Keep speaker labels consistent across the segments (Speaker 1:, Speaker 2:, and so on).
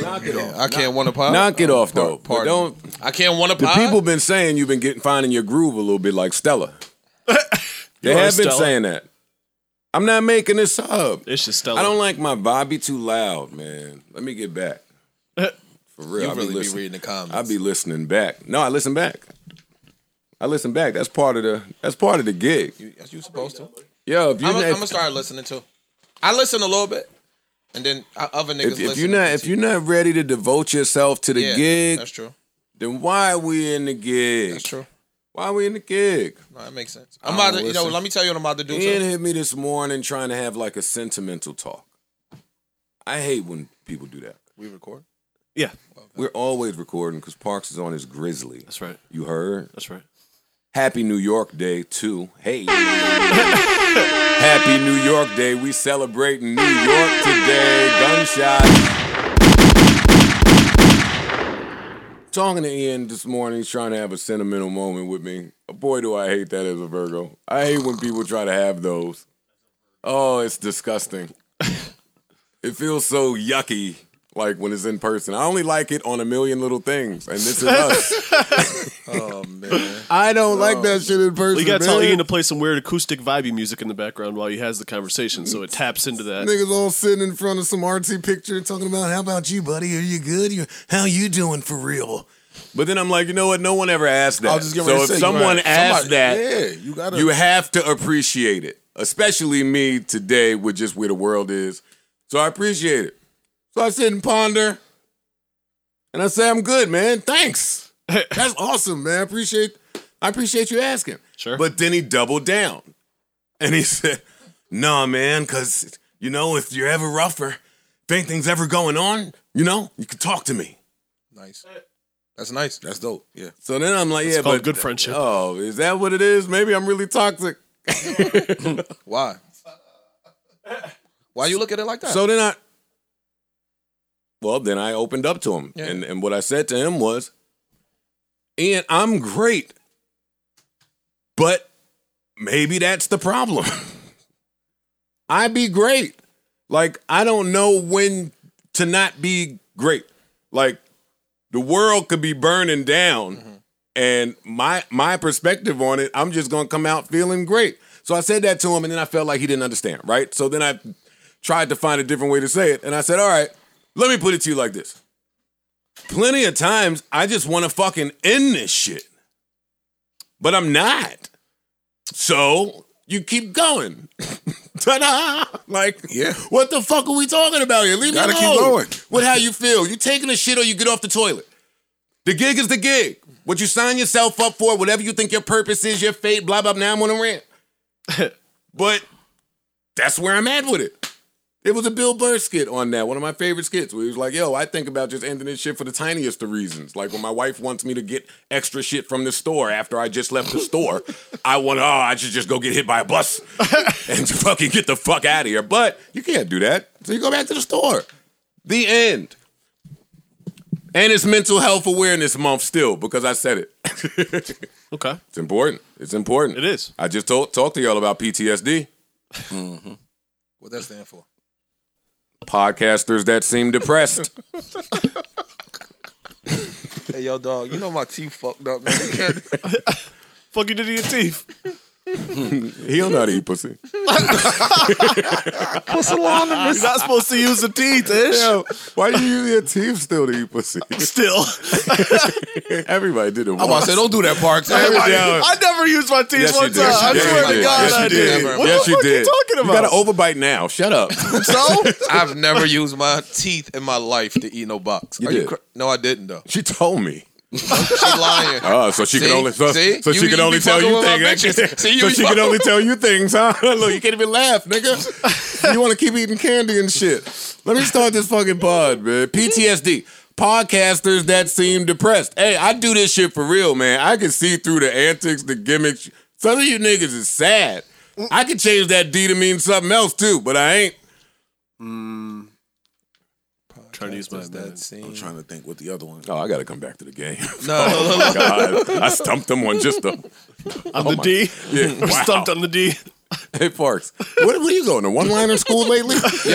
Speaker 1: Knock it off.
Speaker 2: I can't want to pop. Oh,
Speaker 3: Knock it off though. But
Speaker 2: Pardon.
Speaker 3: don't
Speaker 2: I can't want to
Speaker 3: the
Speaker 2: pop.
Speaker 3: people been saying you've been getting finding your groove a little bit like Stella. they
Speaker 1: You are
Speaker 3: have been
Speaker 1: Stella.
Speaker 3: saying that. I'm not making this up.
Speaker 1: It's just Stella.
Speaker 3: I don't like my Bobby too loud, man. Let me get back. For real,
Speaker 2: you
Speaker 3: I be
Speaker 2: really be,
Speaker 3: listening.
Speaker 2: reading the comments.
Speaker 3: I be listening back. No, I listen back. I listen back. That's part of the. That's part of the gig.
Speaker 2: you, you supposed to.
Speaker 3: Yo, if you're
Speaker 2: I'm
Speaker 3: not,
Speaker 2: gonna start listening too. I listen a little bit, and then uh, other niggas
Speaker 3: if, if
Speaker 2: listen.
Speaker 3: you're not, if you're not ready to devote yourself to the
Speaker 2: yeah,
Speaker 3: gig,
Speaker 2: that's true.
Speaker 3: then why are we in the gig?
Speaker 2: That's true.
Speaker 3: Why are we in the gig?
Speaker 2: No, that makes sense. I'm about to, you know,
Speaker 3: listen.
Speaker 2: let me tell you what I'm about to do.
Speaker 3: Ian
Speaker 2: Too.
Speaker 3: hit me this morning trying to have like a sentimental talk. I hate when people do that.
Speaker 2: We record.
Speaker 1: Yeah,
Speaker 3: We're always recording because Parks is on his grizzly.
Speaker 1: that's right.
Speaker 3: You heard?
Speaker 1: That's right.
Speaker 3: Happy New York Day too. Hey. Happy New York Day. We celebrating New York today. Gunshot. Talking to Ian this morning, he's trying to have a sentimental moment with me. Boy, do I hate that as a Virgo. I hate when people try to have those. Oh, it's disgusting. it feels so yucky, like when it's in person. I only like it on a million little things, and this is us.
Speaker 2: Oh man,
Speaker 3: I don't like that shit in person.
Speaker 1: Well, you Oh. gotta
Speaker 3: man.
Speaker 1: tell Ian to play some weird acoustic vibey music in the background while he has the conversation, so it taps into that.
Speaker 3: Niggas all sitting in front of some artsy picture talking about how about you, buddy? Are you good? You how you doing for real? But then I'm like, you know what? No one ever asked that.
Speaker 4: I was just getting
Speaker 3: so
Speaker 4: ready
Speaker 3: if
Speaker 4: to say,
Speaker 3: someone
Speaker 4: right.
Speaker 3: asks that,
Speaker 4: yeah, you gotta.
Speaker 3: you have to appreciate it. Especially me today with just where the world is. So I appreciate it. So I sit and ponder. And I say, I'm good, man. Thanks. That's awesome, man. I appreciate I appreciate you asking.
Speaker 1: Sure.
Speaker 3: But then he doubled down. And he said, Nah, man, cause you know, if you're ever rougher, if anything's ever going on, you know, you can talk to me.
Speaker 2: nice. That's nice. That's dope. Yeah.
Speaker 3: So then I'm like, yeah,
Speaker 1: called
Speaker 3: but
Speaker 1: good friendship.
Speaker 3: Oh, is that what it is? Maybe I'm really toxic.
Speaker 2: Why? Why you look at it like that?
Speaker 3: So then I, well, then I opened up to him,
Speaker 2: Yeah.
Speaker 3: and and what I said to him was, "Ian, I'm great, but maybe that's the problem. I be great. Like I don't know when to not be great. Like the world could be burning down." And my my perspective on it, I'm just gonna come out feeling great. So I said that to him, and then I felt like he didn't understand, right? So then I tried to find a different way to say it. And I said, all right, let me put it to you like this. Plenty of times I just want to fucking end this shit, but I'm not. So you keep going. Ta-da! Like,
Speaker 4: Yeah.
Speaker 3: what the fuck are we talking about here? Leave
Speaker 4: Gotta
Speaker 3: me
Speaker 4: keep
Speaker 3: alone.
Speaker 4: going.
Speaker 3: With how you feel, you taking a shit or you get off the toilet. The gig is the gig. What you sign yourself up for, whatever you think your purpose is, your fate, blah blah. Now I'm on a rant, but that's where I'm at with it. It was a Bill Burr skit on that, one of my favorite skits, where he was like, "Yo, I think about just ending this shit for the tiniest of reasons. Like when my wife wants me to get extra shit from the store after I just left the store, I want, oh, I should just go get hit by a bus and fucking get the fuck out of here. But you can't do that, so you go back to the store. The end. And it's Mental Health Awareness Month still because I said it.
Speaker 1: Okay,
Speaker 3: It's important. It's important.
Speaker 1: it is.
Speaker 3: I just told, talked to y'all about PTSD.
Speaker 2: what that stand for?
Speaker 3: Podcasters that seem depressed.
Speaker 2: Hey, yo, dog. You know my teeth fucked up, man.
Speaker 1: Fuck you did to your teeth.
Speaker 3: He'll not eat pussy.
Speaker 1: You're not supposed to use the teeth, ish.
Speaker 3: Yo, why you use your teeth still to eat pussy?
Speaker 1: Still,
Speaker 3: Everybody did it
Speaker 4: I'm about to
Speaker 3: once.
Speaker 4: say, don't do that, Parks.
Speaker 3: Everybody-
Speaker 4: Everybody-
Speaker 1: I never used my teeth
Speaker 3: Yes, you
Speaker 1: one
Speaker 3: did.
Speaker 1: time. I
Speaker 3: Yes, you
Speaker 1: swear to
Speaker 3: did.
Speaker 1: God,
Speaker 3: Yes, you
Speaker 1: I
Speaker 3: did.
Speaker 1: did.
Speaker 2: Never.
Speaker 1: What
Speaker 3: yes,
Speaker 1: the
Speaker 3: you
Speaker 1: fuck
Speaker 3: did.
Speaker 1: you talking about?
Speaker 3: You got to overbite now. Shut up.
Speaker 1: so
Speaker 2: I've never used my teeth in my life to eat no box.
Speaker 3: You
Speaker 2: Are
Speaker 3: did.
Speaker 2: cra- no, I didn't though.
Speaker 3: she told me.
Speaker 2: She lying.
Speaker 3: Oh, so she
Speaker 2: See?
Speaker 3: can only so,
Speaker 2: See?
Speaker 3: so
Speaker 2: You-
Speaker 3: she can
Speaker 2: you
Speaker 3: only
Speaker 2: be
Speaker 3: tell
Speaker 2: fucking
Speaker 3: you
Speaker 2: with my
Speaker 3: things.
Speaker 2: bitches. See, you
Speaker 3: so
Speaker 2: be
Speaker 3: she can
Speaker 2: fucking
Speaker 3: only tell you things, huh? Look, you can't even laugh, nigga. you want to keep eating candy and shit. Let me start this fucking pod, man. PTSD. Podcasters that seem depressed. Hey, I do this shit for real, man. I can see through the antics, the gimmicks. Some of you niggas is sad. I could change that D to mean something else too, but I ain't.
Speaker 1: trying to use my
Speaker 2: That scene.
Speaker 4: I'm trying to think what the other one.
Speaker 3: Oh, I gotta come back to the game.
Speaker 2: No, no, no, no.
Speaker 3: God, I stumped them on just the
Speaker 1: on the D.
Speaker 3: Oh yeah.
Speaker 1: I'm
Speaker 3: wow.
Speaker 1: stumped on the D.
Speaker 3: Hey, Parks, what were you going to one liner school lately?
Speaker 2: Yo,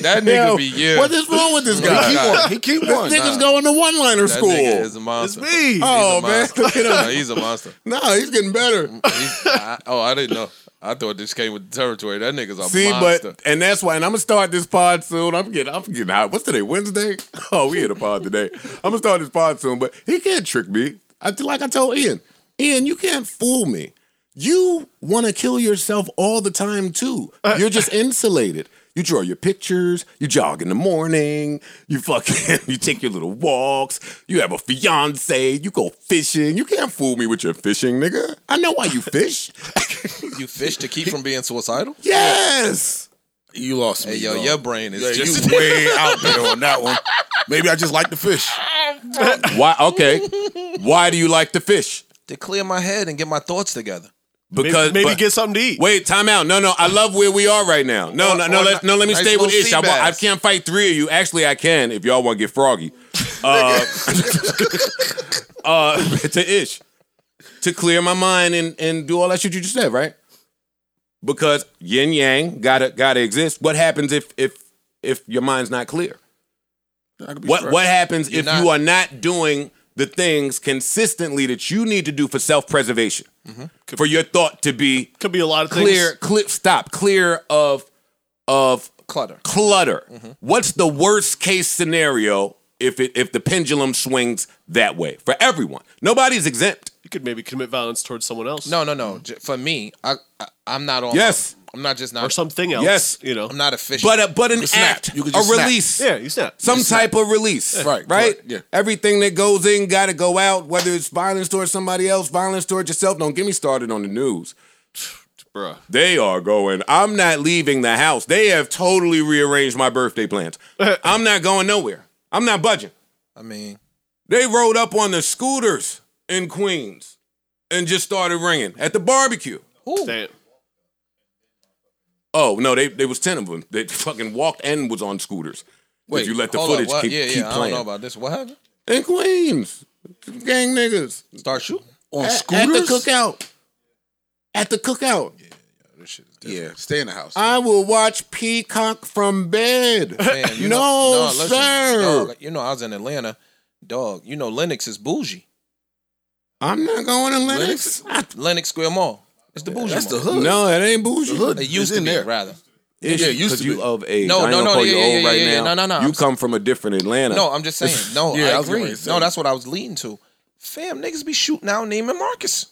Speaker 2: that nigga be you.
Speaker 3: What is wrong with this guy?
Speaker 4: He
Speaker 2: Nah.
Speaker 4: keep one. He keep one.
Speaker 3: Nigga's going to one liner
Speaker 2: that
Speaker 3: school.
Speaker 2: nigga is a monster.
Speaker 1: me.
Speaker 3: oh,
Speaker 2: He's a
Speaker 3: man.
Speaker 2: monster.
Speaker 3: Look at
Speaker 2: No,
Speaker 3: him.
Speaker 2: he's a monster.
Speaker 3: No, he's getting better.
Speaker 2: He's- I- oh, I didn't know. I thought this came with the territory. That nigga's a
Speaker 3: See,
Speaker 2: monster.
Speaker 3: but and that's why, and I'm gonna start this pod soon. I'm getting, I'm getting out. What's today? Wednesday? Oh, we had a pod today. I'm gonna start this pod soon, but he can't trick me. I, like I told Ian, Ian, you can't fool me. You want to kill yourself all the time too. You're just insulated. You draw your pictures. You jog in the morning. You fucking. You take your little walks. You have a fiance. You go fishing. You can't fool me with your fishing, nigga. I know why you fish.
Speaker 2: you fish to keep from being suicidal?
Speaker 3: yes.
Speaker 4: You lost me.
Speaker 2: Hey, yo,
Speaker 4: dog.
Speaker 2: your brain is
Speaker 4: Yeah,
Speaker 2: just.
Speaker 4: you way out there on that one. Maybe I just like the fish.
Speaker 3: Why? Okay. Why do you like to fish?
Speaker 2: to clear my head and get my thoughts together.
Speaker 1: Maybe,
Speaker 3: Because
Speaker 1: maybe
Speaker 3: but-
Speaker 1: get something to eat.
Speaker 3: Wait, time out. No, no. I love where we are right now. No,
Speaker 2: Or-
Speaker 3: no, no.
Speaker 2: or
Speaker 3: Let,
Speaker 2: ni-
Speaker 3: no, let me
Speaker 2: nice
Speaker 3: stay with
Speaker 2: little
Speaker 3: Ish.
Speaker 2: sea
Speaker 3: I, wa- I
Speaker 2: bass.
Speaker 3: can't fight three of you. Actually, I can if y'all want to get froggy. Uh, uh, to Ish, to clear my mind and and do all that shit you just said, right? Because yin yang gotta gotta exist. What happens if if if your mind's not clear?
Speaker 4: I could be
Speaker 3: What
Speaker 4: stressed.
Speaker 3: what happens if
Speaker 2: not-
Speaker 3: you are not doing the things consistently that you need to do for self preservation,
Speaker 2: Mm-hmm.
Speaker 3: for your thought to be
Speaker 1: Could be a lot of things.
Speaker 3: clear, clear, stop, clear of of
Speaker 2: Clutter.
Speaker 3: clutter.
Speaker 4: Mm-hmm.
Speaker 3: What's the worst case scenario if it if the pendulum swings that way for everyone? Nobody's exempt.
Speaker 1: You could maybe commit violence towards someone else.
Speaker 2: No, no, no. J- For me, I, I I'm not on.
Speaker 3: Yes.
Speaker 2: I'm not just not.
Speaker 1: Or something else.
Speaker 3: Yes.
Speaker 1: You know.
Speaker 2: I'm not efficient.
Speaker 3: But a, but an
Speaker 4: You snap.
Speaker 3: act,
Speaker 4: You could
Speaker 3: a
Speaker 4: just snap.
Speaker 3: release.
Speaker 1: yeah, you snap.
Speaker 3: some type of release.
Speaker 4: Right,
Speaker 3: Right?
Speaker 4: correct, yeah.
Speaker 3: Everything that goes in got to go out, whether it's violence towards somebody else, violence towards yourself. Don't get me started on the news.
Speaker 1: Bruh.
Speaker 3: They are going, I'm not leaving the house. They have totally rearranged my birthday plans. I'm not going nowhere. I'm not budging.
Speaker 2: I mean,
Speaker 3: They rode up on the scooters in Queens and just started ringing at the barbecue.
Speaker 1: Damn.
Speaker 3: Oh no, they they was ten of them. They fucking walked and was on scooters.
Speaker 2: wait.
Speaker 3: if you let the
Speaker 2: hold up,
Speaker 3: footage
Speaker 2: what?
Speaker 3: keep,
Speaker 2: yeah, yeah,
Speaker 3: keep
Speaker 2: I
Speaker 3: playing
Speaker 2: don't know about this. What happened?
Speaker 3: in Queens, gang niggas.
Speaker 2: Start shooting.
Speaker 4: on
Speaker 3: at the
Speaker 4: scooters?
Speaker 3: cookout. At the cookout,
Speaker 4: Yeah, stay in the house.
Speaker 3: I will watch Peacock from bed.
Speaker 2: Man, you
Speaker 3: no,
Speaker 2: know, no, listen,
Speaker 3: sir.
Speaker 2: Dog, you know, I was in Atlanta. Dog, you know, Lennox is bougie.
Speaker 3: I'm not going to Lennox.
Speaker 2: Lennox Square Mall. It's the bougie.
Speaker 4: That's the
Speaker 2: mall.
Speaker 4: hood.
Speaker 3: No, it ain't bougie.
Speaker 4: hood.
Speaker 2: It used
Speaker 4: It's
Speaker 2: to
Speaker 4: in
Speaker 2: be
Speaker 4: there.
Speaker 2: rather.
Speaker 3: Ish,
Speaker 4: Yeah, it used
Speaker 3: 'cause
Speaker 4: to
Speaker 3: you
Speaker 4: be.
Speaker 3: of age.
Speaker 2: No,
Speaker 3: I ain't
Speaker 2: no,
Speaker 3: gonna
Speaker 2: no,
Speaker 3: call
Speaker 2: yeah,
Speaker 3: you
Speaker 2: yeah,
Speaker 3: old
Speaker 2: yeah,
Speaker 3: right
Speaker 2: yeah, yeah.
Speaker 3: now.
Speaker 2: No, no, no,
Speaker 3: You
Speaker 2: I'm-
Speaker 3: come from a different Atlanta.
Speaker 2: No, I'm just saying. No,
Speaker 4: Yeah, I
Speaker 2: I
Speaker 4: was
Speaker 2: agree.
Speaker 4: getting ready to say
Speaker 2: No,
Speaker 4: that.
Speaker 2: that's what I was leading to. Fam, niggas be shooting out Neiman Marcus.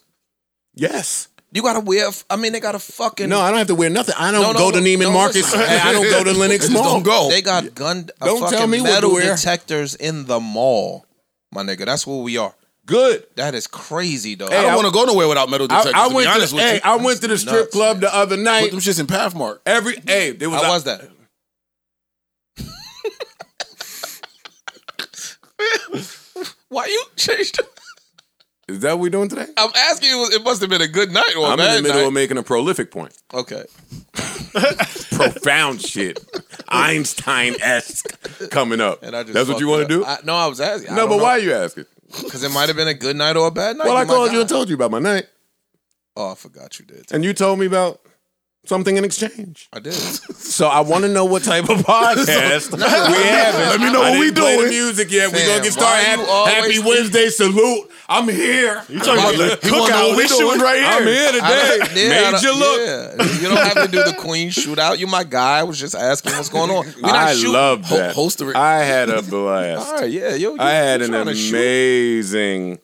Speaker 3: yes.
Speaker 2: You gotta wear. I mean, they got a fucking.
Speaker 3: No, I don't have to wear nothing. I don't
Speaker 2: No, no,
Speaker 3: go to
Speaker 2: no,
Speaker 3: Neiman
Speaker 2: no,
Speaker 3: Marcus.
Speaker 2: listen.
Speaker 3: and I don't go to Lennox
Speaker 4: Just
Speaker 3: Mall.
Speaker 4: don't go.
Speaker 2: They got gun a
Speaker 3: Don't tell
Speaker 2: fucking
Speaker 3: me what to
Speaker 2: metal
Speaker 3: wear.
Speaker 2: detectors in the mall, my nigga. That's where we are.
Speaker 3: Good.
Speaker 2: That is crazy, dog.
Speaker 4: I
Speaker 3: Hey,
Speaker 4: don't
Speaker 3: I-
Speaker 4: want to go nowhere without metal
Speaker 3: I,
Speaker 4: detectors.
Speaker 3: I
Speaker 4: to
Speaker 3: went
Speaker 4: be
Speaker 3: to
Speaker 4: honest
Speaker 3: the,
Speaker 4: with
Speaker 3: hey,
Speaker 4: you.
Speaker 3: I went to the strip
Speaker 2: nuts,
Speaker 3: club the other
Speaker 4: Put
Speaker 3: night.
Speaker 4: them shits in Pathmark.
Speaker 3: Every hey, there was
Speaker 2: How
Speaker 3: a-
Speaker 2: was that? Why you changed?
Speaker 3: Is that what we doing today?
Speaker 2: I'm asking you. It must have been a good night or a
Speaker 3: I'm in
Speaker 2: bad
Speaker 3: the middle of
Speaker 2: night.
Speaker 3: making a prolific point.
Speaker 2: okay.
Speaker 3: profound shit, Einstein esque coming up.
Speaker 2: And I just
Speaker 3: That's what you
Speaker 2: fucked
Speaker 3: want to
Speaker 2: it
Speaker 3: do?
Speaker 2: up. I, no, I was asking.
Speaker 3: no, but why are you asking?
Speaker 2: Because it might have been a good night or a bad night.
Speaker 3: Well, I
Speaker 2: might
Speaker 3: called you and
Speaker 2: not.
Speaker 3: told you about my night,
Speaker 2: Oh, I forgot you did.
Speaker 3: and you told me about something in exchange.
Speaker 2: I did.
Speaker 3: So I want to know what type of podcast we having.
Speaker 4: Let me know
Speaker 3: I
Speaker 4: what
Speaker 3: didn't
Speaker 4: we
Speaker 3: play The
Speaker 4: doing.
Speaker 3: music yet? We
Speaker 2: Fam,
Speaker 3: gonna get
Speaker 2: why
Speaker 3: started.
Speaker 2: you
Speaker 3: Happy,
Speaker 2: always
Speaker 3: happy
Speaker 2: think-
Speaker 3: Wednesday salute. I'm here.
Speaker 1: You talking about the
Speaker 4: He wanna know
Speaker 1: cookout?
Speaker 4: what
Speaker 1: We
Speaker 4: we
Speaker 1: shooting
Speaker 4: doing.
Speaker 1: right here.
Speaker 3: I'm here today.
Speaker 2: I don't- yeah, I
Speaker 3: Made
Speaker 2: don't-
Speaker 3: you look.
Speaker 2: yeah. You don't have to do the queen shootout. You my guy. I was just asking what's going on. We're not
Speaker 3: I
Speaker 2: shooting.
Speaker 3: love
Speaker 4: Ho-
Speaker 3: that.
Speaker 4: host of it.
Speaker 3: I had a blast.
Speaker 2: All right, yeah. Yo, you,
Speaker 3: I had
Speaker 2: you
Speaker 3: an
Speaker 2: tryna shoot.
Speaker 3: amazing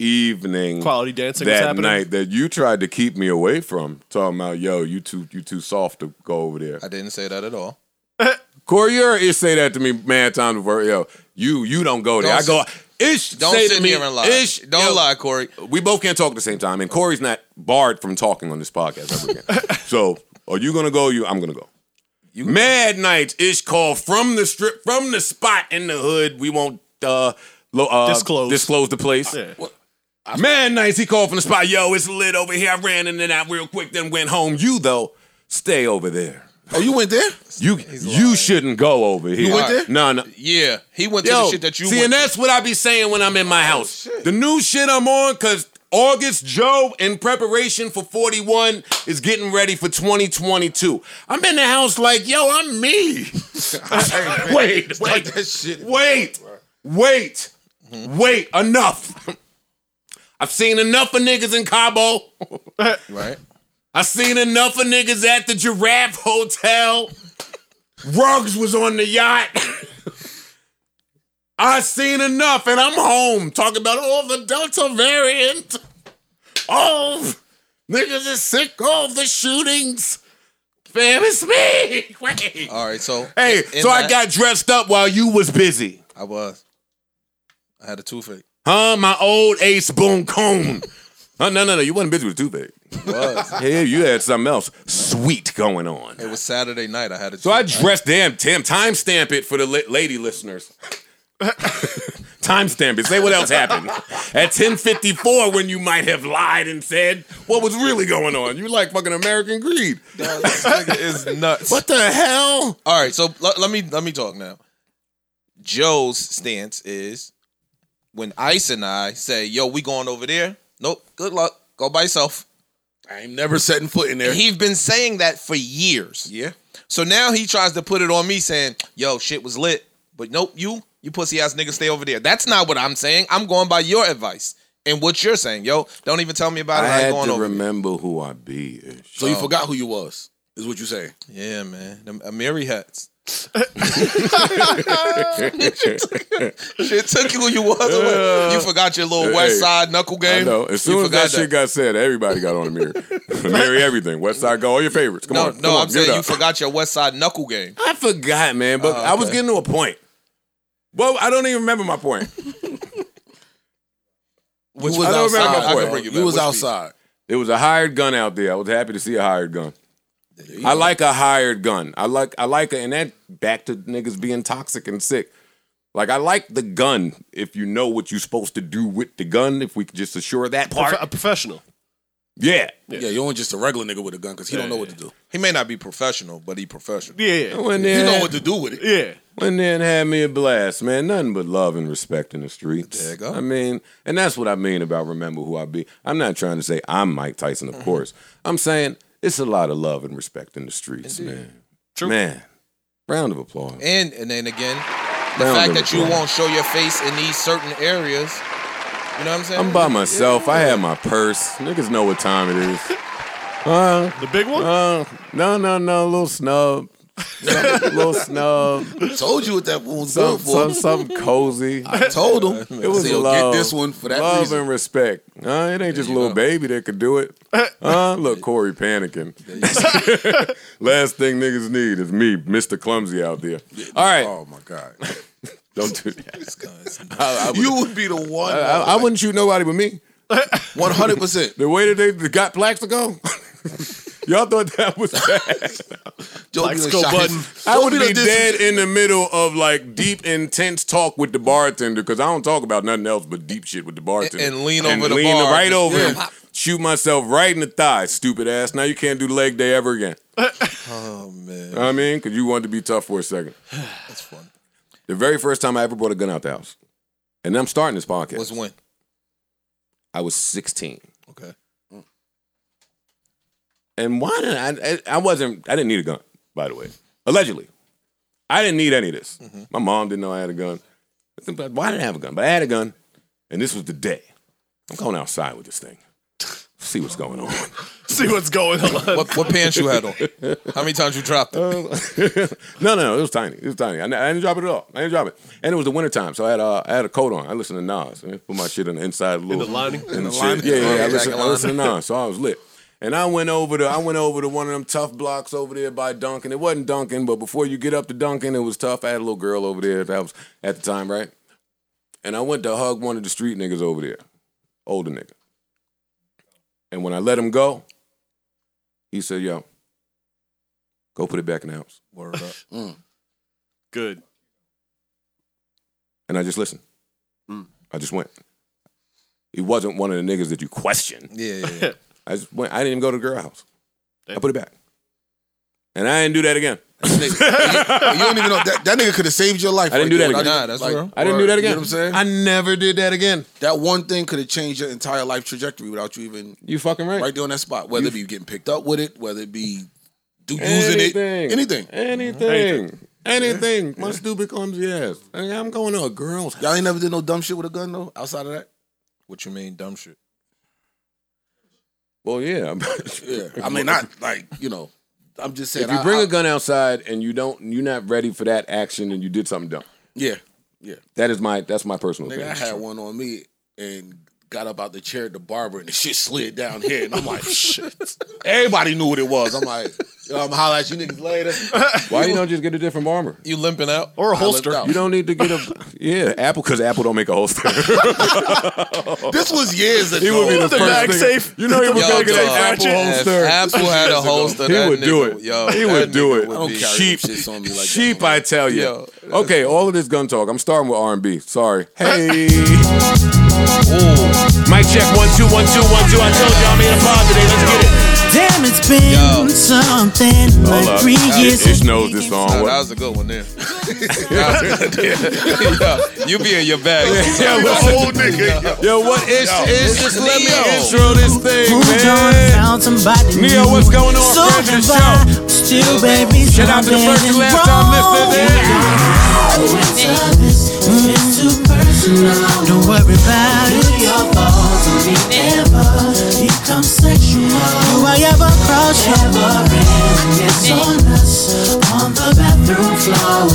Speaker 3: evening.
Speaker 1: Quality dancing was
Speaker 3: that
Speaker 1: happening.
Speaker 3: night that you tried to keep me away from. Talking about yo, you too, you too soft to go over there.
Speaker 2: I didn't say that at all.
Speaker 3: Corey, you heard Ish say that to me mad times before. Yo, you you don't go there.
Speaker 2: Don't
Speaker 3: I go. Ish
Speaker 2: Don't
Speaker 3: say
Speaker 2: sit
Speaker 3: to me,
Speaker 2: here and lie.
Speaker 3: Ish,
Speaker 2: don't
Speaker 3: yo,
Speaker 2: lie, Corey.
Speaker 3: We both can't talk at the same time, and Corey's not barred from talking on this podcast ever again. so, are you gonna go? You, I'm gonna go. Mad nights, Ish called from the strip, from the spot in the hood. We won't uh, lo, uh,
Speaker 1: Disclose.
Speaker 3: disclose the place.
Speaker 1: Yeah.
Speaker 3: Man, nice. He called from the spot. Yo, it's lit over here. I ran in and out real quick, then went home. You though, stay over there.
Speaker 4: Oh, you went there?
Speaker 3: You you shouldn't go over here.
Speaker 4: went there?
Speaker 3: No, no.
Speaker 2: Yeah, he went to
Speaker 3: Yo,
Speaker 2: the shit that you went.
Speaker 3: see,
Speaker 2: Oh,
Speaker 3: and that's what I be saying when I'm in my house. the new shit I'm on, cause August Joe in preparation for 41 is getting ready for 2022. I'm in the house like, yo, I'm me. wait,
Speaker 2: Like
Speaker 3: wait,
Speaker 2: that shit.
Speaker 3: wait, wait, wait, enough. I've seen enough of niggas in Cabo.
Speaker 2: Right.
Speaker 3: I've seen enough of niggas at the Giraffe Hotel. Ruggs was on the yacht. I seen enough, and I'm home talking about all the Delta variant. Oh, niggas is sick of the shootings. Fam, it's me. Wait.
Speaker 2: All right. So
Speaker 3: Hey,
Speaker 2: in
Speaker 3: so I
Speaker 2: that-
Speaker 3: got dressed up while you was busy.
Speaker 2: I was. I had a toothache.
Speaker 3: Huh? My old ace boom cone. Huh? No, no, no. You wasn't busy with toothache.
Speaker 2: Was.
Speaker 3: Yeah, you had something else sweet going on.
Speaker 2: it was Saturday night. I had a.
Speaker 3: So I
Speaker 2: toothache.
Speaker 3: dressed damn damn timestamp it for the la- lady listeners. timestamp it. Say what else happened at ten fifty four when you might have lied and said what was really going on. You like fucking American greed.
Speaker 2: Dog, this nigga is nuts.
Speaker 3: What the hell?
Speaker 2: All right, so l- let me let me talk now. Joe's stance is when Ice and I say, "Yo, we going over there." Nope. Good luck. Go by yourself.
Speaker 4: I ain't never setting foot in there.
Speaker 2: He's been saying that for years.
Speaker 4: yeah.
Speaker 2: So now he tries to put it on me, saying, "Yo, shit was lit," but nope, you you pussy ass nigga, stay over there. That's not what I'm saying. I'm going by your advice and what you're saying. Yo, don't even tell me about it. I ain't going over. there.
Speaker 3: remember who I be.
Speaker 4: So you forgot who you was, is what you saying.
Speaker 2: Yeah, man. Them Amiri hats. shit took you who you was. away. You forgot your little West
Speaker 3: Hey,
Speaker 2: Side knuckle game.
Speaker 3: I know. As soon
Speaker 2: you
Speaker 3: as that, shit got said, everybody got on the mirror. mirror everything. West Side go all your favorites. Come
Speaker 2: no,
Speaker 3: on.
Speaker 2: no,
Speaker 3: come on,
Speaker 2: I'm
Speaker 3: give it
Speaker 2: saying you
Speaker 3: up.
Speaker 2: forgot your West Side knuckle game.
Speaker 3: I forgot, man, but I was
Speaker 2: okay.
Speaker 3: getting to a point. Well, I don't even remember my point.
Speaker 2: Which
Speaker 4: You was
Speaker 3: I don't remember
Speaker 4: outside.
Speaker 3: my
Speaker 4: bro.
Speaker 3: point.
Speaker 4: You, was outside.
Speaker 3: It was a hired gun out there. I was happy to see a hired gun. I like a hired gun. I like I like a, and that back to niggas being toxic and sick. Like I like the gun if you know what you're supposed to do with the gun. If we could just assure that part,
Speaker 1: Prof- a professional.
Speaker 3: yeah.
Speaker 4: Yeah. you ain't just a regular nigga with a gun because he don't know what to do.
Speaker 2: He may not be professional, but he professional.
Speaker 1: Yeah, yeah,
Speaker 3: When
Speaker 4: You know
Speaker 3: then,
Speaker 4: what to do with it.
Speaker 1: yeah.
Speaker 3: when then had me a blast, man. Nothing but love and respect in the streets.
Speaker 2: There you go.
Speaker 3: I mean, and that's what I mean about remember who I be. I'm not trying to say I'm Mike Tyson,
Speaker 2: Mm-hmm.
Speaker 3: of course. I'm saying it's a lot of love and respect in the streets, man.
Speaker 1: True.
Speaker 3: Man, round of applause.
Speaker 2: And and then again, the
Speaker 3: Round
Speaker 2: fact
Speaker 3: of
Speaker 2: that you
Speaker 3: applause.
Speaker 2: won't show your face in these certain areas. You know what I'm saying?
Speaker 3: I'm by myself. I have my purse. Niggas know what time it is. Uh,
Speaker 1: The big one.
Speaker 3: uh, no, no, no, little snub. Something- little snub.
Speaker 4: Told you what that one was
Speaker 3: Some,
Speaker 4: good for.
Speaker 3: some, something cozy.
Speaker 4: I told him.
Speaker 3: It was
Speaker 4: I said, "Yo,
Speaker 3: love.
Speaker 4: Get this one for that
Speaker 3: love
Speaker 4: reason.
Speaker 3: and respect. Uh, it ain't just
Speaker 2: you
Speaker 3: little
Speaker 2: go.
Speaker 3: baby that could do it. Uh, look, Corey panicking. Last thing niggas need is me, Mr. Clumsy, out there. All right,
Speaker 4: Oh my god.
Speaker 3: don't do that.
Speaker 4: you would be the one.
Speaker 3: I, I wouldn't shoot nobody but me.
Speaker 4: One hundred percent.
Speaker 3: The way that they got Plaxico, y'all thought that was bad.
Speaker 4: Joe
Speaker 1: Like, go button.
Speaker 3: I would be dead in the middle of like deep, intense talk with the bartender because I don't talk about nothing else but deep shit with the bartender.
Speaker 2: and lean over the bar.
Speaker 3: right over him,
Speaker 2: Yeah.
Speaker 3: shoot myself right in the thigh, stupid ass. Now you can't do leg day ever again.
Speaker 2: Oh man,
Speaker 3: I mean, because you wanted to be tough for a second.
Speaker 2: that's fun.
Speaker 3: The very first time I ever brought a gun out the house, and I'm starting this podcast.
Speaker 2: Was when?
Speaker 3: I was 16,
Speaker 2: Okay.
Speaker 3: and why did I, I? I wasn't. I didn't need a gun, by the way. Allegedly, I didn't need any of this. My mom didn't know I had a gun. But why did I have a gun? But I had a gun, and this was the day. I'm going outside with this thing. See what's going on.
Speaker 1: See what's going on.
Speaker 2: What, what pants you had on? How many times you dropped it?
Speaker 4: Uh,
Speaker 3: no, no, no, it was tiny. It was tiny. I, I didn't drop it at all. I didn't drop it. And it was the wintertime, so I had uh, I had a coat on. I listened to Nas. I put my shit on the inside little
Speaker 1: the lining?
Speaker 3: In
Speaker 1: In the
Speaker 3: the shit.
Speaker 1: lining.
Speaker 3: Yeah, yeah, yeah. I
Speaker 2: Okay,
Speaker 3: listened,
Speaker 2: jacket
Speaker 3: I
Speaker 2: lining.
Speaker 3: listened to Nas, so I was lit. And I went over to I went over to one of them tough blocks over there by Duncan. It wasn't Duncan, but before you get up to Duncan, it was tough. I had a little girl over there that was at the time, right? And I went to hug one of the street niggas over there, older nigga. And when I let him go, he said, "Yo, go put it back in the house."
Speaker 2: Word up.
Speaker 1: Good.
Speaker 3: And I just listened. I just went. He wasn't one of the niggas that you question.
Speaker 2: Yeah, yeah, yeah.
Speaker 3: I just went. I didn't even go to the girl house. I put it back, and I didn't do that again.
Speaker 4: you don't even know that, that nigga could have saved your life.
Speaker 3: I didn't do that
Speaker 4: there.
Speaker 3: again.
Speaker 2: Nah, that's real.
Speaker 3: I didn't do that again.
Speaker 4: You know what I'm saying?
Speaker 3: I never did that again.
Speaker 4: that one thing could have changed your entire life trajectory without you even
Speaker 3: You fucking right.
Speaker 4: right there on that spot. Whether it be getting picked up with it, whether it be do, using it,
Speaker 3: Anything.
Speaker 4: anything.
Speaker 3: Anything. Anything. My stupid clumsy ass. I mean, I'm going to a girl's house.
Speaker 4: Y'all ain't never did no dumb shit with a gun though. Outside of that,
Speaker 2: What you mean, dumb shit?
Speaker 3: Well, yeah.
Speaker 4: yeah. I mean, not like you know. I'm just saying.
Speaker 3: If you
Speaker 4: I-
Speaker 3: bring
Speaker 4: I-
Speaker 3: a gun outside and you don't, you're not ready for that action, and you did something dumb.
Speaker 4: yeah, yeah.
Speaker 3: That is my that's my personal
Speaker 4: Nigga, I
Speaker 3: opinion.
Speaker 4: had one on me and got up out the chair at the barber and the shit slid down here. And I'm like, shit. Everybody knew what it was. I'm like, yo, I'm holla at you niggas later.
Speaker 3: Why you don't just get a different armor?
Speaker 2: You limping out?
Speaker 1: Or a
Speaker 4: I limped
Speaker 1: holster.
Speaker 4: out.
Speaker 3: You don't need to get a yeah Apple because Apple don't make a holster.
Speaker 4: This was years ago.
Speaker 3: He would be the
Speaker 1: The
Speaker 3: first
Speaker 1: mag
Speaker 3: nigga-
Speaker 1: safe.
Speaker 3: You know he was
Speaker 2: Yo,
Speaker 3: gonna
Speaker 2: dog.
Speaker 3: get an Apple
Speaker 2: If
Speaker 3: holster.
Speaker 2: Apple had a holster,
Speaker 3: He
Speaker 2: that
Speaker 3: would do
Speaker 2: nigga-
Speaker 3: it.
Speaker 2: Yo,
Speaker 3: he
Speaker 2: that
Speaker 3: would do
Speaker 2: nigga
Speaker 3: it.
Speaker 2: would be-
Speaker 4: care.
Speaker 3: Sheep,
Speaker 4: shits on me like that,
Speaker 3: sheep. I tell you.
Speaker 2: Yo,
Speaker 3: okay, all of this gun talk. I'm starting with R&B. Sorry. Hey,
Speaker 2: Ooh.
Speaker 3: mic check. One two one two one two. I told you I'm here to pod today. Let's get it.
Speaker 5: Damn, it's been
Speaker 2: Yo.
Speaker 5: something like
Speaker 3: Hold up.
Speaker 5: three years.
Speaker 3: Ish knows this song.
Speaker 2: Nah,
Speaker 3: What-
Speaker 2: that was a good one there. That was a good one. Yo, you be in your bag.
Speaker 3: Yeah, what-
Speaker 4: old nigga.
Speaker 3: Yo, what is is just let me intro this thing,
Speaker 5: Moved on,
Speaker 3: man.
Speaker 5: found somebody
Speaker 3: Neo,
Speaker 5: new.
Speaker 3: what's going on?
Speaker 5: So
Speaker 3: Friend of the
Speaker 5: have I. Still, baby,
Speaker 3: Shout out to the first and last time listeners. eh?
Speaker 5: It's too personal. Don't worry about it. Your fault on me never become sexual. Do I ever cross your It's on us on the bathroom floor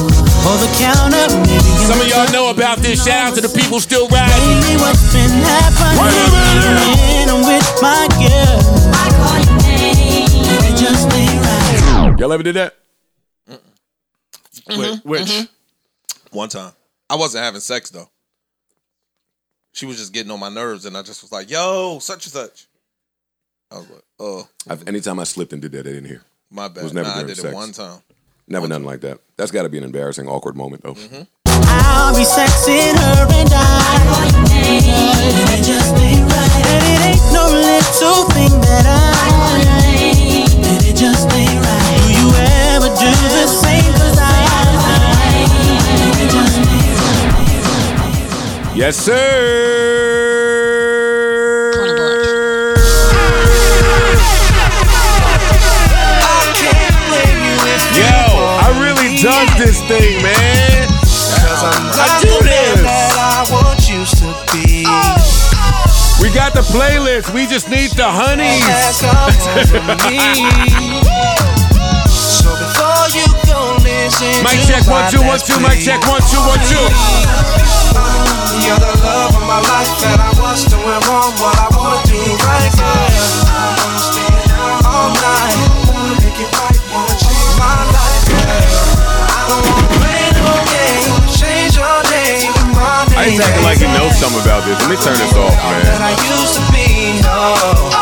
Speaker 5: or the counter. Maybe in
Speaker 3: Some
Speaker 5: the
Speaker 3: of y'all
Speaker 5: dark.
Speaker 3: know about this. Shout out to the people still riding.
Speaker 5: Lately, what's been happening with my girl? It just ain't right.
Speaker 3: Y'all ever did that?
Speaker 1: Wait, which
Speaker 3: Mm-hmm.
Speaker 2: One time. I wasn't having sex though. She was just getting on my nerves, and I just was like, "Yo, such and such." I was like, "Oh,
Speaker 3: I've, anytime I slipped and did that, I didn't hear.
Speaker 2: my bad."
Speaker 3: Was never
Speaker 2: nah, I
Speaker 3: during
Speaker 2: did
Speaker 3: sex.
Speaker 2: it one time.
Speaker 3: Never nothing like that. That's got to be an embarrassing, awkward moment, though.
Speaker 5: I'll be sexing her and I. It just ain't right. And it ain't no little thing that I. And it just ain't right. Do you ever do the same? Cause I. It just ain't right.
Speaker 3: Yes, sir. Yo, I really dug this thing, man. I do this. Oh. We got the playlist. We just need the honeys. Mic check one two one two. Mic check one two one two.
Speaker 6: You're the love of my life that I was doing wrong. What I wanna do right, girl. I'm staying out all night. Wanna make it right, wanna change my life, girl. I don't wanna play no game. Change your name, my
Speaker 3: I
Speaker 6: name.
Speaker 3: just acting like you know something about this. Let me turn this off,
Speaker 6: that
Speaker 3: man.
Speaker 6: I used to be. No.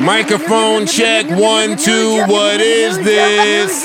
Speaker 3: Microphone check one two. What is this?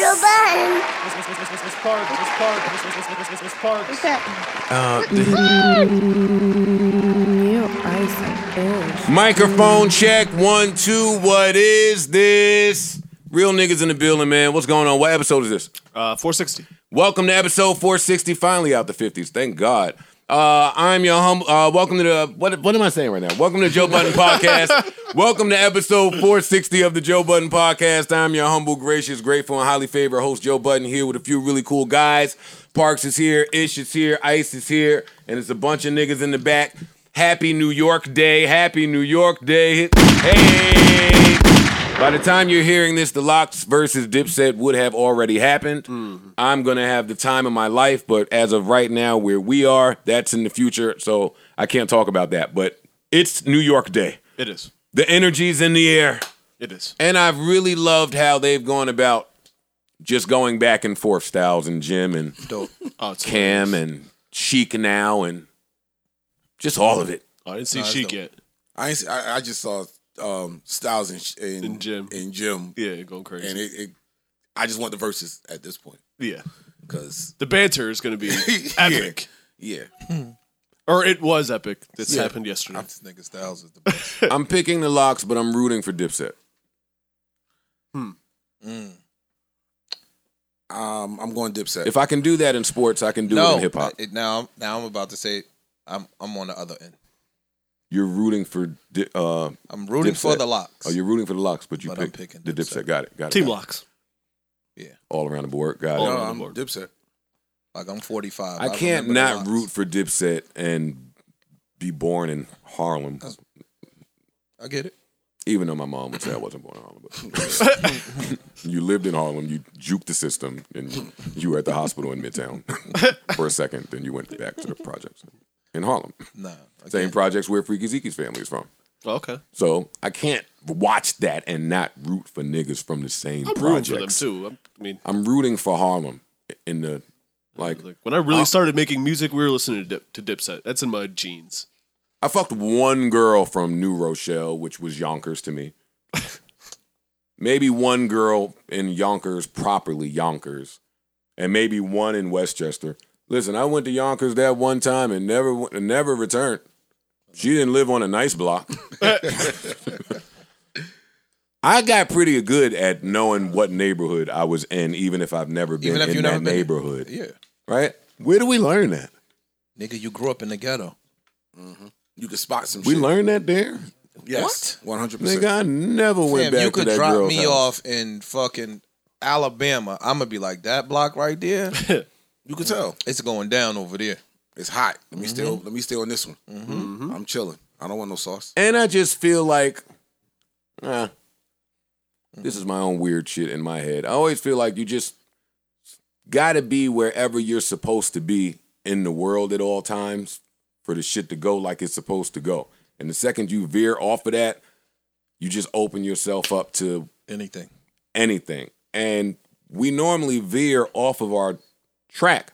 Speaker 7: New Ice Age.
Speaker 3: Microphone check one two. What is this? Real niggas in the building, man. What's going on? What episode is this?
Speaker 1: uh, 460.
Speaker 3: Welcome to episode 460. Finally out the 50s. Thank God. Uh, I'm your humble. Uh, welcome to the what? What am I saying right now? Welcome to Joe Button Podcast. welcome to episode 460 of the Joe Button Podcast. I'm your humble, gracious, grateful, and highly favored host Joe Button here with a few really cool guys. Parks is here, Ish is here, Ice is here, and it's a bunch of niggas in the back. Happy New York Day! Happy New York Day! Hey. By the time you're hearing this, the Locks versus Dipset would have already happened. I'm gonna have the time of my life, but as of right now, where we are, that's in the future, so I can't talk about that. But it's New York Day.
Speaker 1: It is.
Speaker 3: The energy's in the air,
Speaker 1: It is.
Speaker 3: and I've really loved how they've gone about just going back and forth, Styles and Jim and
Speaker 1: Oh, it's
Speaker 3: Cam and Chic now, and just all of it.
Speaker 1: Oh, I didn't see
Speaker 2: it's
Speaker 1: Sheik
Speaker 2: dope.
Speaker 1: yet.
Speaker 4: I, ain't, see- I, I just saw um, Styles and, sh- and,
Speaker 1: And Jim.
Speaker 4: and Jim,
Speaker 1: Yeah, going crazy.
Speaker 4: and it, it. I just want the verses at this point
Speaker 1: yeah.
Speaker 4: because
Speaker 1: The banter is going to be epic.
Speaker 4: yeah,
Speaker 1: Or it was epic. This happened yesterday.
Speaker 2: I'm just nigga Styles is the best.
Speaker 3: I'm picking the locks, but I'm rooting for Dipset.
Speaker 4: Um, I'm going Dipset.
Speaker 3: If I can do that in sports, I can do it
Speaker 2: no,
Speaker 3: in hip
Speaker 2: uh,
Speaker 3: hop.
Speaker 2: it- now now I'm about to say I'm I'm on the other end.
Speaker 3: You're rooting for di- uh,
Speaker 2: I'm rooting for
Speaker 3: Dipset.
Speaker 2: the locks.
Speaker 3: Oh, you're rooting for the locks, but you
Speaker 2: But I'm
Speaker 3: picked
Speaker 2: picking
Speaker 3: the
Speaker 2: Dipset.
Speaker 3: Dipset. Got it. Got it.
Speaker 1: Team
Speaker 3: got it.
Speaker 1: locks.
Speaker 3: All around the board. Got
Speaker 1: All
Speaker 3: it.
Speaker 4: no,
Speaker 1: around the
Speaker 4: I'm
Speaker 1: board.
Speaker 4: Dipset.
Speaker 2: like I'm 45.
Speaker 3: I
Speaker 2: remember
Speaker 3: can't
Speaker 2: the
Speaker 3: not
Speaker 2: locks.
Speaker 3: root for Dipset and be born in Harlem,
Speaker 2: I get it.
Speaker 3: even though my mom would say I wasn't born in Harlem. But you lived in Harlem, you juked the system, and you were at the hospital in Midtown for a second. Then you went back to the projects in Harlem.
Speaker 2: Nah. I
Speaker 3: Same
Speaker 2: can't.
Speaker 3: projects where Freaky Zeke's family is from.
Speaker 1: Oh, Okay.
Speaker 3: So I can't watch that and not root for niggas from the same
Speaker 1: I'm rooting
Speaker 3: projects.
Speaker 1: for them too. I'm- I mean,
Speaker 3: I'm rooting for Harlem in the like.
Speaker 1: like when I really
Speaker 3: Uh,
Speaker 1: started making music, we were listening to, dip, to Dipset. That's in my genes.
Speaker 3: I fucked one girl from New Rochelle, which was Yonkers to me. maybe one girl in Yonkers, properly Yonkers, and maybe one in Westchester. Listen, I went to Yonkers that one time and never went- and never returned. She didn't live on a nice block. I got pretty good at knowing what neighborhood I was in, even if I've never been
Speaker 2: Even if
Speaker 3: in
Speaker 2: you've never
Speaker 3: that
Speaker 2: been in-
Speaker 3: neighborhood.
Speaker 2: Yeah.
Speaker 3: Right? Where do we learn that?
Speaker 2: Nigga, you grew up in the ghetto. Mm-hmm.
Speaker 4: You can spot some
Speaker 3: We
Speaker 4: shit.
Speaker 3: learned that there.
Speaker 4: Yes. 100%.
Speaker 3: Nigga, I never
Speaker 2: Damn,
Speaker 3: went back
Speaker 2: you
Speaker 3: to
Speaker 2: could
Speaker 3: that
Speaker 2: drop
Speaker 3: girl's
Speaker 2: me
Speaker 3: house.
Speaker 2: off in fucking Alabama. I'm gonna be like that block right there. Mm.
Speaker 4: You can tell.
Speaker 2: it's going down over there. Mm-hmm.
Speaker 4: It's hot. Let me still let me stay on this one. Mm-hmm. I'm chilling. I don't want no sauce.
Speaker 3: And I just feel like, ah,
Speaker 2: Mm.
Speaker 3: this is my own weird shit in my head. I always feel like you just gotta be wherever you're supposed to be in the world at all times for the shit to go like it's supposed to go. And the second you veer off of that, you just open yourself up to
Speaker 2: Anything.
Speaker 3: anything. And we normally veer off of our track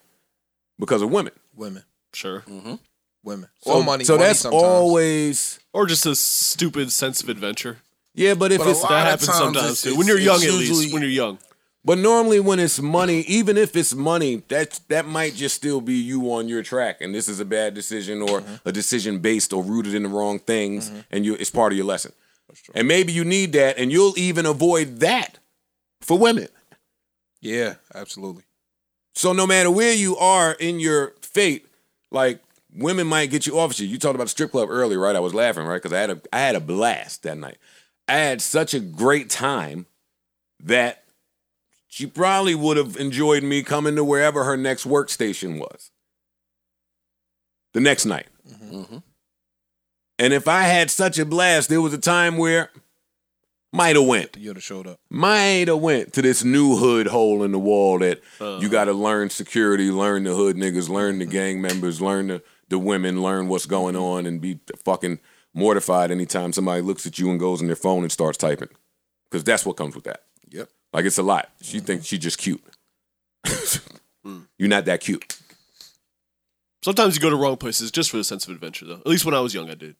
Speaker 3: because of women.
Speaker 2: Women.
Speaker 1: Sure.
Speaker 4: Mm.
Speaker 2: Women.
Speaker 3: So,
Speaker 4: Oh,
Speaker 2: or money.
Speaker 3: so
Speaker 2: money
Speaker 3: that's
Speaker 2: sometimes.
Speaker 3: always
Speaker 1: Or just a stupid sense of adventure.
Speaker 3: yeah. But if
Speaker 4: But a
Speaker 3: it's
Speaker 4: lot
Speaker 1: That
Speaker 4: of
Speaker 1: happens
Speaker 4: times
Speaker 1: sometimes
Speaker 4: it's-
Speaker 1: too.
Speaker 4: it's-
Speaker 1: When you're
Speaker 4: it's
Speaker 1: young, at
Speaker 4: usually-
Speaker 1: least. When you're young.
Speaker 3: But normally when it's money, even if it's money, that that might just still be you on your track and this is a bad decision or a decision based or rooted in the wrong things and you it's part of your lesson. And maybe you need that and you'll even avoid that for women.
Speaker 2: Yeah, absolutely.
Speaker 3: So no matter where you are in your fate, like women might get you off shit. You talked about strip club earlier, right? I was laughing, right? Because I had a I had a blast that night. I had such a great time that she probably would have enjoyed me coming to wherever her next workstation was the next night. And if I had such a blast, there was a time where might have went
Speaker 2: You'd have showed up.
Speaker 3: might have went to this new hood hole in the wall that
Speaker 2: Uh.
Speaker 3: you got to learn security, learn the hood niggas, learn the gang members, learn the, the women, learn what's going
Speaker 2: Mm-hmm.
Speaker 3: on, and be fucking mortified anytime somebody looks at you and goes in their phone and starts typing, because that's what comes with that.
Speaker 4: Yep.
Speaker 3: Like it's a lot. She
Speaker 2: Mm-hmm.
Speaker 3: thinks she just cute.
Speaker 2: Mm.
Speaker 3: You're not that cute.
Speaker 1: Sometimes you go to wrong places just for the sense of adventure, though. At least when I was young, I did.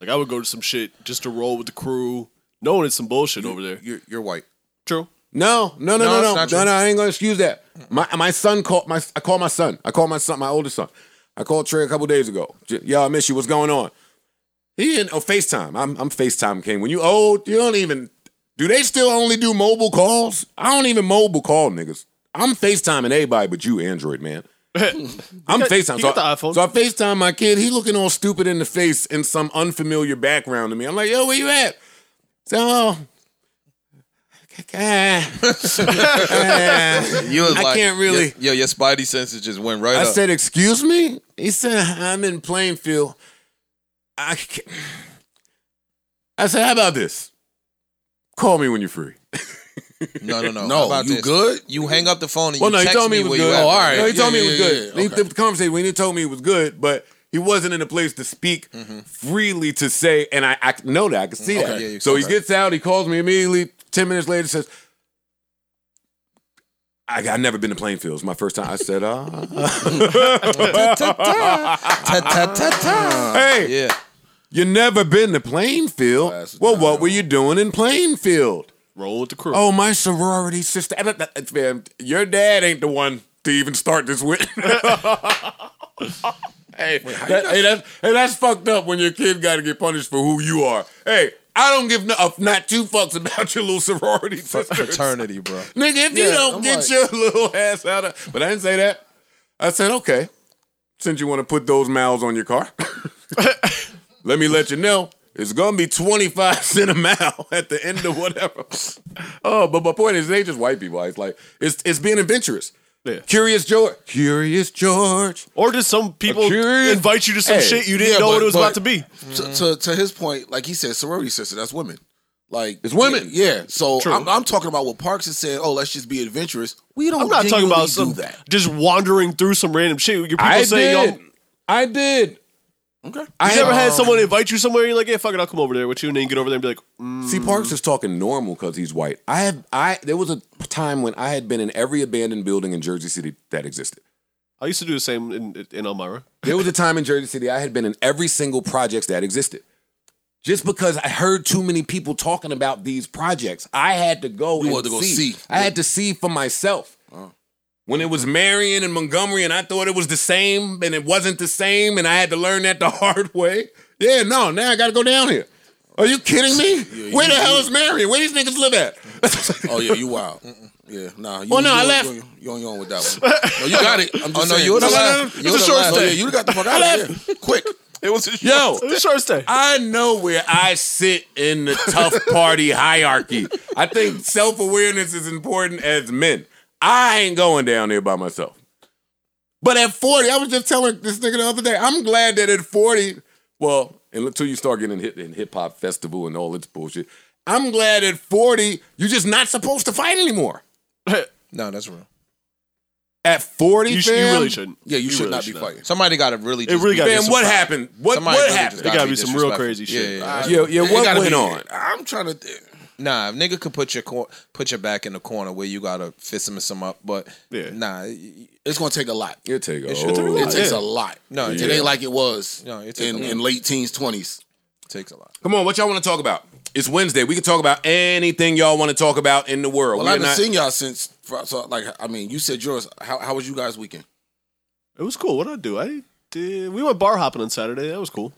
Speaker 1: Like I would go to some shit just to roll with the crew, knowing it's some bullshit over there.
Speaker 2: You're, you're white.
Speaker 1: True.
Speaker 3: No, no, no,
Speaker 2: No,
Speaker 3: no,
Speaker 2: it's
Speaker 3: no, no,
Speaker 2: not
Speaker 3: no,
Speaker 2: true.
Speaker 3: I ain't gonna excuse that. My my son called my I called my son. I called my son, my oldest son. I called Trey a couple days ago. J- Yo, I miss you. What's going on? He didn't. Oh, Facetime. I'm I'm Facetime king. When you old, you don't even. Do they still only do mobile calls? I don't even mobile call niggas. I'm FaceTiming everybody but you, Android man. I'm
Speaker 1: got-
Speaker 3: FaceTime.
Speaker 1: he
Speaker 3: so,
Speaker 1: got
Speaker 3: I-
Speaker 1: the iPhone.
Speaker 3: so I FaceTime my kid. He looking all stupid in the face in some unfamiliar background to me. I'm like, yo, where you at? So
Speaker 2: You was
Speaker 3: I
Speaker 2: like,
Speaker 3: can't really-
Speaker 2: Yo, your spidey senses just went right
Speaker 3: I
Speaker 2: up.
Speaker 3: said, "Excuse me." He said, "I'm in Plainfield." I can't. I said, "How about this? Call me when you're free."
Speaker 2: no, no, no.
Speaker 4: No,
Speaker 2: How about
Speaker 4: you
Speaker 2: this?
Speaker 4: good?
Speaker 2: You hang up the phone and
Speaker 3: Well,
Speaker 2: you
Speaker 3: Oh, no, he
Speaker 2: text
Speaker 3: told me it was
Speaker 2: where you
Speaker 3: good.
Speaker 2: at.
Speaker 4: Oh, all right.
Speaker 3: No, he told
Speaker 4: Yeah,
Speaker 3: me it was
Speaker 4: yeah,
Speaker 3: good.
Speaker 4: yeah, yeah.
Speaker 3: He, the conversation when he told me it was good, but he wasn't in a place to speak freely to say, and I, I know that I can see
Speaker 2: Mm-hmm. Okay.
Speaker 3: that.
Speaker 2: Yeah, you-
Speaker 3: so he
Speaker 2: okay.
Speaker 3: gets out, he calls me immediately. Ten minutes later, says. I, I've never been to Plainfield. It's my first time. I said, uh,
Speaker 2: Ta, ta, ta, ta.
Speaker 3: hey,
Speaker 2: Yeah.
Speaker 3: You never been to Plainfield?
Speaker 4: That's
Speaker 3: well,
Speaker 4: not
Speaker 3: what were you doing in Plainfield?
Speaker 1: Roll with the crew.
Speaker 3: Oh, my sorority sister. And uh, I- I- Man, your dad ain't the one to even start this with. Hey, that- hey, that's, hey, that's fucked up when your kid got to get punished for who you are. Hey, I don't give no, uh, not two fucks about your little sorority sisters.
Speaker 2: Eternity, bro.
Speaker 3: Nigga, if you
Speaker 4: Yeah,
Speaker 3: don't
Speaker 4: I'm
Speaker 3: get
Speaker 4: like-
Speaker 3: your little ass out of. But I didn't say that. I said, okay, since you want to put those miles on your car, let me let you know it's going to be 25 cent a mile at the end of whatever. oh, but my point is, they just white people. It's like, it's, it's being adventurous.
Speaker 1: Yeah.
Speaker 3: Curious George. Curious George.
Speaker 1: Or did some people
Speaker 3: curious-
Speaker 1: invite you to some
Speaker 3: Hey,
Speaker 1: shit you didn't
Speaker 4: yeah,
Speaker 1: know
Speaker 4: but-
Speaker 1: what it was
Speaker 4: but-
Speaker 1: about to be?
Speaker 4: to, to to his point, like he said, sorority sister, that's women. Like
Speaker 3: It's women.
Speaker 4: Yeah. yeah. So
Speaker 1: True.
Speaker 4: I'm, I'm talking about what Parks is saying. Oh, let's just be adventurous. We don't.
Speaker 1: I'm not talking about some
Speaker 4: do that.
Speaker 1: just wandering through some random shit. Your people
Speaker 3: I
Speaker 1: say, "Yo,
Speaker 3: did. I did.
Speaker 4: Okay.
Speaker 3: I
Speaker 1: you never had someone invite you somewhere. You're like, yeah, fuck it, I'll come over there with you, and then you get over there and be like, mm,
Speaker 3: See, Parks is talking normal because he's white. I have. I there was a time when I had been in every abandoned building in Jersey City that existed.
Speaker 1: I used to do the same in in Elmira.
Speaker 3: There was a time in Jersey City I had been in every single project that existed. Just because I heard too many people talking about these projects, I had to go and
Speaker 4: wanted to go see. Oh.
Speaker 3: I had to see for myself. When it was Marion and Montgomery, and I thought it was the same, and it wasn't the same, and I had to learn that the hard way. Yeah, no, now I got to go down here. Are you kidding me? Where the hell is Marion? Where these niggas live at?
Speaker 4: Oh yeah, you wild. Mm-mm. Yeah, nah. You,
Speaker 3: Oh, no,
Speaker 4: you
Speaker 3: I
Speaker 4: on-
Speaker 3: left.
Speaker 4: You, on- you on your own with that one. No, you got it. I'm just
Speaker 2: Oh, no,
Speaker 4: saying.
Speaker 2: you were the
Speaker 4: No, no,
Speaker 2: last-
Speaker 4: no, no.
Speaker 2: you
Speaker 4: It's
Speaker 2: were
Speaker 4: a
Speaker 2: the
Speaker 4: short
Speaker 2: last one.
Speaker 4: stay. Yeah, you got the fuck out of here quick.
Speaker 2: It was a short
Speaker 3: Yo,
Speaker 1: It's short stay.
Speaker 3: I know where I sit in the tough party hierarchy. I think self awareness is important as men. I ain't going down there by myself. But at 40, I was just telling this nigga the other day, I'm glad that at 40, well, until you start getting hit in hip hop festival and all its bullshit, I'm glad at 40, you're just not supposed to fight anymore.
Speaker 2: No, that's real.
Speaker 3: At 40,
Speaker 1: You, sh- you
Speaker 3: fam,
Speaker 1: really shouldn't.
Speaker 4: Yeah, you, should
Speaker 1: really
Speaker 4: not be fighting.
Speaker 2: Somebody got to really. Just
Speaker 1: really
Speaker 2: be-
Speaker 1: gotta be
Speaker 3: fam,
Speaker 1: some
Speaker 3: what
Speaker 1: fight.
Speaker 3: happened? What,
Speaker 2: Somebody
Speaker 3: what
Speaker 2: really just
Speaker 3: happened?
Speaker 1: There gotta be some real
Speaker 2: disrespectful.
Speaker 1: crazy shit.
Speaker 2: Yeah, yeah,
Speaker 4: I-
Speaker 3: Yeah, yeah,
Speaker 4: it
Speaker 3: what
Speaker 4: gotta
Speaker 3: went
Speaker 4: be-
Speaker 3: on?
Speaker 4: I'm trying to. Th-
Speaker 2: Nah, if nigga could put your cor- put your back in the corner where you gotta fist him and some up, but
Speaker 1: Yeah.
Speaker 2: nah, y-
Speaker 4: it's gonna take a lot.
Speaker 3: It'll take a
Speaker 2: should-
Speaker 3: whole
Speaker 4: It
Speaker 3: lot.
Speaker 4: takes
Speaker 1: Yeah.
Speaker 4: a lot.
Speaker 2: No,
Speaker 4: it
Speaker 2: yeah.
Speaker 4: ain't like it was
Speaker 2: No, it takes
Speaker 4: in,
Speaker 2: a lot.
Speaker 4: in late teens, twenties.
Speaker 2: it takes a lot.
Speaker 3: Come on, what y'all want to talk about? It's Wednesday. We can talk about anything y'all want to talk about in the world.
Speaker 4: Well,
Speaker 3: We
Speaker 4: I
Speaker 3: are
Speaker 4: haven't
Speaker 3: not-
Speaker 4: seen y'all since. So, like, I mean, you said yours. How, how was you guys' weekend?
Speaker 1: It was cool. What did I do? I did. We went bar hopping on Saturday. That was cool.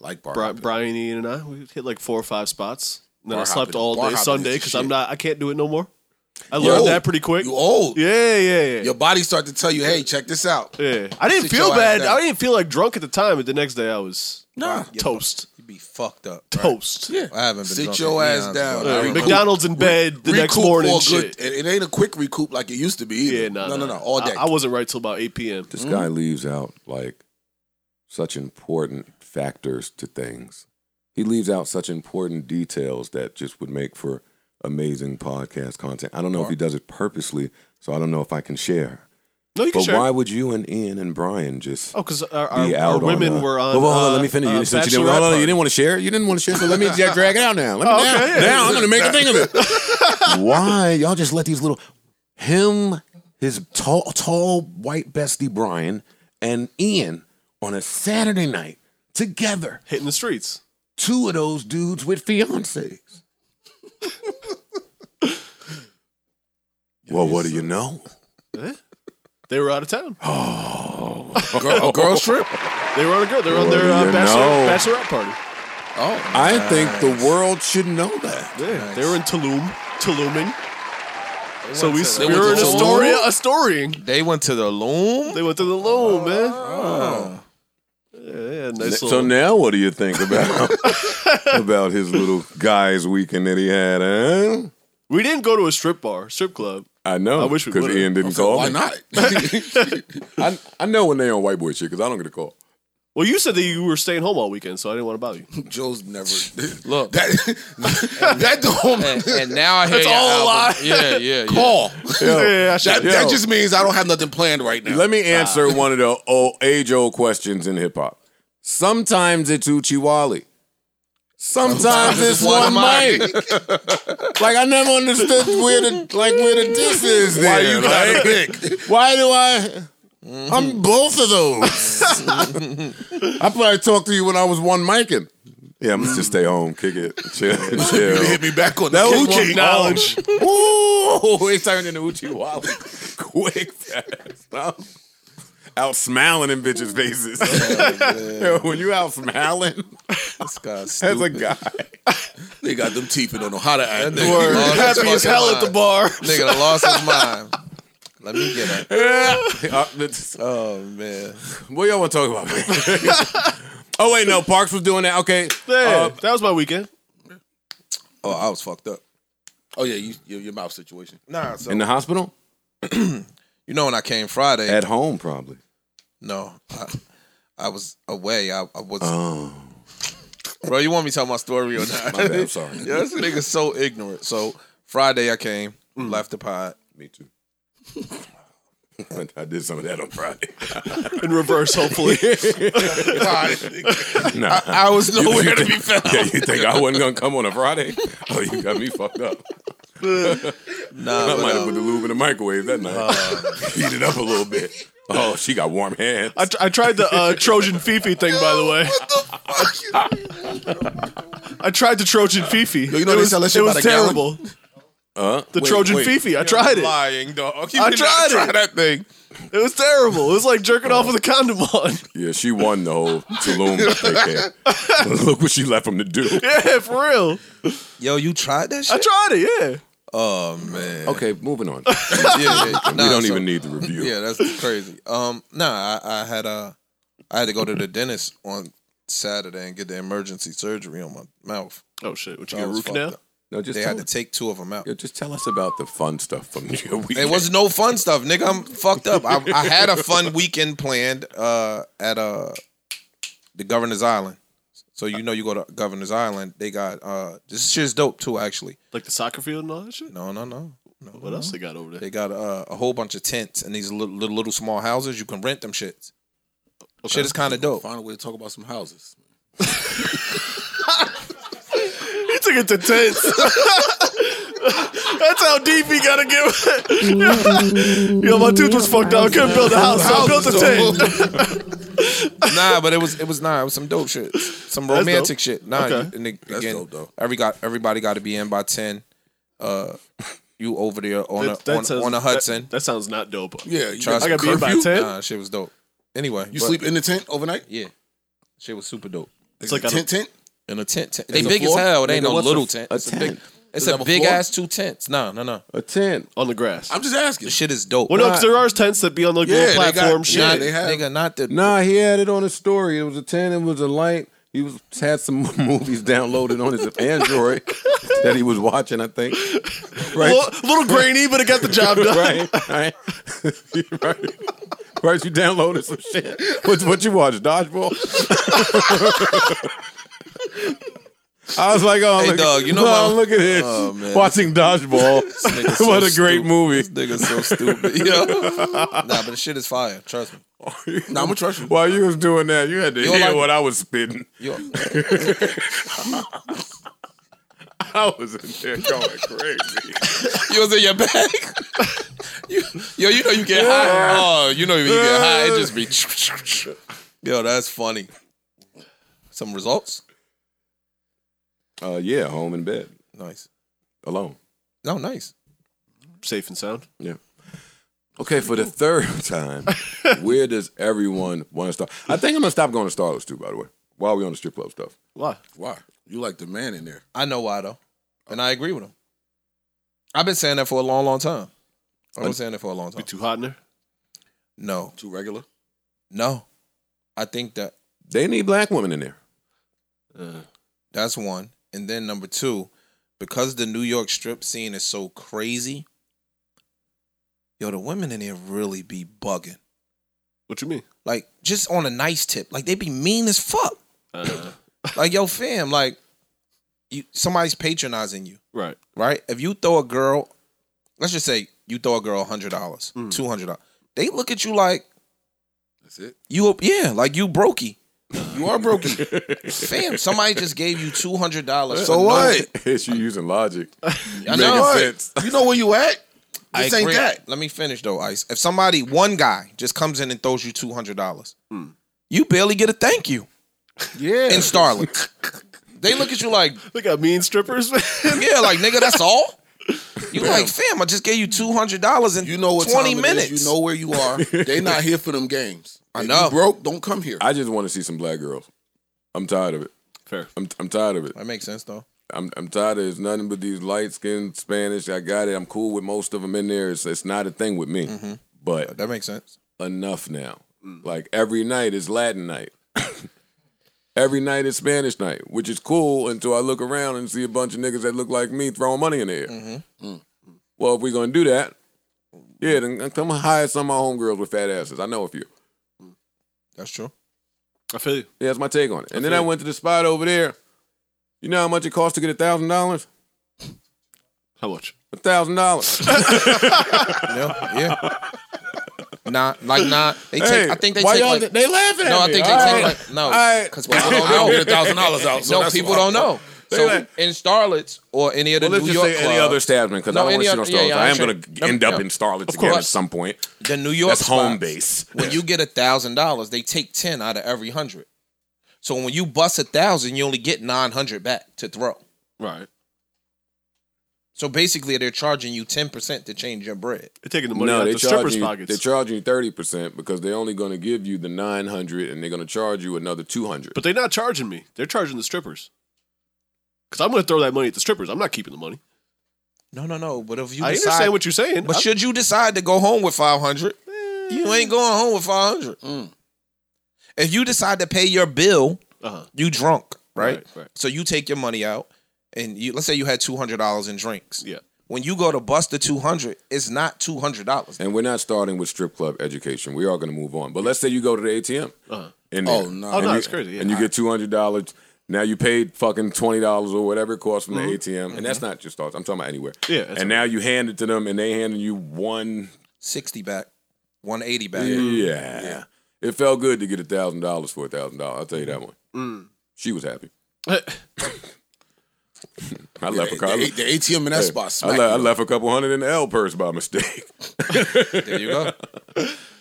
Speaker 4: I like bar.
Speaker 1: Bri-
Speaker 4: hopping.
Speaker 1: Brian, Ian, and I we hit like four or five spots. And then
Speaker 4: Bar
Speaker 1: I slept
Speaker 4: hopping-
Speaker 1: all
Speaker 4: bar
Speaker 1: day
Speaker 4: hopping
Speaker 1: Sunday
Speaker 4: is the
Speaker 1: because I'm
Speaker 4: shit.
Speaker 1: not. I can't do it no more. I
Speaker 4: You
Speaker 1: learned
Speaker 4: old.
Speaker 1: that pretty quick.
Speaker 4: You old.
Speaker 1: Yeah, yeah, yeah.
Speaker 4: Your body start to tell you, hey, check this out.
Speaker 1: Yeah, I didn't
Speaker 4: Sit
Speaker 1: feel
Speaker 4: your
Speaker 1: bad.
Speaker 4: ass down.
Speaker 1: I didn't feel like drunk at the time, but the next day I was
Speaker 4: Nah.
Speaker 1: toast,
Speaker 2: You be fucked up. right?
Speaker 1: toast.
Speaker 4: Yeah.
Speaker 2: I haven't been
Speaker 4: Sit
Speaker 2: drunk
Speaker 4: your
Speaker 2: in
Speaker 4: ass
Speaker 2: eons,
Speaker 4: down.
Speaker 2: bro.
Speaker 1: Uh,
Speaker 4: I recoup-
Speaker 1: McDonald's in bed the next
Speaker 4: recoup
Speaker 1: morning.
Speaker 4: for a
Speaker 1: shit.
Speaker 4: Good, it, it ain't a quick recoup like it used to be. Either.
Speaker 1: yeah, no,
Speaker 4: no, no, no, all day.
Speaker 1: I, I wasn't right till about eight p.m.
Speaker 3: This guy leaves out like such important factors to things. He leaves out such important details that just would make for amazing podcast content. I don't know if he does it purposely, so I don't know if I can share.
Speaker 1: No, you can
Speaker 3: But
Speaker 1: share.
Speaker 3: why would you and Ian and Brian just
Speaker 1: Oh, because our, our,
Speaker 3: be
Speaker 1: our
Speaker 3: out
Speaker 1: women
Speaker 3: on, uh,
Speaker 1: were on.
Speaker 3: Well, well, hold on,
Speaker 1: uh,
Speaker 3: let me finish.
Speaker 1: uh,
Speaker 3: you, since you,
Speaker 1: Bachelorette
Speaker 3: didn't, hold on,
Speaker 1: party.
Speaker 3: you didn't want to share. You didn't want to share, so let me just drag it out now. Let me
Speaker 1: Oh,
Speaker 3: now,
Speaker 1: okay, yeah.
Speaker 3: now I'm gonna make a thing of it. Why y'all just let these little him, his tall, tall white bestie Brian and Ian on a Saturday night together?
Speaker 1: hitting the streets.
Speaker 3: Two of those dudes with fiancés. well, what do you know?
Speaker 1: They were out of town.
Speaker 4: Girl, a girls trip.
Speaker 1: They were on a girl. They were on
Speaker 3: What
Speaker 1: their
Speaker 3: do
Speaker 1: uh,
Speaker 3: you know?
Speaker 1: bachelor, bachelorette party.
Speaker 4: Oh,
Speaker 3: I think the world should know that.
Speaker 1: Yeah, they were in Tulum, Tuluming. So we,
Speaker 2: to-
Speaker 1: we
Speaker 4: They went
Speaker 1: were in
Speaker 4: to Tulum?
Speaker 1: Astoria, Astorying.
Speaker 2: They went to the loom.
Speaker 1: They went to the loom, man.
Speaker 4: Oh.
Speaker 1: Yeah, yeah, nice
Speaker 3: so
Speaker 1: little-
Speaker 3: now what do you think about about his little guys weekend that he had? Huh?
Speaker 1: We didn't go to a strip bar, strip club.
Speaker 3: I know.
Speaker 1: I wish we
Speaker 3: because
Speaker 1: would've.
Speaker 3: Ian didn't call.
Speaker 4: why
Speaker 3: me.
Speaker 4: not?
Speaker 3: I I know when they on white boy shit because I don't get a call.
Speaker 1: Well, you said that you were staying home all weekend, so I didn't want to bother you.
Speaker 4: Joe's never
Speaker 2: Look.
Speaker 4: that. that don't
Speaker 2: and, and now I hear
Speaker 1: That's
Speaker 2: your
Speaker 1: all a
Speaker 2: album. Yeah, yeah, yeah.
Speaker 4: call.
Speaker 1: yeah, I
Speaker 4: That,
Speaker 1: should.
Speaker 3: Yo.
Speaker 4: that just means I don't have nothing planned right now.
Speaker 3: Let me answer one of the old age old questions in hip hop. Sometimes it's uchiwali. Sometimes it's one mic. Like I never understood where the like where the diss is. There.
Speaker 4: Why you gotta
Speaker 3: like,
Speaker 4: pick?
Speaker 3: Why do I? I'm both of those. I probably talked to you when I was one micing. Yeah, I'm just stay home, kick it, chill,
Speaker 4: You
Speaker 3: chill.
Speaker 4: hit me back on
Speaker 3: That
Speaker 4: the
Speaker 3: was
Speaker 4: coochie.
Speaker 3: one-
Speaker 1: Knowledge.
Speaker 3: Ooh, he turned into Uchi Wally quick. fast. out smiling in bitches' faces. Yo, when you out smiling
Speaker 2: This guy's
Speaker 3: as a
Speaker 2: stupid.
Speaker 3: guy,
Speaker 4: They got them teeth and don't know how to act.
Speaker 2: That nigga lost his
Speaker 1: Happy as
Speaker 2: fucking
Speaker 1: hell at
Speaker 2: mind.
Speaker 1: the bar.
Speaker 2: Nigga done lost his mind. Let me get it.
Speaker 3: Uh, that's-
Speaker 2: Oh man.
Speaker 3: what y'all want to talk about? oh wait, no, Parks was doing that. Okay,
Speaker 1: Yeah,
Speaker 3: uh,
Speaker 1: that was my weekend.
Speaker 2: Oh, I was fucked up.
Speaker 4: Oh yeah, you, your, your mouth situation.
Speaker 2: Nah, so
Speaker 3: in the hospital,
Speaker 2: you know when I came Friday.
Speaker 3: at home probably.
Speaker 2: no, I, I was away. I, I was.
Speaker 3: Oh,
Speaker 2: Bro, you want me to tell my story or not?
Speaker 3: my bad. I'm sorry.
Speaker 2: Yeah, this nigga's so ignorant. So Friday I came, left the pod.
Speaker 3: Me too. I did some of that on Friday.
Speaker 1: In reverse, hopefully.
Speaker 3: Nah.
Speaker 2: I was nowhere
Speaker 3: you
Speaker 2: to be
Speaker 3: think-
Speaker 2: found.
Speaker 3: Yeah, you think I wasn't gonna come on a Friday? Oh, you got me fucked up.
Speaker 2: Nah,
Speaker 3: I
Speaker 2: but,
Speaker 3: might
Speaker 2: um,
Speaker 3: have put the lube in the microwave that night.
Speaker 1: Uh,
Speaker 3: Heat it up a little bit. Oh, she got warm hands.
Speaker 1: I, tr- I tried the uh, Trojan Fifi thing, by the way. I tried the Trojan Fifi.
Speaker 4: you know
Speaker 1: it
Speaker 4: they
Speaker 1: was,
Speaker 4: sell that
Speaker 1: it
Speaker 4: shit
Speaker 1: was
Speaker 4: by the gallon?
Speaker 1: terrible.
Speaker 3: Huh?
Speaker 1: The Trojan
Speaker 3: wait.
Speaker 1: Fifi. I tried it.
Speaker 2: lying dog. You
Speaker 1: I
Speaker 2: did not
Speaker 1: tried
Speaker 2: try
Speaker 1: it.
Speaker 2: that thing.
Speaker 1: It was terrible. It was like jerking
Speaker 4: Oh.
Speaker 1: off with a condom on.
Speaker 3: Yeah, she won the whole Tulum thing there. Look what she left him to do.
Speaker 1: Yeah, for real.
Speaker 2: Yo, you tried that shit?
Speaker 1: I tried it.
Speaker 2: oh man.
Speaker 3: Okay, moving on.
Speaker 2: Yeah, yeah.
Speaker 3: we
Speaker 2: Nah,
Speaker 3: don't
Speaker 2: so-
Speaker 3: even need the review.
Speaker 2: Yeah, that's crazy. Um, nah, I, I had a, I had to go to the dentist on Saturday and get the emergency surgery on my mouth.
Speaker 1: Yeah. Oh shit! What you
Speaker 2: I
Speaker 1: get
Speaker 2: was
Speaker 1: root
Speaker 2: fucked
Speaker 1: canal?
Speaker 2: up.
Speaker 3: No, just
Speaker 2: They
Speaker 3: tell,
Speaker 2: had to take two of them out.
Speaker 3: yeah, just tell us about the fun stuff from your weekend.
Speaker 2: It was no fun stuff, nigga. I'm fucked up. I, I had a fun weekend planned uh, at uh, the Governor's Island. So you know you go to Governor's Island. They got uh, this shit's dope too. Actually,
Speaker 1: Like the soccer field and all that shit.
Speaker 2: no, no, no, no.
Speaker 1: What else they got over there?
Speaker 2: They got uh, a whole bunch of tents and these little, little little small houses. You can rent them shits. Shit is kind of dope.
Speaker 4: Find a way to talk about some houses.
Speaker 1: He took it to tents. That's how deep he gotta get. Yo, my tooth was fucked up. I couldn't build a house, so I built a tent.
Speaker 2: nah, but it was it was nah, it was some dope shit, some
Speaker 1: That's
Speaker 2: romantic
Speaker 1: dope.
Speaker 2: shit. Nah,
Speaker 1: Okay.
Speaker 2: you- and ag-
Speaker 4: That's
Speaker 2: again,
Speaker 4: dope, though.
Speaker 2: every got everybody got to be in by ten. Uh, you over there on
Speaker 1: That-
Speaker 2: a
Speaker 1: that
Speaker 2: on,
Speaker 1: sounds-
Speaker 2: on a Hudson?
Speaker 1: That, that sounds not dope.
Speaker 4: Yeah, you,
Speaker 2: Trust
Speaker 1: I gotta be in by
Speaker 4: Curfew?
Speaker 1: ten.
Speaker 2: nah, shit was dope. Anyway,
Speaker 4: you
Speaker 2: but-
Speaker 4: sleep in the tent overnight.
Speaker 2: Yeah, shit was super dope.
Speaker 1: It's
Speaker 4: It's
Speaker 1: like
Speaker 4: like
Speaker 1: a-
Speaker 4: a tent tent.
Speaker 2: In a tent, tent. they
Speaker 4: There's a
Speaker 2: big
Speaker 4: floor?
Speaker 2: as hell. They ain't
Speaker 3: Nigga,
Speaker 2: no
Speaker 3: what's a
Speaker 2: little
Speaker 3: f-
Speaker 2: tent.
Speaker 3: a
Speaker 2: It's a
Speaker 3: tent?
Speaker 2: big, it's
Speaker 4: Does it
Speaker 2: a
Speaker 4: have a
Speaker 2: big
Speaker 4: floor?
Speaker 2: ass two tents. No, no, no.
Speaker 3: a tent.
Speaker 1: on the grass.
Speaker 4: I'm just asking.
Speaker 2: The shit is dope.
Speaker 1: well, no,
Speaker 2: Nah,
Speaker 1: because there are tents that be on like
Speaker 4: Yeah,
Speaker 1: little
Speaker 4: they got-
Speaker 1: platform shit.
Speaker 4: yeah,
Speaker 2: not-
Speaker 4: they have-
Speaker 2: nigga, not the
Speaker 3: Nah, he had it on his story. It was a tent. It was a light. He was had some movies downloaded on his Android that he was watching. I think. Right.
Speaker 1: Well, a little grainy, but it got the job done.
Speaker 3: right. Right. right. Right, you downloaded some shit. What, what you watch? Dodgeball. I was like, oh,
Speaker 2: Hey,
Speaker 3: look,
Speaker 2: dog, you know
Speaker 3: oh,
Speaker 2: my-
Speaker 3: look at this.
Speaker 2: Oh, man.
Speaker 3: Watching Dodgeball.
Speaker 2: nigga's so
Speaker 3: what a great
Speaker 2: stupid.
Speaker 3: movie.
Speaker 2: This nigga so stupid. Yo. nah, but the shit is fire. Trust me.
Speaker 4: Nah, I'm gonna trust you.
Speaker 3: While you was doing that, you had to
Speaker 2: You
Speaker 3: hear
Speaker 2: like-
Speaker 3: what I was spitting.
Speaker 2: Yo.
Speaker 3: I was in there going crazy.
Speaker 2: You was in your bag. you, yo, you know you get high. Oh, you know you get high. It just be. yo, that's funny. Some results.
Speaker 3: Uh, yeah, home in bed
Speaker 2: Nice.
Speaker 3: alone.
Speaker 2: No, nice.
Speaker 1: Safe and sound.
Speaker 3: Yeah. Okay, for the third time, where does everyone want to start? I think I'm gonna stop going to Starless too. By the way, while we on the strip club stuff,
Speaker 1: Why?
Speaker 4: Why? You like the man in there.
Speaker 2: I know why though, and I agree with him. I've been saying that for a long, long time. I've been saying that for a long
Speaker 1: Be
Speaker 2: time.
Speaker 1: too hot in there.
Speaker 2: No,
Speaker 4: Too regular.
Speaker 2: no. I think that
Speaker 3: they need black women in there.
Speaker 2: That's one. And then number two, because the New York strip scene is so crazy, yo, the women in here really be bugging.
Speaker 1: What you mean?
Speaker 2: Like, just on a nice tip. Like, they be mean as fuck.
Speaker 1: Uh,
Speaker 2: Like, yo, fam, like, you somebody's patronizing you,
Speaker 1: right.
Speaker 2: right? If you throw a girl, let's just say you throw a girl $100, $200, they look at you like,
Speaker 4: Mm. That's it.
Speaker 2: you, a- yeah, like you brokey.
Speaker 4: You are broken.
Speaker 2: Fam, somebody just gave you $200.
Speaker 4: so what?
Speaker 3: Is she using logic?
Speaker 2: I
Speaker 3: Making
Speaker 2: know.
Speaker 3: sense.
Speaker 4: You know where you at.
Speaker 2: I
Speaker 4: This ain't
Speaker 2: agree.
Speaker 4: that.
Speaker 2: Let me finish though, Ice. If somebody, one guy, just comes in and throws you two hundred dollars, you barely get a thank you
Speaker 4: Hmm. Yeah.
Speaker 2: in Starling. they look at you like,
Speaker 1: They got mean strippers. man.
Speaker 2: yeah, like nigga, that's all. You like, fam, I just gave you two hundred dollars in
Speaker 4: You know what
Speaker 2: twenty
Speaker 4: time it is.
Speaker 2: minutes.
Speaker 4: You know where you are. they not here for them games.
Speaker 2: I
Speaker 4: If you
Speaker 2: know.
Speaker 4: broke, don't come here.
Speaker 3: I just want to see some black girls. I'm tired of it.
Speaker 1: Fair.
Speaker 3: I'm, I'm tired of it.
Speaker 2: that makes sense though.
Speaker 3: I'm I'm tired of it's nothing but these light skinned Spanish. I got it. I'm cool with most of them in there. It's it's not a thing with me. But
Speaker 2: That makes sense.
Speaker 3: enough now. Like every night is Latin night. every night is Spanish night, which is cool until I look around and see a bunch of niggas that look like me throwing money in the air. Well, if we're gonna do that, yeah, then come hire some of my homegirls with fat asses. I know a few.
Speaker 2: That's true.
Speaker 1: I feel you.
Speaker 3: Yeah, that's my take on it. And then I went to the spot over there. You know how much it costs to get a thousand dollars?
Speaker 1: How much?
Speaker 3: A thousand dollars.
Speaker 2: Yeah, yeah. nah, like nah. They take. I think they
Speaker 3: why
Speaker 2: take
Speaker 3: y'all-
Speaker 2: like.
Speaker 3: they laughing at
Speaker 2: no, I
Speaker 3: me.
Speaker 2: think they
Speaker 3: All
Speaker 2: take
Speaker 3: right.
Speaker 2: like
Speaker 3: All
Speaker 2: no.
Speaker 3: right.
Speaker 2: Because people don't know.
Speaker 4: get $1,000 out, so
Speaker 2: no,
Speaker 4: that's
Speaker 2: people
Speaker 4: why-
Speaker 2: don't know.
Speaker 3: They
Speaker 2: So
Speaker 3: like-
Speaker 2: in Starlets or any of the
Speaker 3: Well, let's
Speaker 2: New
Speaker 3: just
Speaker 2: York
Speaker 3: say
Speaker 2: clubs,
Speaker 3: any other establishment because
Speaker 2: No,
Speaker 3: I don't want
Speaker 2: any
Speaker 3: to shit
Speaker 2: other-
Speaker 3: on
Speaker 2: yeah,
Speaker 3: Starlets.
Speaker 2: yeah,
Speaker 3: I
Speaker 2: I'm
Speaker 3: am
Speaker 2: sure.
Speaker 3: going to
Speaker 2: No,
Speaker 3: end up
Speaker 2: no.
Speaker 3: in Starlets
Speaker 2: Of
Speaker 3: again at
Speaker 2: course.
Speaker 3: some point.
Speaker 2: the New York
Speaker 3: That's home
Speaker 2: spots,
Speaker 3: base.
Speaker 2: When you get a thousand dollars, they take ten out of every hundred. So when you bust a thousand, you only get nine hundred back to throw.
Speaker 1: Right.
Speaker 2: So basically, they're charging you ten percent to change your bread.
Speaker 1: They're taking the money
Speaker 3: No,
Speaker 1: out
Speaker 3: they
Speaker 1: the strippers'
Speaker 3: charge you.
Speaker 1: pockets.
Speaker 3: They charge you thirty percent because they're only going to give you the nine hundred, and they're going to charge you another two hundred.
Speaker 1: but they're not charging me. They're charging the strippers. Because I'm going to throw that money at the strippers. I'm not keeping the money.
Speaker 2: No, no, no. But if you
Speaker 1: I
Speaker 2: decide,
Speaker 1: understand what you're saying.
Speaker 2: but
Speaker 1: I-
Speaker 2: should you decide to go home with five hundred, you ain't going home with five hundred. If you decide to pay your bill,
Speaker 1: uh-huh.
Speaker 2: you drunk, right?
Speaker 1: Right, right.
Speaker 2: So you take your money out, and you let's say you had two hundred dollars in drinks.
Speaker 1: Yeah.
Speaker 2: When you go to bust the two hundred, it's not two hundred dollars.
Speaker 3: And we're not starting with strip club education. We are going to move on. But let's say you go to the ATM.
Speaker 1: Uh-huh.
Speaker 3: in
Speaker 4: Oh,
Speaker 3: there.
Speaker 4: no.
Speaker 1: Oh,
Speaker 3: And
Speaker 1: no,
Speaker 3: you-
Speaker 1: it's crazy, yeah.
Speaker 3: And you get two hundred dollars. Now you paid fucking twenty dollars or whatever it costs from the ATM, and that's not just thoughts. I'm talking about anywhere.
Speaker 1: Mm-hmm. Yeah, that's
Speaker 3: And now you hand it to them, and they handing you one.
Speaker 2: Sixty back, one eighty back.
Speaker 1: Mm,
Speaker 3: Yeah. It felt good to get a thousand dollars for a thousand dollars. I'll tell you that one.
Speaker 1: Mm-hmm. Mm.
Speaker 3: She was happy.
Speaker 1: uh-huh.
Speaker 3: I left
Speaker 4: The,
Speaker 3: a couple.
Speaker 4: the ATM in that spot.
Speaker 3: I,
Speaker 4: smack
Speaker 3: le- I
Speaker 4: you.
Speaker 3: left a couple hundred in the L purse by mistake.
Speaker 2: There you go.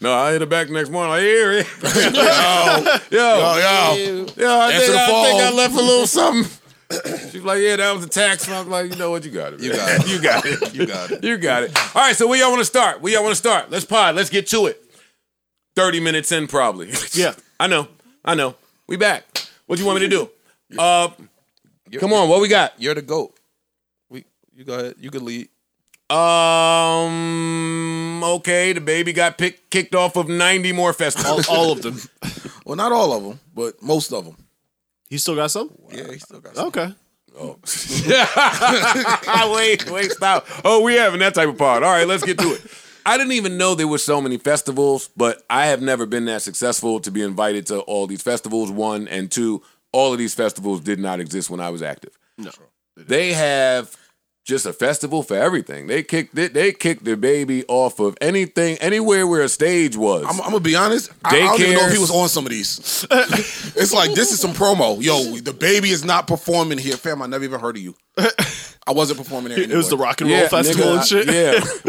Speaker 3: no, I hit it back the next morning. Like, here, here. yo, yo,
Speaker 4: Oh, yo.
Speaker 3: Yeah, I
Speaker 4: Answer the
Speaker 3: think, I think I
Speaker 4: phone.
Speaker 3: left a little something. She's like, yeah, that was a tax. And I was like, you know what? You got it.
Speaker 2: You
Speaker 3: man.
Speaker 2: got it.
Speaker 3: you got it.
Speaker 2: You got it.
Speaker 3: You got it. All right, so where y'all want to start? Where y'all want to start? Let's pod. Let's get to it. 30 minutes in, probably.
Speaker 1: Yeah.
Speaker 3: I know. I know. We back. What you want me to do? Uh, come on, what we got?
Speaker 2: You're the goat. We, you go ahead. You can lead.
Speaker 3: Um, okay, the baby got pick, kicked off of 90 more
Speaker 1: all,
Speaker 3: festivals.
Speaker 1: all of them.
Speaker 4: Well, not all of them, but most of them.
Speaker 1: He still got some?
Speaker 2: Yeah, he still got.
Speaker 1: Okay.
Speaker 3: wait, wait, stop. Oh, we having that type of pod. All right, let's get to it. I didn't even know there were so many festivals, but I have never been that successful to be invited to all these festivals. One and two, all of these festivals did not exist when I was active.
Speaker 1: No.
Speaker 3: They have just a festival for everything. They kicked it. They kicked the baby off of anything, anywhere where a stage was.
Speaker 4: I'm, I'm gonna be honest. I, I don't even
Speaker 3: Daycare.
Speaker 4: know if he was on some of these. it's like this is some promo. Yo, the baby is not performing here, fam. I never even heard of you. I wasn't performing there.
Speaker 1: It was the
Speaker 4: anyway.
Speaker 1: Rock and Roll Festival
Speaker 3: nigga,
Speaker 1: and shit.
Speaker 3: I-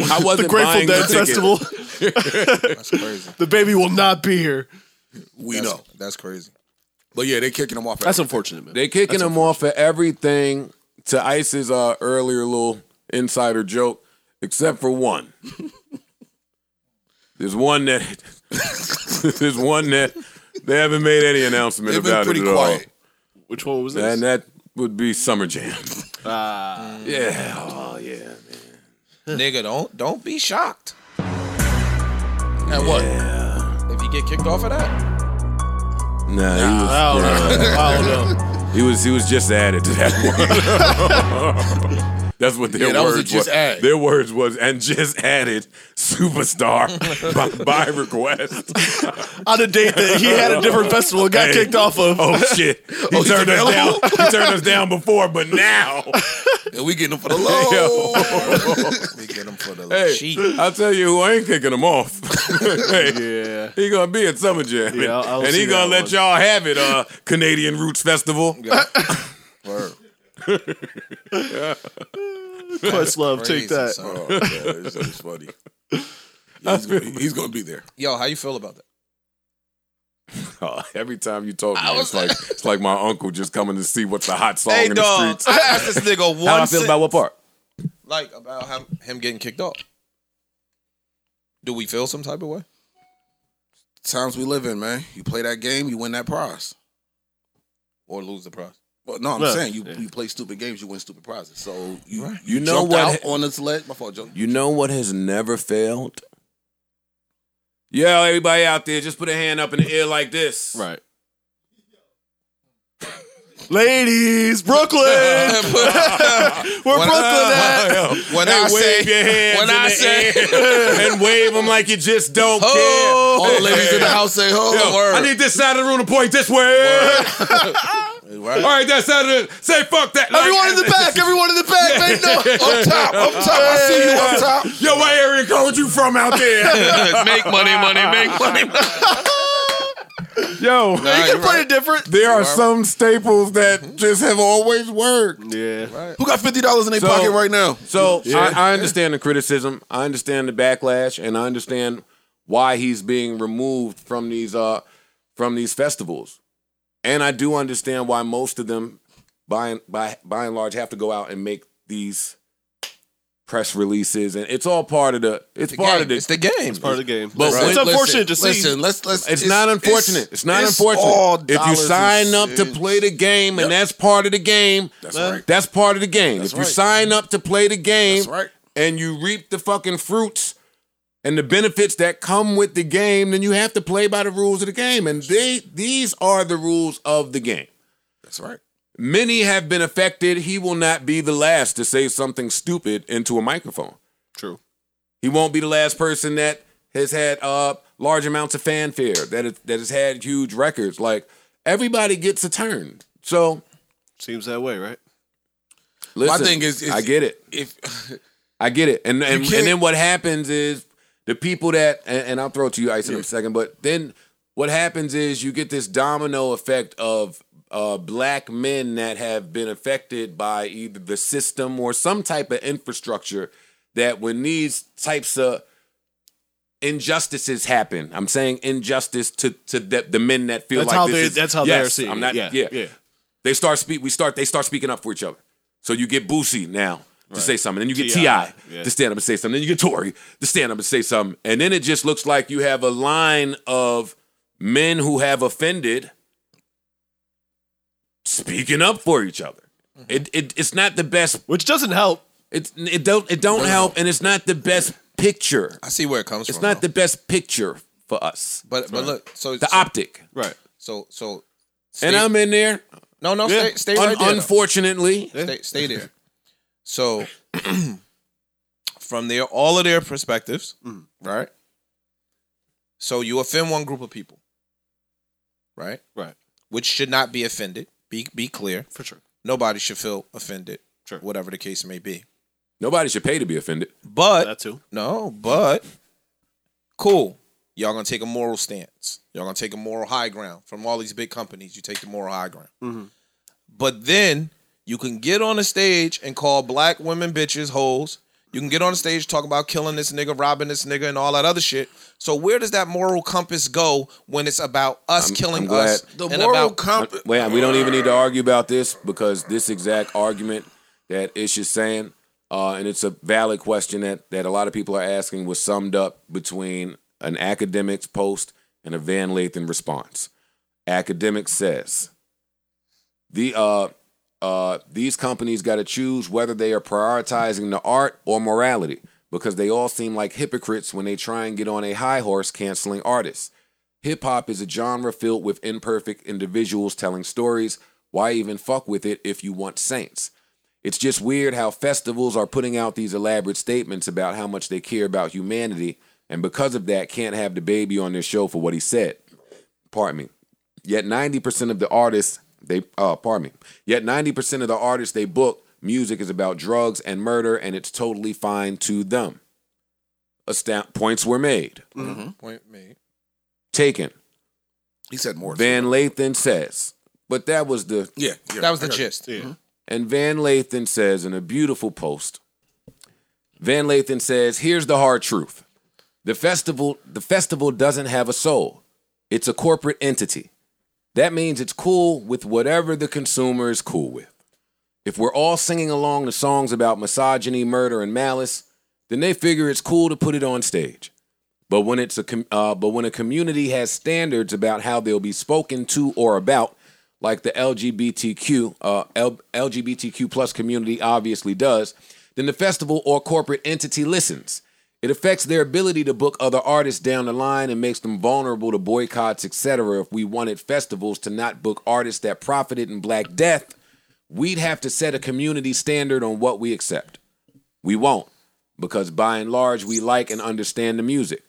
Speaker 3: yeah, I
Speaker 1: the
Speaker 3: wasn't
Speaker 1: Grateful
Speaker 3: buying the
Speaker 1: Dead
Speaker 3: ticket.
Speaker 1: Festival.
Speaker 2: That's crazy.
Speaker 1: the baby will not be here.
Speaker 4: We know,
Speaker 2: That's crazy.
Speaker 4: but yeah, they kicking him off.
Speaker 1: That's unfortunate, man.
Speaker 3: They kicking him off for everything. To Ice's uh, earlier little insider joke, except for one. there's one that there's one that they haven't made any announcement
Speaker 4: They've been
Speaker 3: about
Speaker 4: pretty
Speaker 3: it at
Speaker 4: quiet.
Speaker 1: Which one was
Speaker 3: all,
Speaker 1: this?
Speaker 3: and that would be Summer Jam.
Speaker 1: Ah.
Speaker 3: yeah, oh yeah.
Speaker 2: Nigga, don't don't be shocked
Speaker 4: and what?
Speaker 2: if you get kicked off of that.
Speaker 3: Nah, he was,
Speaker 1: I don't know. I don't know.
Speaker 3: He was he was just added to that one. That's what their
Speaker 4: Yeah, that was a
Speaker 3: words
Speaker 4: just add.
Speaker 3: Their words was and just added superstar by, by request.
Speaker 1: On a date that he had a different festival and got
Speaker 3: Hey.
Speaker 1: kicked off of.
Speaker 3: Oh shit! He
Speaker 4: he's
Speaker 3: turned us down.
Speaker 4: available?
Speaker 3: He turned us down before, but now,
Speaker 4: And we getting him for the low.
Speaker 2: We get them for the
Speaker 3: hey,
Speaker 2: cheap.
Speaker 3: I tell you who ain't kicking him off. hey,
Speaker 1: Yeah.
Speaker 3: he gonna be at Summer Jam,
Speaker 1: Yeah, I'll- I'll
Speaker 3: and
Speaker 1: see
Speaker 3: he gonna
Speaker 1: that
Speaker 3: let
Speaker 1: one.
Speaker 3: y'all have it. Uh, Canadian Roots Festival.
Speaker 2: Word.
Speaker 1: Questlove,
Speaker 2: Crazy,
Speaker 1: take that.
Speaker 2: son.
Speaker 4: Oh, yeah, it's, it's funny. Yeah, he's, gonna be, he's gonna be there.
Speaker 2: Yo, how you feel about that?
Speaker 3: Oh, every time you talk, to me, it's like it's like my uncle just coming to see what's the hot song in the streets.
Speaker 2: I asked this nigga
Speaker 3: How I
Speaker 2: one.
Speaker 3: feel
Speaker 2: sen-
Speaker 3: about what part?
Speaker 2: like about him, him getting kicked off? Do we feel some type of way?
Speaker 4: Times we live in, man. You play that game, you win that prize.
Speaker 2: Or lose the prize?
Speaker 4: Well, no, I'm
Speaker 1: Yeah.
Speaker 4: saying you,
Speaker 1: Yeah.
Speaker 4: you play stupid games, you win stupid prizes. So you
Speaker 3: You know
Speaker 4: jumped
Speaker 3: what
Speaker 4: out
Speaker 3: ha-
Speaker 4: on this ledge. My fault, Joe.
Speaker 3: You know what has never failed? Yo, everybody out there, just put a hand up in the air like this.
Speaker 1: Right. Ladies, Brooklyn. Where Brooklyn at?
Speaker 2: When
Speaker 3: Hey,
Speaker 2: I
Speaker 3: wave
Speaker 2: say,
Speaker 3: your hands
Speaker 2: when
Speaker 3: in
Speaker 2: I
Speaker 3: the
Speaker 2: say,
Speaker 3: air and wave them like you just don't
Speaker 2: Oh,
Speaker 4: All the ladies in the house say, "Oh,
Speaker 3: care. Yo,
Speaker 4: word.
Speaker 3: I need this side of the room to point this way. All right, that side of the say fuck that. Like-
Speaker 4: everyone in the back, everyone in the back, make noise. Up top, up top. I see you up top.
Speaker 3: Yo, what area code you from out there?
Speaker 2: make money, money, make money.
Speaker 3: Yo,
Speaker 2: Nah,
Speaker 1: You
Speaker 2: you're
Speaker 1: can play
Speaker 2: right.
Speaker 1: it different.
Speaker 3: there are some staples that just have always worked.
Speaker 1: Yeah.
Speaker 4: Who got fifty dollars in their
Speaker 3: So-
Speaker 4: pocket right now?
Speaker 3: So I, I understand the criticism, I understand the backlash, and I understand why he's being removed from these uh from these festivals, and I do understand why most of them, by and- by by and large, have to go out and make these press releases, and it's all part of the it's part of the
Speaker 2: It's the game.
Speaker 1: Part of the game.
Speaker 3: But
Speaker 1: it's
Speaker 3: when-
Speaker 4: Listen,
Speaker 1: unfortunate to see.
Speaker 4: Listen, let's let's.
Speaker 3: It's, not unfortunate. It's, not
Speaker 4: it's all
Speaker 3: unfortunate. If you
Speaker 4: dollars
Speaker 3: sign
Speaker 4: and
Speaker 3: up to
Speaker 4: cents.
Speaker 3: play the game, and that's part of the game, that's,
Speaker 1: right.
Speaker 3: part of the game. if you
Speaker 4: right.
Speaker 3: sign up to play the game,
Speaker 4: That's right.
Speaker 3: and you reap the fucking fruits and the benefits that come with the game, then you have to play by the rules of the game, and they these are the rules of the game.
Speaker 4: That's right.
Speaker 3: Many have been affected. He will not be the last to say something stupid into a microphone.
Speaker 1: True.
Speaker 3: He won't be the last person that has had uh, large amounts of fanfare, that has, that has had huge records. Like everybody gets a turn. So
Speaker 1: Seems that way, right?
Speaker 3: listen,
Speaker 4: thing is- is-
Speaker 3: I get it.
Speaker 4: If
Speaker 3: I get it. And and,
Speaker 4: can't-
Speaker 3: and then what happens is the people that and, and I'll throw it to you, Ice, in a second. But then what happens is you get this domino effect of uh, black men that have been affected by either the system or some type of infrastructure that when these types of injustices happen, I'm saying injustice to to the, the men that feel
Speaker 1: That's
Speaker 3: like
Speaker 1: how
Speaker 3: this
Speaker 1: they.
Speaker 3: is-
Speaker 1: that's how
Speaker 3: Yes,
Speaker 1: they're seeing.
Speaker 3: I'm
Speaker 1: it.
Speaker 3: not.
Speaker 1: Yeah.
Speaker 3: yeah. They start speak. We start. They start speaking up for each other. So you get Boosie now to say something, then you get Ti
Speaker 1: T.I., yeah.
Speaker 3: to stand up and say something, then you get Tory to stand up and say something, and then it just looks like you have a line of men who have offended speaking up for each other.
Speaker 2: Mm-hmm.
Speaker 3: It, it it's not the best.
Speaker 1: Which doesn't help.
Speaker 3: It it don't it don't help, and it's not the best picture.
Speaker 2: I see where it comes
Speaker 3: It's
Speaker 2: from.
Speaker 3: not the best picture for us.
Speaker 2: But but look, so
Speaker 3: The optic,
Speaker 1: Right.
Speaker 2: so so.
Speaker 3: and I'm in there.
Speaker 2: no no
Speaker 1: Yeah.
Speaker 2: stay stay
Speaker 3: un-
Speaker 2: right there. though.
Speaker 3: unfortunately,
Speaker 2: Stay, stay there. So, from there, all of their perspectives, right? So you offend one group of people, right?
Speaker 1: Right.
Speaker 2: Which should not be offended. Be be clear.
Speaker 1: For sure.
Speaker 2: Nobody should feel offended,
Speaker 1: Sure.
Speaker 2: whatever the case may be.
Speaker 3: nobody should pay to be offended.
Speaker 2: But
Speaker 1: That too.
Speaker 2: no, but cool. Y'all gonna take a moral stance. Y'all gonna take a moral high ground from all these big companies. You take the moral high ground.
Speaker 4: Mm-hmm.
Speaker 2: But then you can get on the stage and call black women bitches hoes. You can get on the stage talk about killing this nigga, robbing this nigga, and all that other shit. So where does that moral compass go when it's about us killing
Speaker 3: I'm glad-
Speaker 2: us?
Speaker 4: the
Speaker 2: and
Speaker 4: moral
Speaker 2: about,
Speaker 4: comp,
Speaker 3: Wait, we don't even need to argue about this because this exact argument that Ish is saying, uh, and it's a valid question that, that a lot of people are asking, was summed up between an academic's post and a Van Lathan response. Academic says, the uh, uh, these companies got to choose whether they are prioritizing the art or morality because they all seem like hypocrites when they try and get on a high horse canceling artists. Hip hop is a genre filled with imperfect individuals telling stories. Why even fuck with it if you want saints? It's just weird how festivals are putting out these elaborate statements about how much they care about humanity, and because of that, can't have the baby on their show for what he said. Pardon me. Yet 90% of the artists they uh pardon me. Yet 90% of the artists they book music is about drugs and murder and it's totally fine to them. Astound points were made.
Speaker 2: Point made.
Speaker 3: Taken.
Speaker 4: he said more.
Speaker 3: Van Lathan says. But that was the
Speaker 4: yeah, yeah.
Speaker 2: That was the gist. Mm-hmm.
Speaker 1: Yeah.
Speaker 3: and Van Lathan says in a beautiful post. Van Lathan says, "Here's the hard truth. The festival the festival doesn't have a soul. It's a corporate entity. That means it's cool with whatever the consumer is cool with. If we're all singing along to songs about misogyny, murder, and malice, then they figure it's cool to put it on stage. But when it's a com- uh, but when a community has standards about how they'll be spoken to or about, like the LGBTQ uh, L- LGBTQ plus community obviously does, then the festival or corporate entity listens. It affects their ability to book other artists down the line and makes them vulnerable to boycotts, etc. If we wanted festivals to not book artists that profited in Black Death, we'd have to set a community standard on what we accept. We won't, because by and large, we like and understand the music.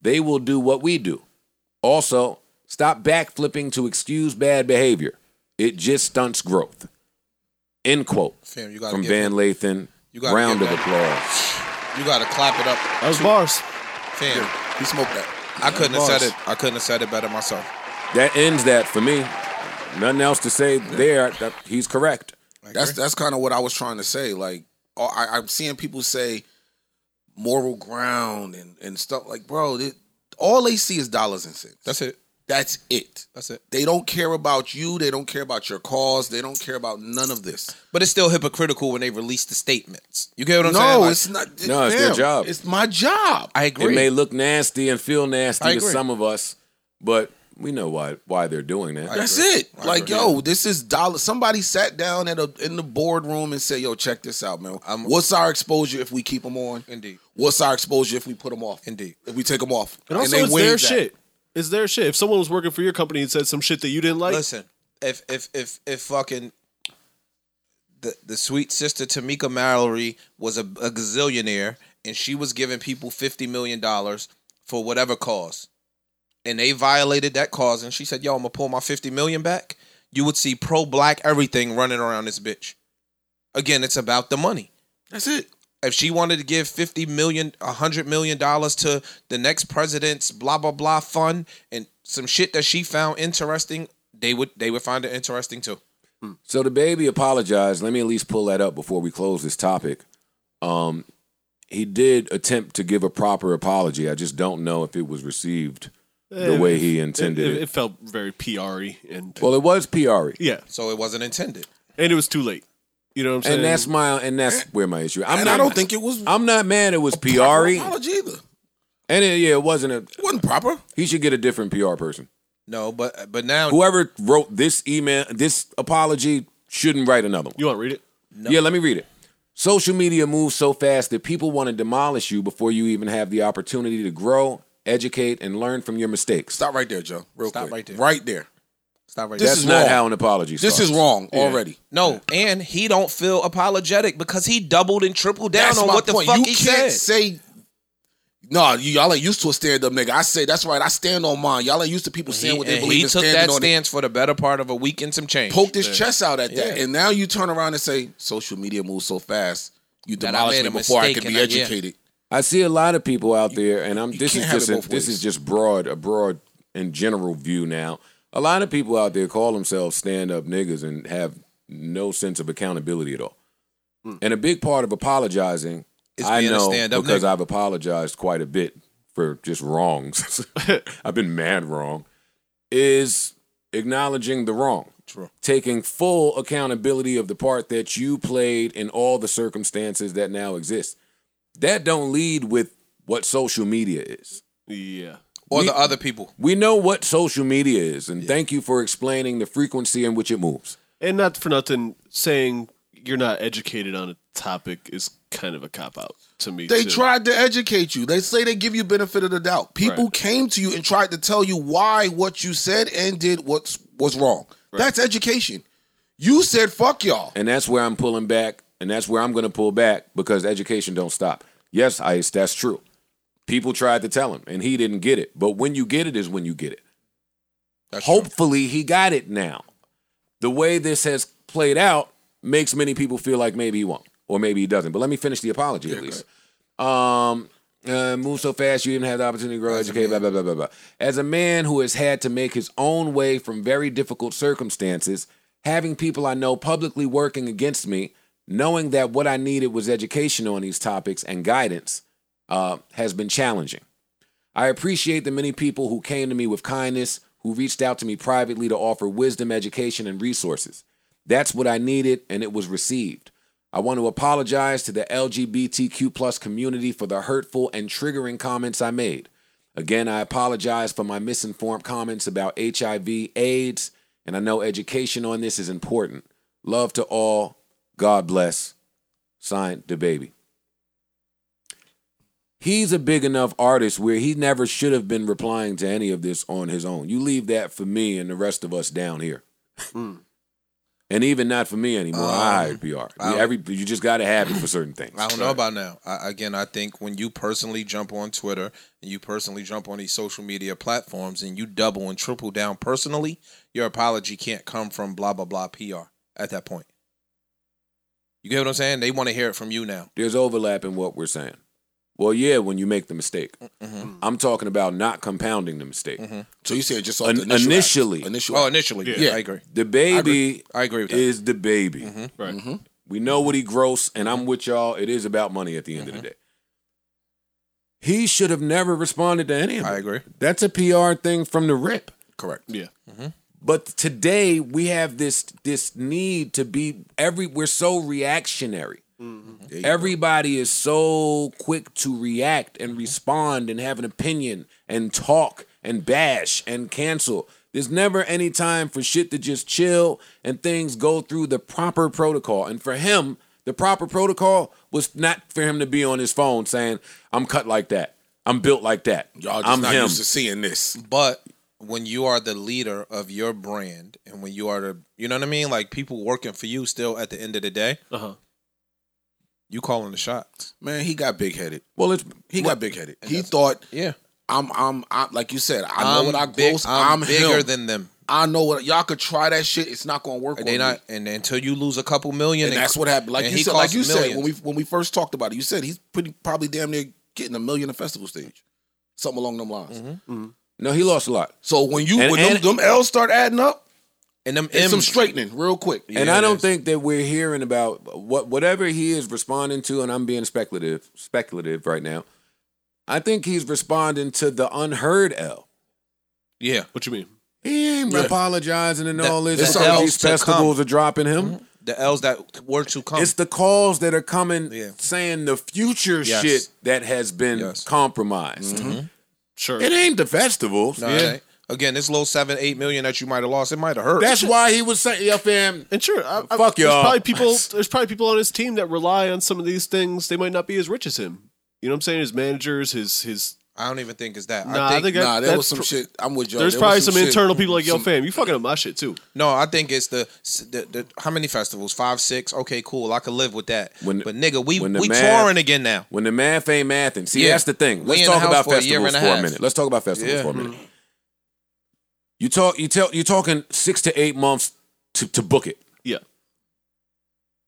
Speaker 3: They will do what we do. Also, stop backflipping to excuse bad behavior. It just stunts growth. End quote.
Speaker 2: Fam, you gotta
Speaker 3: From
Speaker 2: give
Speaker 3: Van Lathan.
Speaker 2: You gotta
Speaker 3: Round
Speaker 2: give
Speaker 3: of
Speaker 2: that.
Speaker 3: applause.
Speaker 2: You gotta clap it up,
Speaker 1: That was bars.
Speaker 2: fam.
Speaker 4: He smoked that.
Speaker 2: I couldn't have said
Speaker 1: Bars.
Speaker 2: it. I couldn't have said it better myself.
Speaker 3: That ends that for me. Nothing else to say there. That- he's correct.
Speaker 4: That's that's kind of what I was trying to say. Like oh, I, I'm seeing people say moral ground and and stuff like, bro, it, all they see is dollars and cents.
Speaker 2: That's it.
Speaker 4: That's it.
Speaker 2: That's it.
Speaker 4: They don't care about you. They don't care about your cause. They don't care about none of this.
Speaker 2: But it's still hypocritical when they release the statements. You get what I'm saying?
Speaker 4: no,
Speaker 2: Like,
Speaker 4: it's not.
Speaker 3: No, it's their
Speaker 4: fam,
Speaker 3: job.
Speaker 4: It's my job.
Speaker 2: I
Speaker 3: It
Speaker 2: agree.
Speaker 3: may look nasty and feel nasty
Speaker 2: I
Speaker 3: to
Speaker 2: agree.
Speaker 3: some of us, but we know why why they're doing that.
Speaker 4: That's
Speaker 2: agree.
Speaker 4: it.
Speaker 2: I
Speaker 4: like,
Speaker 2: agree.
Speaker 4: yo, this is dollar. Somebody sat down at a in the boardroom and said, "Yo, check this out, man.
Speaker 2: I'm-
Speaker 4: What's our exposure if we keep them on?
Speaker 2: Indeed.
Speaker 4: What's our exposure if we put them off?
Speaker 2: Indeed.
Speaker 4: If we take them off,
Speaker 1: And also, it's
Speaker 4: winged
Speaker 1: their
Speaker 4: that.
Speaker 1: shit. It's their shit. If someone was working for your company and said some shit that you didn't like,
Speaker 2: Listen, if if if if fucking the the sweet sister Tamika Mallory was a, a gazillionaire and she was giving people fifty million dollars for whatever cause, and they violated that cause, and she said, "Yo, I'm gonna pull my fifty million back." You would see pro black everything running around this bitch. Again, it's about the money.
Speaker 4: That's it.
Speaker 2: if she wanted to give 50 million 100 million dollars to the next president's blah blah blah fund and some shit that she found interesting they would they would find it interesting too
Speaker 3: So the baby apologized. Let me at least pull that up before we close this topic. Um, he did attempt to give a proper apology. I just don't know if it was received the
Speaker 1: Eh,
Speaker 3: way he
Speaker 1: it,
Speaker 3: intended
Speaker 1: it-
Speaker 3: it.
Speaker 1: it felt very PR-y and
Speaker 3: Well, it was E. PR.
Speaker 1: yeah,
Speaker 2: so it wasn't intended
Speaker 1: and it was too late. You know what I'm saying?
Speaker 3: And that's my and that's where my issue. I'm
Speaker 4: and
Speaker 3: not,
Speaker 4: I don't think it was
Speaker 3: I'm not mad it was PR.
Speaker 4: proper apology either.
Speaker 3: And it, yeah, it wasn't a
Speaker 4: It wasn't proper.
Speaker 3: he should get a different PR person.
Speaker 2: no but but now
Speaker 3: Whoever wrote this email, this apology, shouldn't write another one.
Speaker 1: you want to read it?
Speaker 3: Yeah, let me read it. Social media moves so fast that people want to demolish you before you even have the opportunity to grow, educate, and learn from your mistakes.
Speaker 4: Stop right there, Joe. Real
Speaker 2: Stop
Speaker 4: quick.
Speaker 2: right there.
Speaker 4: Right there.
Speaker 2: stop right
Speaker 4: This
Speaker 3: That's
Speaker 4: is
Speaker 3: not
Speaker 4: wrong.
Speaker 3: how an apology starts.
Speaker 4: This is wrong already.
Speaker 2: no and he don't feel apologetic because he doubled and tripled down
Speaker 4: That's
Speaker 2: on
Speaker 4: my
Speaker 2: what the
Speaker 4: point.
Speaker 2: fuck
Speaker 4: you
Speaker 2: he said
Speaker 4: can't say. No, you, y'all ain't used to a stand up nigga. I say that's right. I stand on mine. Y'all ain't used to people saying
Speaker 2: he,
Speaker 4: what they
Speaker 2: and
Speaker 4: believe
Speaker 2: he
Speaker 4: and
Speaker 2: took
Speaker 4: standing
Speaker 2: that
Speaker 4: on it.
Speaker 2: stance for the better part of a week and some change
Speaker 4: poked his chest out at that.
Speaker 2: Yeah.
Speaker 4: And now you turn around and say, social media moves so fast, you
Speaker 2: That I
Speaker 4: demolish
Speaker 2: made
Speaker 4: me
Speaker 2: a
Speaker 4: before I
Speaker 2: mistake
Speaker 4: could
Speaker 2: and
Speaker 4: be
Speaker 2: I- yeah.
Speaker 4: educated.
Speaker 3: I see a lot of people out there, and I'm.
Speaker 4: you
Speaker 3: This is
Speaker 4: can't have
Speaker 3: just
Speaker 4: it
Speaker 3: a,
Speaker 4: both
Speaker 3: this
Speaker 4: ways.
Speaker 3: is just broad, a broad and general view now. A lot of people out there call themselves stand up niggas and have no sense of accountability at all. And a big part of apologizing,
Speaker 2: Is
Speaker 3: I
Speaker 2: being a
Speaker 3: know
Speaker 2: stand-up
Speaker 3: because
Speaker 2: nigga.
Speaker 3: I've apologized quite a bit for just wrongs. I've been mad wrong. Is acknowledging the wrong
Speaker 2: True.
Speaker 3: taking full accountability of the part that you played in all the circumstances that now exist. That don't lead with what social media is.
Speaker 1: Yeah.
Speaker 2: or
Speaker 3: We-
Speaker 2: the other people
Speaker 3: We know what social media is, and thank you for explaining the frequency in which it moves.
Speaker 1: And not for nothing, saying you're not educated on a topic is kind of a cop out to me.
Speaker 4: They
Speaker 1: too.
Speaker 4: tried to educate you. They say they give you benefit of the doubt. People
Speaker 1: Right.
Speaker 4: came to you and tried to tell you why what you said and did what's was wrong. That's education. You said fuck y'all.
Speaker 3: And that's where I'm pulling back, and that's where I'm going to pull back because education don't stop. Yes, Ice, that's true. People tried to tell him, and he didn't get it. But when you get it is when you get it.
Speaker 2: That's true.
Speaker 3: Hopefully, he got it now. The way this has played out makes many people feel like maybe he won't or maybe he doesn't. But let me finish the apology at least. Um, uh, move so fast, you didn't have the opportunity to grow, educate, blah, blah, blah, blah, blah. As a man who has had to make his own way from very difficult circumstances, having people I know publicly working against me, knowing that what I needed was education on these topics and guidance, uh, has been challenging. I appreciate the many people who came to me with kindness, who reached out to me privately to offer wisdom, education, and resources. That's what I needed, and it was received. I want to apologize to the LGBTQ plus community for the hurtful and triggering comments I made. Again, I apologize for my misinformed comments about HIV, AIDS, and I know education on this is important. Love to all. God bless. Signed, the baby. He's a big enough artist where he never should have been replying to any of this on his own. You leave that for me and the rest of us down here.
Speaker 2: Hmm.
Speaker 3: And even not for me anymore. I PR.
Speaker 2: Uh, I-
Speaker 3: Every you just got to have it for certain things.
Speaker 2: I don't know about now. I, again, I think when you personally jump on Twitter and you personally jump on these social media platforms and you double and triple down personally, your apology can't come from blah blah blah PR at that point. You get what I'm saying? They want to hear it from you now.
Speaker 3: There's overlap in what we're saying. Well, yeah, when you make the mistake, I'm talking about not compounding the mistake.
Speaker 4: So you said just off
Speaker 3: An-
Speaker 4: the initial
Speaker 3: initially.
Speaker 4: act. initial.
Speaker 2: Oh,
Speaker 4: act.
Speaker 2: initially, yeah,
Speaker 1: Yeah.
Speaker 2: I agree.
Speaker 3: The baby
Speaker 2: I agree with that.
Speaker 3: is the baby.
Speaker 1: Right.
Speaker 3: We know what he gross, and I'm with y'all. It is about money at the end of the day. He should have never responded to any of it.
Speaker 2: I agree.
Speaker 3: That's a PR thing from the rip.
Speaker 4: correct.
Speaker 1: Yeah.
Speaker 3: But today we have this this need to be every we're so reactionary. Everybody is so quick to react and respond and have an opinion and talk and bash and cancel. There's never any time for shit to just chill and things go through the proper protocol. And for him, the proper protocol was not for him to be on his phone saying, "I'm cut like that. I'm built like that.
Speaker 4: Y'all just
Speaker 3: I'm
Speaker 4: not
Speaker 3: him."
Speaker 4: used to seeing this.
Speaker 2: But when you are the leader of your brand and when you are the, you know what I mean? Like people working for you still at the end of the day,
Speaker 1: Uh huh.
Speaker 2: you calling the shots.
Speaker 4: Man, he got big headed.
Speaker 3: well, it's
Speaker 4: He got big headed. He thought
Speaker 2: Yeah.
Speaker 4: I'm, I'm, I'm, like you said, I know what I
Speaker 2: big-
Speaker 4: gross.
Speaker 2: I'm
Speaker 4: I'm,
Speaker 2: bigger
Speaker 4: him.
Speaker 2: than them.
Speaker 4: I know what y'all could try that shit. It's not gonna work.
Speaker 2: And
Speaker 4: on
Speaker 2: they
Speaker 4: me.
Speaker 2: not and until you lose a couple million,
Speaker 4: and that's what happened. Like
Speaker 2: and
Speaker 4: you
Speaker 2: he
Speaker 4: said, like
Speaker 2: costs
Speaker 4: you said when we
Speaker 2: millions.
Speaker 4: when we first talked about it, you said he's pretty probably damn near getting a million a festival stage, something along them lines.
Speaker 2: Mm-hmm.
Speaker 3: no, he lost a lot.
Speaker 4: So when you
Speaker 3: And-
Speaker 4: when
Speaker 3: and-
Speaker 4: them, them L's start adding up,
Speaker 2: and them
Speaker 4: it's some
Speaker 2: M's-
Speaker 4: straightening real quick.
Speaker 3: And
Speaker 2: Yeah,
Speaker 3: I
Speaker 2: it
Speaker 3: don't
Speaker 2: is.
Speaker 3: think that we're hearing about what whatever he is responding to, and I'm being speculative, speculative right now. I think he's responding to the unheard L.
Speaker 2: Yeah.
Speaker 1: What you mean?
Speaker 3: He ain't apologizing and
Speaker 2: That-
Speaker 3: all this.
Speaker 2: that's
Speaker 3: because
Speaker 2: L's
Speaker 3: these
Speaker 2: to
Speaker 3: festivals
Speaker 2: come.
Speaker 3: are dropping him.
Speaker 2: The L's that were to come.
Speaker 3: It's the calls that are coming
Speaker 2: Yeah.
Speaker 3: saying the future
Speaker 2: Yes.
Speaker 3: shit that has been
Speaker 2: Yes. Mm-hmm.
Speaker 3: compromised.
Speaker 1: Sure.
Speaker 3: It ain't the festivals.
Speaker 2: No, it ain't. Again, this little seven, eight million that you might have lost, it might have hurt.
Speaker 3: That's why he was saying, "Yo, fam,
Speaker 1: And sure, I, I,
Speaker 3: Fuck
Speaker 1: there's
Speaker 3: y'all.
Speaker 1: probably people. There's probably people on his team that rely on some of these things. They might not be as rich as him. You know what I'm saying? His managers, his his.
Speaker 2: I don't even think it's that.
Speaker 1: Nah,
Speaker 2: I think,
Speaker 1: that-
Speaker 4: nah, there
Speaker 1: that's
Speaker 4: was some
Speaker 1: pr-
Speaker 4: shit. I'm with you
Speaker 1: There's probably some, internal people like, yo, fam, you fucking up my shit too.
Speaker 2: no, I think it's the, the, the how many festivals? Five, six. Okay, cool. I could live with that.
Speaker 3: When-
Speaker 2: but nigga, we
Speaker 3: when the
Speaker 2: we
Speaker 3: math-
Speaker 2: touring again now.
Speaker 3: When the math ain't mathing. See,
Speaker 2: Yeah.
Speaker 3: that's the thing.
Speaker 2: We
Speaker 3: Let's
Speaker 2: in
Speaker 3: talk
Speaker 2: the house
Speaker 3: about
Speaker 2: for a year
Speaker 3: festivals
Speaker 2: and
Speaker 3: for
Speaker 2: a
Speaker 3: a,
Speaker 2: half.
Speaker 3: minute. Let's talk about festivals
Speaker 2: Yeah. Mm-hmm.
Speaker 3: for a minute. You talk you tell you're talking six to eight months to, to book it.
Speaker 1: Yeah.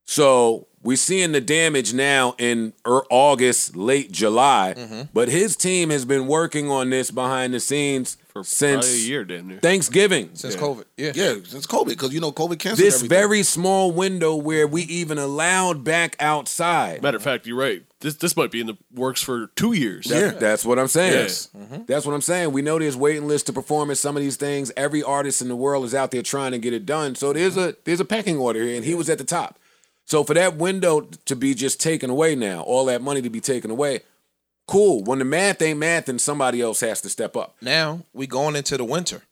Speaker 3: So we're seeing the damage now in er- August, late July.
Speaker 2: Mm-hmm.
Speaker 3: But his team has been working on this behind the scenes
Speaker 1: For
Speaker 3: since
Speaker 1: probably a year, damn near.
Speaker 3: Thanksgiving.
Speaker 2: Since COVID. Yeah.
Speaker 4: Yeah, since COVID, because you know COVID canceled
Speaker 3: this
Speaker 4: everything.
Speaker 3: very small window where we even allowed back outside.
Speaker 1: Matter of fact, you're right. This this might be in the works for two years.
Speaker 3: That- That's what I'm saying. Mm-hmm.
Speaker 1: Yes.
Speaker 3: That's what I'm saying. We know there's waiting lists to perform at some of these things. Every artist in the world is out there trying to get it done. So there's a there's a pecking order here, and he was at the top. So for that window to be just taken away now, all that money to be taken away, cool. When the math ain't math, then somebody else has to step up.
Speaker 2: Now we going into the winter.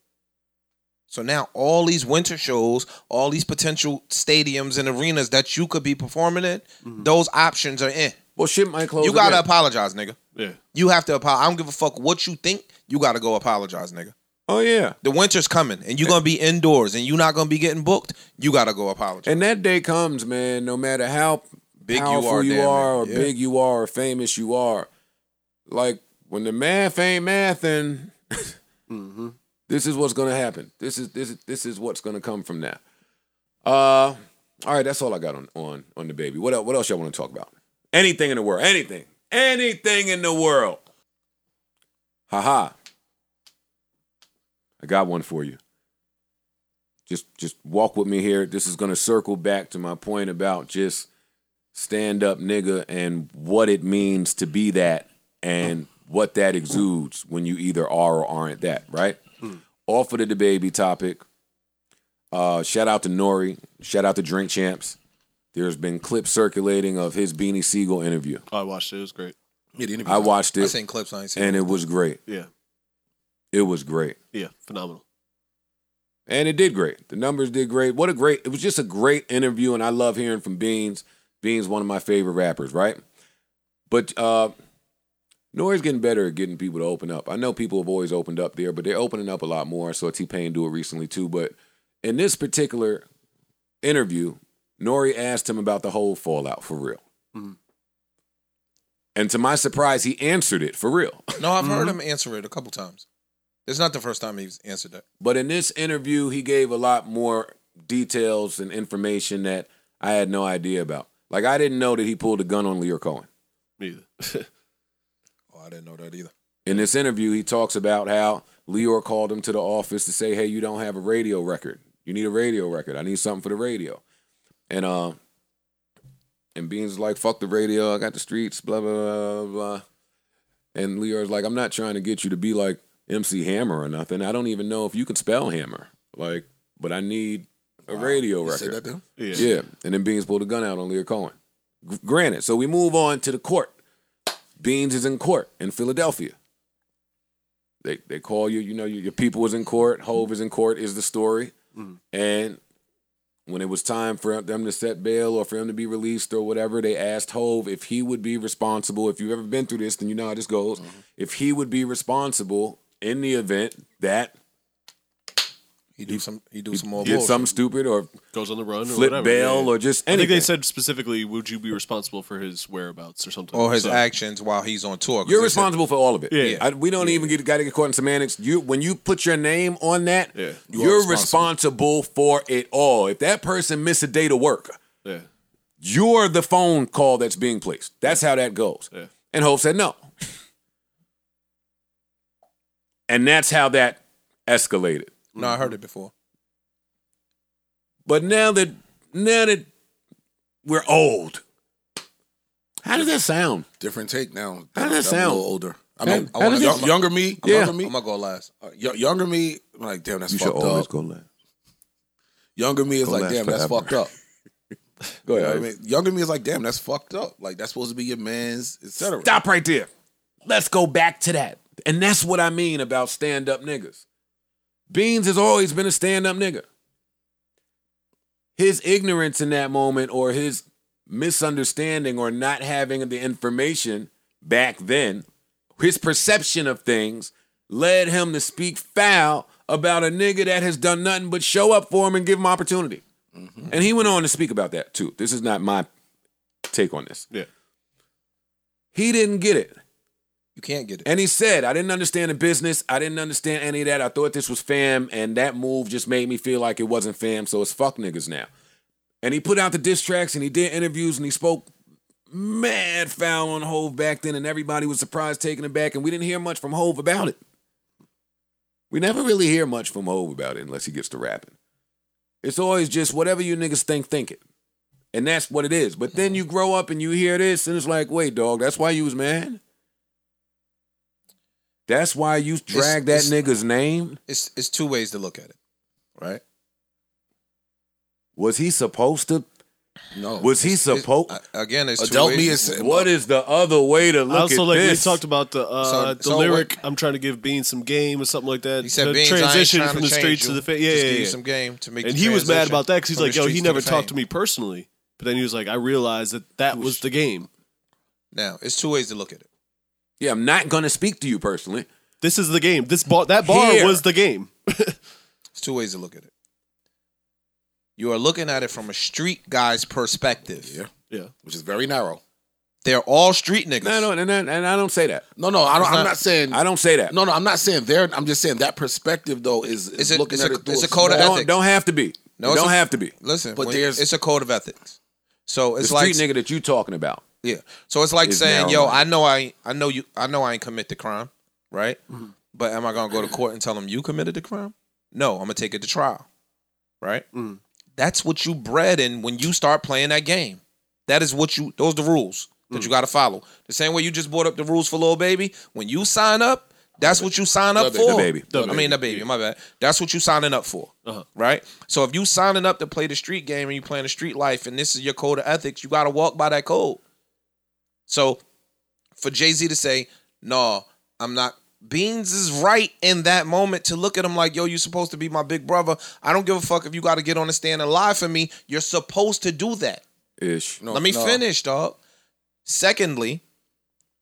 Speaker 2: So now all these winter shows, all these potential stadiums and arenas that you could be performing in, those options are in.
Speaker 3: Well, shit might close.
Speaker 2: You gotta
Speaker 3: again.
Speaker 2: apologize, nigga.
Speaker 1: Yeah.
Speaker 2: You have to apologize. I don't give a fuck what you think. You gotta go apologize, nigga.
Speaker 3: Oh yeah.
Speaker 2: The winter's coming, and you're gonna be indoors, and you're not gonna be getting booked. You gotta go apologize.
Speaker 3: And that day comes, man. No matter how
Speaker 2: Big
Speaker 3: big
Speaker 2: you
Speaker 3: powerful
Speaker 2: are,
Speaker 3: you are,
Speaker 2: damn it.
Speaker 3: or
Speaker 2: Yeah.
Speaker 3: big you are, or famous you are, like when the math ain't mathin',
Speaker 2: Mm-hmm.
Speaker 3: this is what's gonna happen. This is this is this is what's gonna come from now. Uh, all right, that's all I got on on on the baby. What else, what else y'all want to talk about? Anything in the world? Anything? Anything in the world? Haha. I got one for you just just walk with me here. This is gonna circle back to my point about just stand up nigga and what it means to be that and what that
Speaker 2: Hmm.
Speaker 3: exudes when you either are or aren't that, right? Off of the baby topic. Uh, shout out to Nori. Shout out to Drink Champs. There's been clips circulating of his Beanie Siegel interview.
Speaker 1: Oh, I watched it. It was great.
Speaker 4: Yeah, the interview.
Speaker 3: I watched
Speaker 2: I
Speaker 3: it
Speaker 2: seen clips. I ain't seen.
Speaker 3: and it was great.
Speaker 1: Yeah.
Speaker 3: It was great.
Speaker 1: Yeah. Phenomenal.
Speaker 3: And it did great. The numbers did great. What a great, it was just a great interview. And I love hearing from Beans. Beans, one of my favorite rappers, right? But uh Nori's getting better at getting people to open up. I know people have always opened up there, but they're opening up a lot more. I saw T Pain do it recently too. But in this particular interview, Nori asked him about the whole fallout for real. And to my surprise, he answered it for real.
Speaker 2: No, I've heard him answer it a couple times. It's not the first time he's answered that.
Speaker 3: But in this interview, he gave a lot more details and information that I had no idea about. Like I didn't know that he pulled a gun on Lear Cohen.
Speaker 1: Me either.
Speaker 2: Oh, I didn't know that either.
Speaker 3: In this interview, he talks about how Leor called him to the office to say, "Hey, you don't have a radio record. You need a radio record. I need something for the radio." And uh, and Beans is like, "Fuck the radio. I got the streets." Blah blah blah blah. blah. And Leor's like, "I'm not trying to get you to be like MC Hammer or nothing. I don't even know if you can spell Hammer. Like, but I need a radio
Speaker 4: You
Speaker 3: record."
Speaker 4: said that to him?
Speaker 1: Yeah.
Speaker 3: Yeah, and then Beans pulled a gun out on Lear Cohen. G- granted, so we move on to the court. Beans is in court in Philadelphia. They they call you, you know, your, your people was in court. Hove is in court is the story,
Speaker 1: Mm-hmm.
Speaker 3: and when it was time for them to set bail or for him to be released or whatever, they asked Hove if he would be responsible. If you've ever been through this, then you know how this goes.
Speaker 1: Mm-hmm.
Speaker 3: If he would be responsible in the event that
Speaker 2: He do some. He do some more.
Speaker 3: he did
Speaker 2: bullshit.
Speaker 3: something stupid or
Speaker 1: Goes on the run or
Speaker 3: flip
Speaker 1: whatever.
Speaker 3: bail
Speaker 1: Yeah, yeah.
Speaker 3: or just
Speaker 1: I think
Speaker 3: anything.
Speaker 1: they said specifically, would you be responsible for his whereabouts or something?
Speaker 2: or his
Speaker 1: So-
Speaker 2: actions while he's on tour. 'cause
Speaker 3: You're
Speaker 2: they said-
Speaker 3: responsible for all of it.
Speaker 1: Yeah.
Speaker 3: I, we don't even get got to get caught in semantics. You when you put your name on that,
Speaker 1: Yeah.
Speaker 3: you
Speaker 1: You
Speaker 3: are responsible. for it all. If that person missed a day to work,
Speaker 1: Yeah.
Speaker 3: you're the phone call that's being placed. That's how that goes.
Speaker 1: Yeah.
Speaker 3: And Hope said no. and that's how that escalated.
Speaker 2: No, I heard it before.
Speaker 3: But now that now that we're old, how does that sound?
Speaker 4: Different take now.
Speaker 3: How does that
Speaker 4: I'm
Speaker 3: sound?
Speaker 4: A little older. I
Speaker 3: How-
Speaker 4: mean,
Speaker 3: how
Speaker 4: I wanna-
Speaker 3: does
Speaker 4: young-
Speaker 3: that-
Speaker 4: younger me.
Speaker 3: Yeah.
Speaker 4: Younger me.
Speaker 2: I'm not gonna last.
Speaker 4: uh, yo- younger me. I'm like, damn, that's fucked up.
Speaker 3: go last.
Speaker 4: Younger me is
Speaker 3: Go
Speaker 4: like,
Speaker 3: last
Speaker 4: damn, that's
Speaker 3: forever.
Speaker 4: fucked up.
Speaker 3: Go
Speaker 4: You know
Speaker 3: ahead.
Speaker 4: what I mean? Younger me is like, damn, that's fucked up. Like that's supposed to be your man's, etc.
Speaker 3: Stop right there. Let's go back to that. And that's what I mean about stand up niggas. Beans has always been a stand up nigga. His ignorance in that moment or his misunderstanding or not having the information back then, his perception of things led him to speak foul about a nigga that has done nothing but show up for him and give him opportunity. And he went on to speak about that too. This is not my take on this.
Speaker 1: Yeah.
Speaker 3: He didn't get it.
Speaker 2: You can't get it.
Speaker 3: And he said, I didn't understand the business. I didn't understand any of that. I thought this was fam, and that move just made me feel like it wasn't fam, so it's fuck niggas now. And he put out the diss tracks and he did interviews and he spoke mad foul on Hove back then, and everybody was surprised taking it back, and we didn't hear much from Hove about it. We never really hear much from Hove about it unless he gets to rapping. It's always just whatever you niggas think, think it. And that's what it is. But then you grow up and you hear this, and it's like, wait, dog, that's why you was mad? That's why you dragged that
Speaker 2: it's-
Speaker 3: nigga's name?
Speaker 2: It's it's two ways to look at it, right?
Speaker 3: Was he supposed to?
Speaker 4: No.
Speaker 3: Was he
Speaker 2: It's-
Speaker 3: supposed?
Speaker 2: a- again? It's
Speaker 4: Adult
Speaker 2: two
Speaker 4: me
Speaker 2: ways-
Speaker 4: is-
Speaker 3: What is the other way to look
Speaker 1: I also
Speaker 3: at
Speaker 1: like
Speaker 3: this?
Speaker 1: we talked about the uh,
Speaker 2: So-
Speaker 1: the
Speaker 2: so
Speaker 1: lyric. I'm trying to give Beans some game or something like that.
Speaker 2: He said,
Speaker 1: the
Speaker 2: Beans,
Speaker 1: transition
Speaker 2: I ain't trying
Speaker 1: from
Speaker 2: to
Speaker 1: the streets
Speaker 2: change
Speaker 1: to
Speaker 2: you.
Speaker 1: the fa- yeah,
Speaker 2: Just
Speaker 1: yeah,
Speaker 2: give you
Speaker 1: yeah.
Speaker 2: some game to make.
Speaker 1: and
Speaker 2: the
Speaker 1: he was mad
Speaker 2: transition
Speaker 1: about that because he's
Speaker 2: from
Speaker 1: like,
Speaker 2: the
Speaker 1: yo, he
Speaker 2: streets
Speaker 1: never
Speaker 2: the
Speaker 1: talked to
Speaker 2: fame."
Speaker 1: me personally. But then he was like, I realized that that was the game.
Speaker 2: Now it's two ways to look at it.
Speaker 3: yeah, I'm not gonna speak to you personally.
Speaker 1: This is the game. This bar, that bar
Speaker 3: Here.
Speaker 1: was the game.
Speaker 2: It's two ways to look at it. You are looking at it from a street guy's perspective.
Speaker 4: Yeah.
Speaker 1: Yeah,
Speaker 4: Which is very narrow.
Speaker 2: They're all street niggas.
Speaker 3: No, no, and, and, and I don't say that.
Speaker 4: No, no, I don't, I'm
Speaker 2: not-
Speaker 4: not saying.
Speaker 3: I don't say that.
Speaker 4: No, no, I'm not saying there. I'm just saying that perspective though is, is
Speaker 2: It's a-
Speaker 4: looking
Speaker 2: it's
Speaker 4: at
Speaker 2: a-
Speaker 4: it through
Speaker 2: it's a
Speaker 4: small-
Speaker 2: code of
Speaker 3: Don't
Speaker 2: ethics.
Speaker 3: don't have to be.
Speaker 2: No,
Speaker 3: No,
Speaker 2: it's
Speaker 3: don't
Speaker 2: a-
Speaker 3: have to be.
Speaker 2: Listen,
Speaker 4: But
Speaker 2: but
Speaker 4: there's-
Speaker 2: there's it's a code of ethics. So
Speaker 3: The
Speaker 2: it's like
Speaker 3: street nigga that you talking about.
Speaker 2: Yeah. So it's like
Speaker 3: is
Speaker 2: saying,
Speaker 3: narrow
Speaker 2: yo,
Speaker 3: minded.
Speaker 2: I know I I know you I know I ain't commit the crime, right? But am I gonna go to court and tell them you committed the crime? No, I'm gonna take it to trial. Right? That's what you bred in when you start playing that game. That is what you those are the rules that you gotta follow. The same way you just brought up the rules for little baby. When you sign up, That's what you sign up
Speaker 4: The
Speaker 2: for.
Speaker 3: baby. The
Speaker 2: I mean, the baby. My bad. That's what you signing up for,
Speaker 1: Uh-huh.
Speaker 2: right? So if you signing up to play the street game and you playing the street life, and this is your code of ethics, you got to walk by that code. So for Jay Z to say, "No, I'm not." Beans is right in that moment to look at him like, "Yo, you supposed to be my big brother. I don't give a fuck if you got to get on the stand and lie for me. You're supposed to do that."
Speaker 3: Ish.
Speaker 4: No,
Speaker 2: Let me
Speaker 4: no.
Speaker 2: finish, dog. Secondly,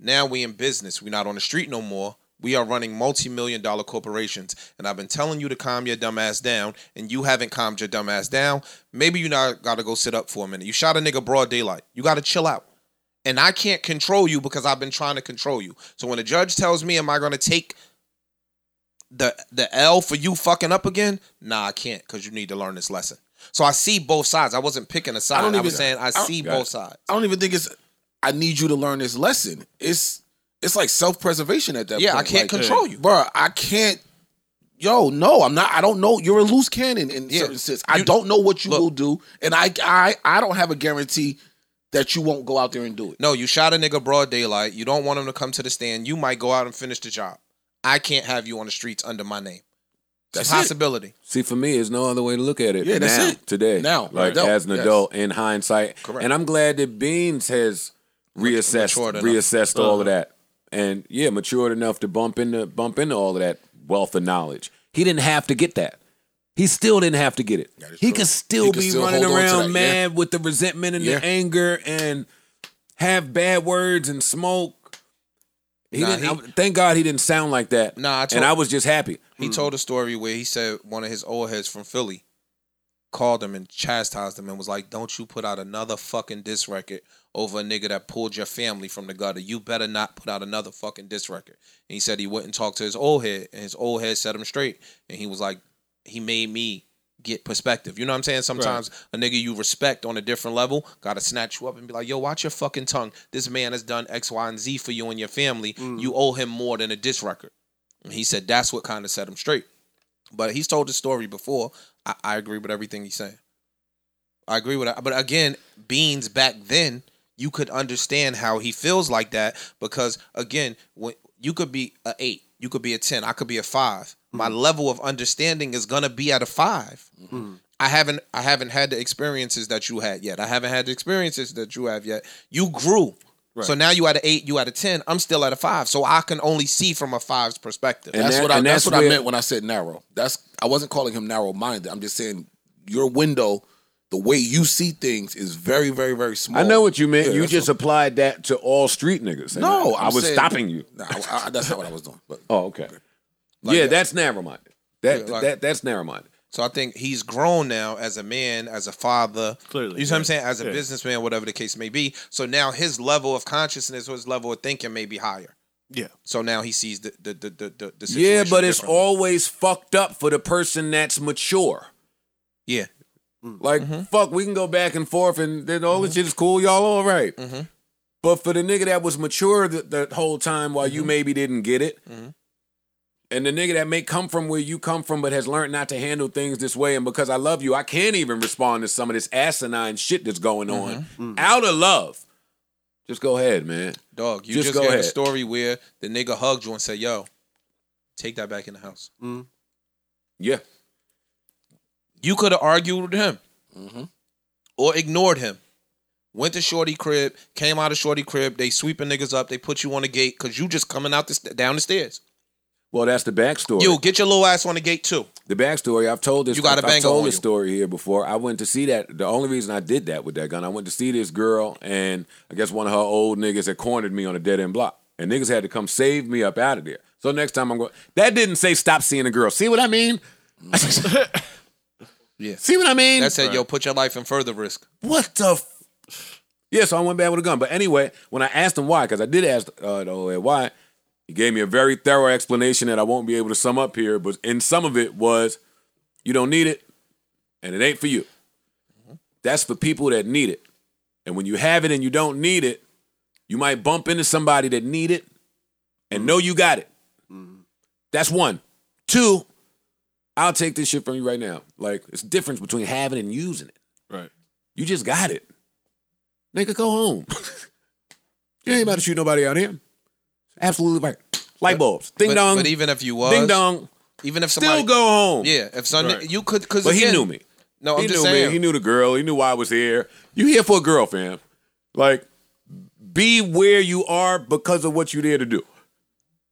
Speaker 2: now we in business. we not on the street no more. We are running multi-million dollar corporations. And I've been telling you to calm your dumb ass down, and you haven't calmed your dumb ass down. Maybe you now gotta go sit up for a minute. You shot a nigga broad daylight. You gotta chill out. And I can't control you because I've been trying to control you. So when a judge tells me, am I gonna take the the L for you fucking up again? Nah, I can't, because you need to learn this lesson. So I see both sides. I wasn't picking a side. I,
Speaker 4: don't
Speaker 2: was
Speaker 4: even-
Speaker 2: saying I
Speaker 4: don't-
Speaker 2: see
Speaker 3: Got
Speaker 2: both
Speaker 3: it.
Speaker 2: sides.
Speaker 4: I don't even think it's. I need you to learn this lesson. It's it's like self preservation at that.
Speaker 2: Yeah,
Speaker 4: point.
Speaker 2: I can't
Speaker 4: Like,
Speaker 2: control you.
Speaker 4: bro. I can't. Yo, no, I'm not. I don't know. You're a loose cannon in
Speaker 2: Yeah.
Speaker 4: certain sense. I
Speaker 2: You-
Speaker 4: don't know what you
Speaker 2: Look.
Speaker 4: will do, and I, I, I don't have a guarantee that you won't go out there and do it.
Speaker 2: No, you shot a nigga broad daylight. You don't want him to come to the stand. You might go out and finish the job. I can't have you on the streets under my name. That's
Speaker 4: That's
Speaker 2: a possibility.
Speaker 3: See, for me, there's no other way to look at it.
Speaker 4: Yeah, that's
Speaker 3: now,
Speaker 4: it.
Speaker 3: Today,
Speaker 4: Now,
Speaker 3: like
Speaker 4: adult,
Speaker 3: as an
Speaker 4: yes.
Speaker 3: adult in hindsight,
Speaker 2: Correct.
Speaker 3: and I'm glad that Beans has reassessed,
Speaker 2: matured enough.
Speaker 3: reassessed all
Speaker 4: Uh-huh.
Speaker 3: of that, and yeah, matured enough to bump into bump into all of that wealth of knowledge. He didn't have to get that. He still didn't have to get it. He could still
Speaker 4: He could
Speaker 3: be
Speaker 4: still
Speaker 3: running
Speaker 4: hold on to
Speaker 3: around
Speaker 4: that, yeah.
Speaker 3: mad with the resentment and
Speaker 4: Yeah.
Speaker 3: the anger and have bad words and smoke. He
Speaker 2: Nah,
Speaker 3: didn't.
Speaker 2: he-
Speaker 3: I- thank God he didn't sound like that.
Speaker 2: Nah, I told-
Speaker 3: and I was just happy.
Speaker 2: He told a story where he said one of his old heads from Philly called him and chastised him and was like, "Don't you put out another fucking diss record over a nigga that pulled your family from the gutter. You better not put out another fucking diss record." And he said he wouldn't talk to his old head, and his old head set him straight. And he was like, "He made me." Get perspective. You know what I'm saying? Sometimes a nigga you respect on a different level gotta snatch you up and be like, yo, watch your fucking tongue. This man has done X, Y, and Z for you and your family. You owe him more than a diss record. And he said that's what kind of set him straight. But he's told the story before. I, I agree with everything he's saying. I agree with that. But again, Beans back then, you could understand how he feels like that because again, when you could be a eight, you could be a ten, I could be a 5 My level of understanding is gonna be at a 5 I haven't I haven't had the experiences that you had yet. I haven't had the experiences that you have yet. You grew. So now you at a eight, you at a ten. I'm still at a five, so I can only see from a five's perspective.
Speaker 3: And
Speaker 4: that's
Speaker 3: that-
Speaker 4: what I,
Speaker 3: and
Speaker 4: that's,
Speaker 3: that's
Speaker 4: what
Speaker 3: where-
Speaker 4: I meant when I said narrow. That's I wasn't calling him narrow minded. I'm just saying your window, the way you see things, is very, very, very small.
Speaker 3: I know what you meant.
Speaker 4: Yeah,
Speaker 3: you
Speaker 4: that's
Speaker 3: just applied that to all street niggas. and
Speaker 4: No,
Speaker 3: I, I
Speaker 4: I'm
Speaker 3: was
Speaker 4: saying-
Speaker 3: stopping you.
Speaker 4: Nah, I, I- that's not what I was doing. But
Speaker 3: Oh, okay. yeah, that's narrow minded. That,
Speaker 2: Yeah, like-
Speaker 3: that that's narrow minded.
Speaker 2: So I think he's grown now as a man, as a father.
Speaker 1: Clearly,
Speaker 2: You see what I'm
Speaker 1: yeah.
Speaker 2: saying? As a
Speaker 1: Yeah.
Speaker 2: businessman, whatever the case may be. So now his level of consciousness or his level of thinking may be higher.
Speaker 1: Yeah.
Speaker 2: So now he sees the the the the, the, the situation.
Speaker 3: Yeah, but it's
Speaker 2: differently.
Speaker 3: always fucked up for the person that's mature.
Speaker 2: Yeah.
Speaker 3: Like fuck, we can go back and forth, and then all this shit is cool. Y'all all right. But for the nigga that was mature the, the whole time, while you maybe didn't get it, and the nigga that may come from where you come from, but has learned not to handle things this way, and because I love you, I can't even respond to some of this asinine shit that's going on out of love. Just go ahead, man.
Speaker 2: Dog, you
Speaker 3: Just
Speaker 2: just,
Speaker 3: go
Speaker 2: gave a
Speaker 3: ahead.
Speaker 2: story where the nigga hugged you and said, Yo, take that back in the house.
Speaker 3: Yeah.
Speaker 2: You could have argued with him
Speaker 3: Mm-hmm.
Speaker 2: or ignored him. Went to Shorty crib, came out of Shorty crib. They sweeping niggas up. They put you on the gate because you just coming out the st- down the stairs.
Speaker 3: Well, that's the backstory.
Speaker 2: You get your little ass on the gate too.
Speaker 3: the backstory. I've told this.
Speaker 2: You got a
Speaker 3: I've
Speaker 2: banger
Speaker 3: told
Speaker 2: on
Speaker 3: this
Speaker 2: you.
Speaker 3: story here before. I went to see that. The only reason I did that with that gun, I went to see this girl, and I guess one of her old niggas had cornered me on a dead end block, and niggas had to come save me up out of there. So next time I'm going. That didn't say stop seeing a girl. See what I mean?
Speaker 2: Yeah.
Speaker 3: See what I mean?
Speaker 2: That said, yo, put your life in further risk.
Speaker 3: What the? F- yeah, so I went back with a gun. But anyway, when I asked him why, because I did ask uh, the old head why, he gave me a very thorough explanation that I won't be able to sum up here. But in some of it was, you don't need it, and it ain't for you. That's for people that need it. And when you have it and you don't need it, you might bump into somebody that need it and know you got it. That's one. Two, I'll take this shit from you right now. Like, it's a difference between having and using it.
Speaker 1: Right.
Speaker 3: You just got it. Nigga, go home. you ain't about to shoot nobody out here. Absolutely right. Light bulbs. Ding
Speaker 2: but,
Speaker 3: dong.
Speaker 2: But even if you was,
Speaker 3: ding dong.
Speaker 2: even if somebody,
Speaker 3: Still go home.
Speaker 2: Yeah, if Sunday
Speaker 1: Right.
Speaker 2: you could, because
Speaker 3: But he knew me.
Speaker 2: No, I'm
Speaker 3: he
Speaker 2: just
Speaker 3: knew
Speaker 2: saying.
Speaker 3: me. He knew the girl. He knew why I was here. You here for a girl, fam. Like, be where you are because of what you're there to do.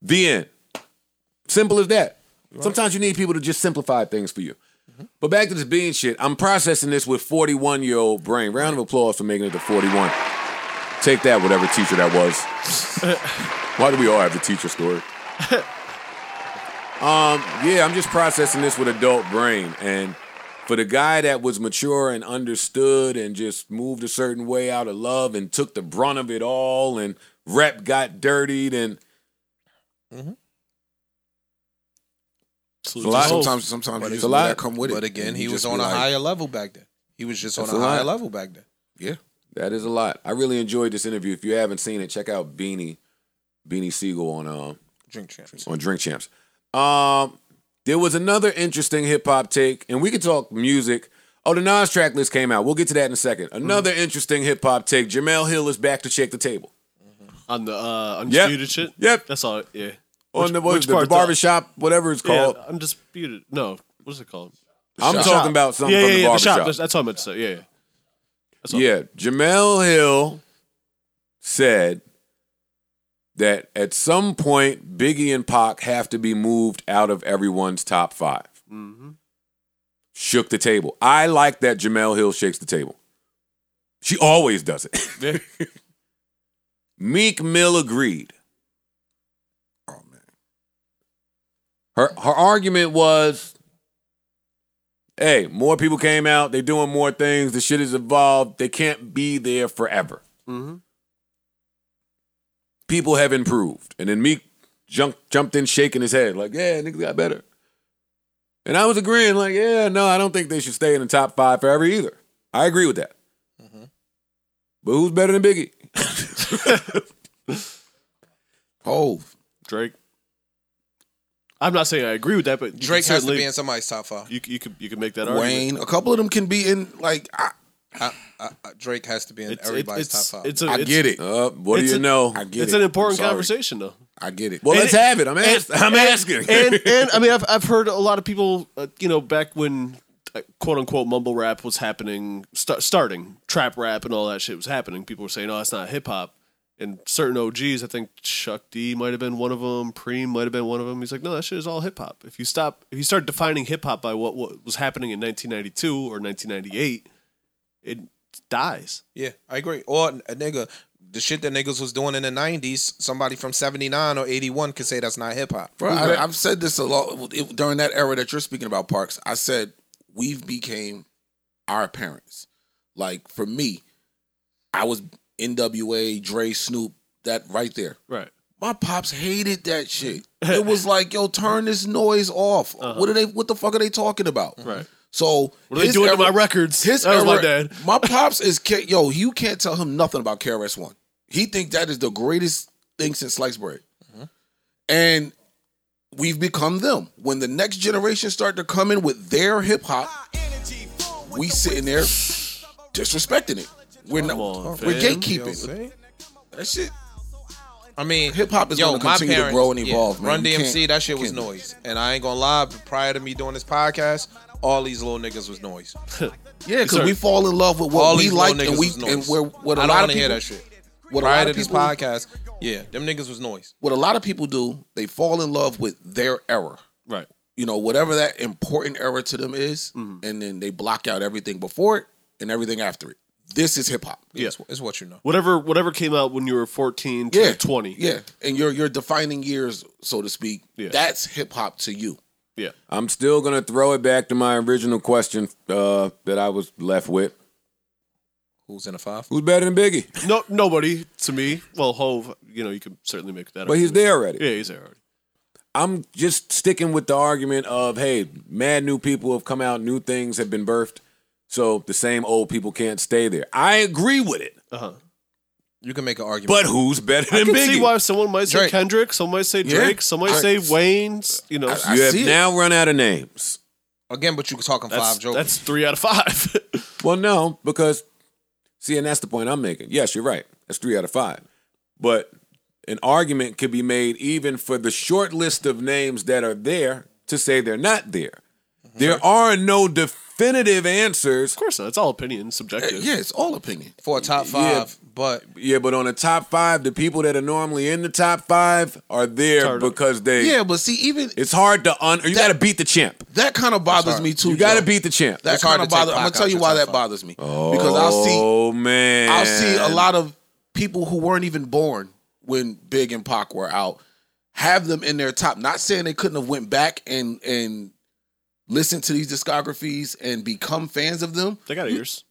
Speaker 3: The end. Simple as that. Sometimes you need people to just simplify things for you. But back to this bean shit. I'm processing this with 41 year old brain. Round of applause for making it to 41. Take that, whatever teacher that was. why do we all have the teacher story? Yeah, I'm just processing this with adult brain. And for the guy that was mature and understood and just moved a certain way out of love and took the brunt of it all and rep got dirtied and
Speaker 1: So
Speaker 3: a lot.
Speaker 4: Sometimes, sometimes you just
Speaker 3: a
Speaker 4: let
Speaker 3: lot.
Speaker 4: that come with it.
Speaker 2: But again,
Speaker 4: And
Speaker 2: he
Speaker 4: you
Speaker 2: was
Speaker 4: just
Speaker 2: on
Speaker 4: be
Speaker 2: a
Speaker 4: like,
Speaker 2: higher level back then. He was just on
Speaker 3: That's
Speaker 2: a
Speaker 3: a lot.
Speaker 2: higher level back then.
Speaker 4: Yeah,
Speaker 3: that is a lot. I really enjoyed this interview. If you haven't seen it, check out Beanie Beanie Siegel on um
Speaker 2: Drink champs.
Speaker 3: on Drink Champs. Um, there was another interesting hip hop take, and we could talk music. Oh, the Nas track list came out. We'll get to that in a second. Another interesting hip hop take. Jamel Hill is back to check the table.
Speaker 1: on the uh, undisputed shit.
Speaker 3: Yep.
Speaker 1: that's all. Yeah,
Speaker 3: on the, what
Speaker 1: which
Speaker 3: is it, the,
Speaker 1: part, the-
Speaker 3: barbershop, whatever it's
Speaker 1: yeah.
Speaker 3: called.
Speaker 1: Undisputed. No, what's it called?
Speaker 3: I'm talking about something
Speaker 1: yeah,
Speaker 3: from
Speaker 1: yeah,
Speaker 3: the
Speaker 1: yeah. The shop.
Speaker 3: barbershop.
Speaker 1: That's, that's what I meant to say. Yeah, yeah. That's all.
Speaker 3: yeah, Jamel Hill said that at some point Biggie and Pac have to be moved out of everyone's top 5
Speaker 1: Mm-hmm.
Speaker 3: Shook the table. I like that Jamel Hill shakes the table. She always does it.
Speaker 1: Yeah.
Speaker 3: Meek Mill agreed. Oh, Her her argument was, hey, more people came out, they doing more things, the shit is evolved, they can't be there forever. People have improved. And then Meek jumped jumped in shaking his head, like, yeah, niggas got better. And I was agreeing, like, yeah, no, I don't think they should stay in the top five forever either. I agree with that. But who's better than Biggie?
Speaker 4: Hove.
Speaker 1: Drake. I'm not saying I agree with that, but you could
Speaker 2: Drake has to
Speaker 1: certainly,
Speaker 2: be in somebody's top five.
Speaker 1: you, c- you could you could make that argument.
Speaker 4: Wayne. A couple of them can be in. Like I,
Speaker 2: I, I, I, Drake has to be in
Speaker 1: It's,
Speaker 2: everybody's
Speaker 1: it's,
Speaker 2: top five.
Speaker 1: It's a,
Speaker 4: I
Speaker 1: it's,
Speaker 4: get it.
Speaker 3: Uh, what do
Speaker 1: It's
Speaker 3: you
Speaker 1: a-
Speaker 3: know?
Speaker 4: I get
Speaker 1: it's
Speaker 4: it.
Speaker 1: an
Speaker 4: I'm
Speaker 1: important
Speaker 4: sorry.
Speaker 1: conversation, though.
Speaker 4: I get it.
Speaker 3: Well,
Speaker 1: And
Speaker 3: let's
Speaker 1: it-
Speaker 3: have it. I'm, ask,
Speaker 1: and-
Speaker 3: I'm asking.
Speaker 1: and and I mean, I've I've heard a lot of people, uh, you know, back when uh, quote unquote mumble rap was happening, sta- starting trap rap and all that shit was happening. People were saying, "Oh, it's not hip hop." And certain OGs, I think Chuck D might have been one of them. Preem might have been one of them. He's like, "No, that shit is all hip hop. If you stop, if you start defining hip hop by what, what was happening in 1992 or 1998, it dies."
Speaker 2: yeah, I agree. Or a nigga, the shit that niggas was doing in the nineties, somebody from seventy nine or eighty one could say that's not hip hop.
Speaker 4: Bro, I, I've said this a lot it- during that era that you're speaking about, Parks. I said we've became our parents. Like for me, I was NWA, Dre, Snoop, that right there.
Speaker 1: Right.
Speaker 4: My pops hated that shit. It was like, yo, turn this noise off. What are they? What the fuck are they talking about?
Speaker 1: Uh-huh. Right.
Speaker 4: So
Speaker 1: What are they
Speaker 4: his
Speaker 1: doing to my
Speaker 4: era-
Speaker 1: records?
Speaker 4: His
Speaker 1: that was my
Speaker 4: era-
Speaker 1: dad.
Speaker 4: my pops is K- yo. You can't tell him nothing about KRS One. He think that is the greatest thing since sliced bread,
Speaker 1: Mm-hmm.
Speaker 4: and we've become them. When the next generation start to come in with their hip hop, we sitting there disrespecting it. We're not.
Speaker 1: Come on,
Speaker 4: we're
Speaker 1: fam.
Speaker 4: gatekeeping. that shit.
Speaker 2: I mean,
Speaker 4: Hip hop is
Speaker 2: yo,
Speaker 4: gonna
Speaker 2: my
Speaker 4: continue to
Speaker 2: parents-
Speaker 4: grow and evolve, man.
Speaker 2: Run
Speaker 4: You can't-
Speaker 2: DMC, that shit was
Speaker 4: can't-
Speaker 2: noise, and I ain't gonna lie. But prior to me doing this podcast, all these little niggas was noise.
Speaker 4: Yeah, because
Speaker 1: Sir.
Speaker 4: we fall in love with what
Speaker 2: all
Speaker 4: we
Speaker 2: these
Speaker 4: like,
Speaker 2: little niggas
Speaker 4: and we
Speaker 2: was
Speaker 4: and
Speaker 2: noise.
Speaker 4: we're what a
Speaker 2: I don't
Speaker 4: lot
Speaker 2: want
Speaker 4: of
Speaker 2: to hear
Speaker 4: people.
Speaker 2: that shit.
Speaker 4: What a
Speaker 2: Prior
Speaker 4: lot
Speaker 2: to
Speaker 4: of
Speaker 2: this
Speaker 4: people.
Speaker 2: podcast, yeah, them niggas was noise.
Speaker 4: What a lot of people do, they fall in love with their era.
Speaker 1: Right.
Speaker 4: you know, whatever that important era to them is,
Speaker 2: Mm-hmm.
Speaker 4: and then they block out everything before it and everything after it. This is hip hop.
Speaker 1: Yeah.
Speaker 2: It's, it's what you know.
Speaker 1: Whatever whatever came out when you were 14 to
Speaker 4: Yeah.
Speaker 1: 20.
Speaker 4: Yeah. And your your defining years, so to speak,
Speaker 1: Yeah.
Speaker 4: that's hip hop to you.
Speaker 1: Yeah.
Speaker 3: I'm still gonna throw it back to my original question uh, that I was left with.
Speaker 2: Who's in a five?
Speaker 3: Who's better than Biggie?
Speaker 1: No, nobody to me. Well, Hove, you know, you could certainly make that.
Speaker 3: But he's
Speaker 1: argument.
Speaker 3: there already.
Speaker 1: Yeah, he's there already.
Speaker 3: I'm just sticking with the argument of hey, mad new people have come out, new things have been birthed, so the same old people can't stay there. I agree with it,
Speaker 1: Uh huh.
Speaker 2: You can make an argument.
Speaker 3: but who's better
Speaker 1: I can
Speaker 3: than Biggie?
Speaker 1: see why someone might say
Speaker 2: Drake.
Speaker 1: Kendrick, some might say
Speaker 4: Yeah.
Speaker 1: Drake, some might
Speaker 4: I-
Speaker 1: say Wayne's. You know,
Speaker 4: I-
Speaker 3: you have
Speaker 4: see it.
Speaker 3: now run out of names.
Speaker 2: Again, but you were talking
Speaker 1: that's,
Speaker 2: five jokers.
Speaker 1: that's three out of five.
Speaker 3: Well, no, because see, and that's the point I'm making. Yes, you're right. That's three out of five. But an argument could be made even for the short list of names that are there to say they're not there.
Speaker 4: Mm-hmm.
Speaker 3: There are no definitive answers.
Speaker 1: course not. It's all opinion, subjective.
Speaker 4: Uh, Yeah, it's all opinion.
Speaker 2: for a top five, but
Speaker 3: Yeah, but on the top five, the people that are normally in the top five are there
Speaker 1: Tired of-
Speaker 3: because they.
Speaker 4: Yeah, but see, even
Speaker 3: It's hard to un. You got to beat the champ.
Speaker 4: that kind of bothers me too.
Speaker 3: You got to
Speaker 4: Joe.
Speaker 3: beat the champ.
Speaker 4: that
Speaker 2: It's hard
Speaker 4: kind of
Speaker 2: to take
Speaker 4: bother. I'm gonna
Speaker 2: Pac
Speaker 4: tell
Speaker 2: out
Speaker 4: you
Speaker 2: your
Speaker 4: why
Speaker 2: top
Speaker 4: that
Speaker 2: five.
Speaker 4: bothers me because I'll see
Speaker 3: Oh man,
Speaker 4: I'll see a lot of people who weren't even born when Big and Pac were out have them in their top. Not saying they couldn't have went back and and listened to these discographies and become fans of them.
Speaker 1: They got ears.